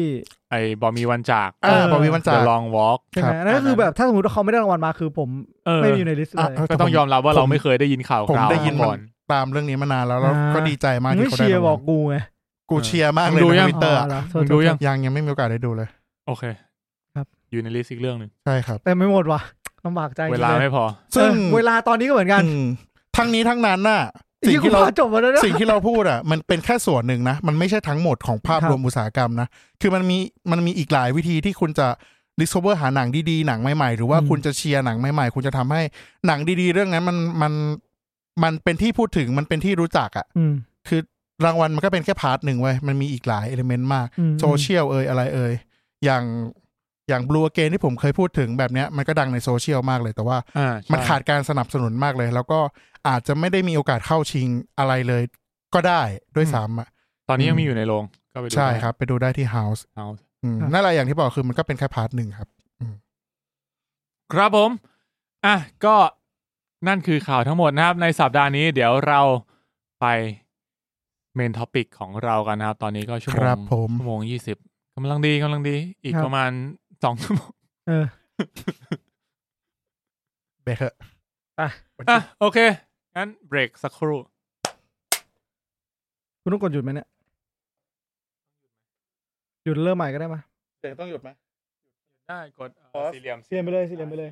Speaker 1: ไอ้บอมีวันจาก
Speaker 2: อ่า
Speaker 3: เออ
Speaker 2: บอวีวันจา
Speaker 1: เด
Speaker 2: ก
Speaker 1: ลองวอล์ก
Speaker 3: ใช่ไห
Speaker 2: ค
Speaker 3: ม
Speaker 2: รับ
Speaker 3: นั่นก็คือแบบถ้าสมมติว่าเขาไม่ได้รางวัลมาคือผม
Speaker 1: เออ
Speaker 3: ไม่มีอยู่ในลิสต์เล
Speaker 2: อ่ะ
Speaker 3: ย
Speaker 2: เแต่
Speaker 1: ก็ต้องยอมรับว่าเราไม่เคยได้ยินข่าว
Speaker 2: ผม
Speaker 1: คราว
Speaker 2: ได้ยิน
Speaker 1: มาก่อน
Speaker 2: ตามเรื่องนี้มานานแล้วแล้ว
Speaker 3: อ่า
Speaker 2: ก็ดีใจมาก
Speaker 3: ไม่
Speaker 2: ที่เขาได้
Speaker 3: เชียร์
Speaker 2: ราง
Speaker 3: บ
Speaker 2: วั
Speaker 3: อ
Speaker 2: ล
Speaker 3: กกูไง
Speaker 2: กูเชียร์มากเลย
Speaker 1: มึงดู
Speaker 2: ใน
Speaker 1: ยัง
Speaker 2: ทวิตเตอร์
Speaker 3: เหรอโทษ
Speaker 1: มึงดูยัง
Speaker 2: ยังยังไม่มีโอกาสได้ดูเลย
Speaker 1: โอเค อยู่ในลิสต์อีกเรื่องหนึ่ง
Speaker 2: ใช่ครับ
Speaker 3: แต่ไม่หมดว่ะลำบากใจ
Speaker 1: เวลาไม่พอ
Speaker 2: ซึ่ง
Speaker 3: เออเวลาตอนนี้ก็เหมือนกัน
Speaker 2: อืมทั้งนี้ทั้งนั้นน่ะสิ่
Speaker 3: ที่
Speaker 2: ง
Speaker 3: กู
Speaker 2: ที่เรา
Speaker 3: พาจบมาแล้วเนี่ย
Speaker 2: สิ่งที่เราพูดอ่ะ มันเป็นแค่ส่วนหนึ่งนะ มันไม่ใช่ทั้งหมดของภาพ
Speaker 3: ครับ
Speaker 2: รวมอุตสาหกรรมนะ คือมันมีมันมีอีกหลายวิธีที่คุณจะ discover หาหนังดีๆ หนังใหม่ๆ หรือว่า
Speaker 3: อืม
Speaker 2: คุณจะเชียร์หนังใหม่ๆ คุณจะทำให้หนังดีๆ เรื่องนั้นมันมันมันเป็นที่พูดถึงมันเป็นที่รู้จักอ่ะ
Speaker 3: อืม
Speaker 2: รางวัลมันก็เป็นแค่พาร์ทหนึ่งไว้ยมันมีอีกหลายเอลเมนต์มาก
Speaker 3: อืม
Speaker 2: โซเชียลเอ่ยอะไรเอ่ยอย่างอย่างบลูเกนที่ผมเคยพูดถึงแบบเนี้ยมันก็ดังในโซเชียลมากเลยแต่ว่า
Speaker 1: อ่า
Speaker 2: มั
Speaker 1: มัน
Speaker 2: ขาดการสนับสนุนมากเลย แล้วก็อาจจะไม่ได้มีโอกาสเข้าชิงอะไรเลยก็ได้ด้วยซ้ำอ่ะ
Speaker 1: ตอนนี้ยังมีอยู่ในโรงก็ไปดู
Speaker 2: ใช่
Speaker 1: ได้
Speaker 2: ครับ ไปดูได้ที่ House
Speaker 1: เอา
Speaker 2: อืมนั่นแหละอย่างที่บอกคือมันก็เป็นแค่พาร์ทหนึ่งครับ
Speaker 1: ครับผมอ่ะก็นั่นคือข่าวทั้งหมดนะครับ ในสัปดาห์นี้ เดี๋ยวเราไปเมนท็อปิกของเรากันนะครับ ตอนนี้ก็ชั่วโม
Speaker 2: ครั
Speaker 1: ง
Speaker 2: บผม
Speaker 1: ชั่วโมงยี่สิบกำลังดีกำลังดี อีกประมาณสองชั่วโมง
Speaker 3: เออ
Speaker 2: เบเกอร์
Speaker 1: อ่ะโอเคงั้นเบรกสักครู่
Speaker 3: คุณต้องกดหยุดไหมเนี่ย หยุดเริ่มใหม่ก็ได้มา
Speaker 2: ต้องหยุดไหม
Speaker 1: ได้กด
Speaker 2: Pause
Speaker 1: สี่เหลี่ยม
Speaker 3: เสียมไปเลยเสียมไปเลย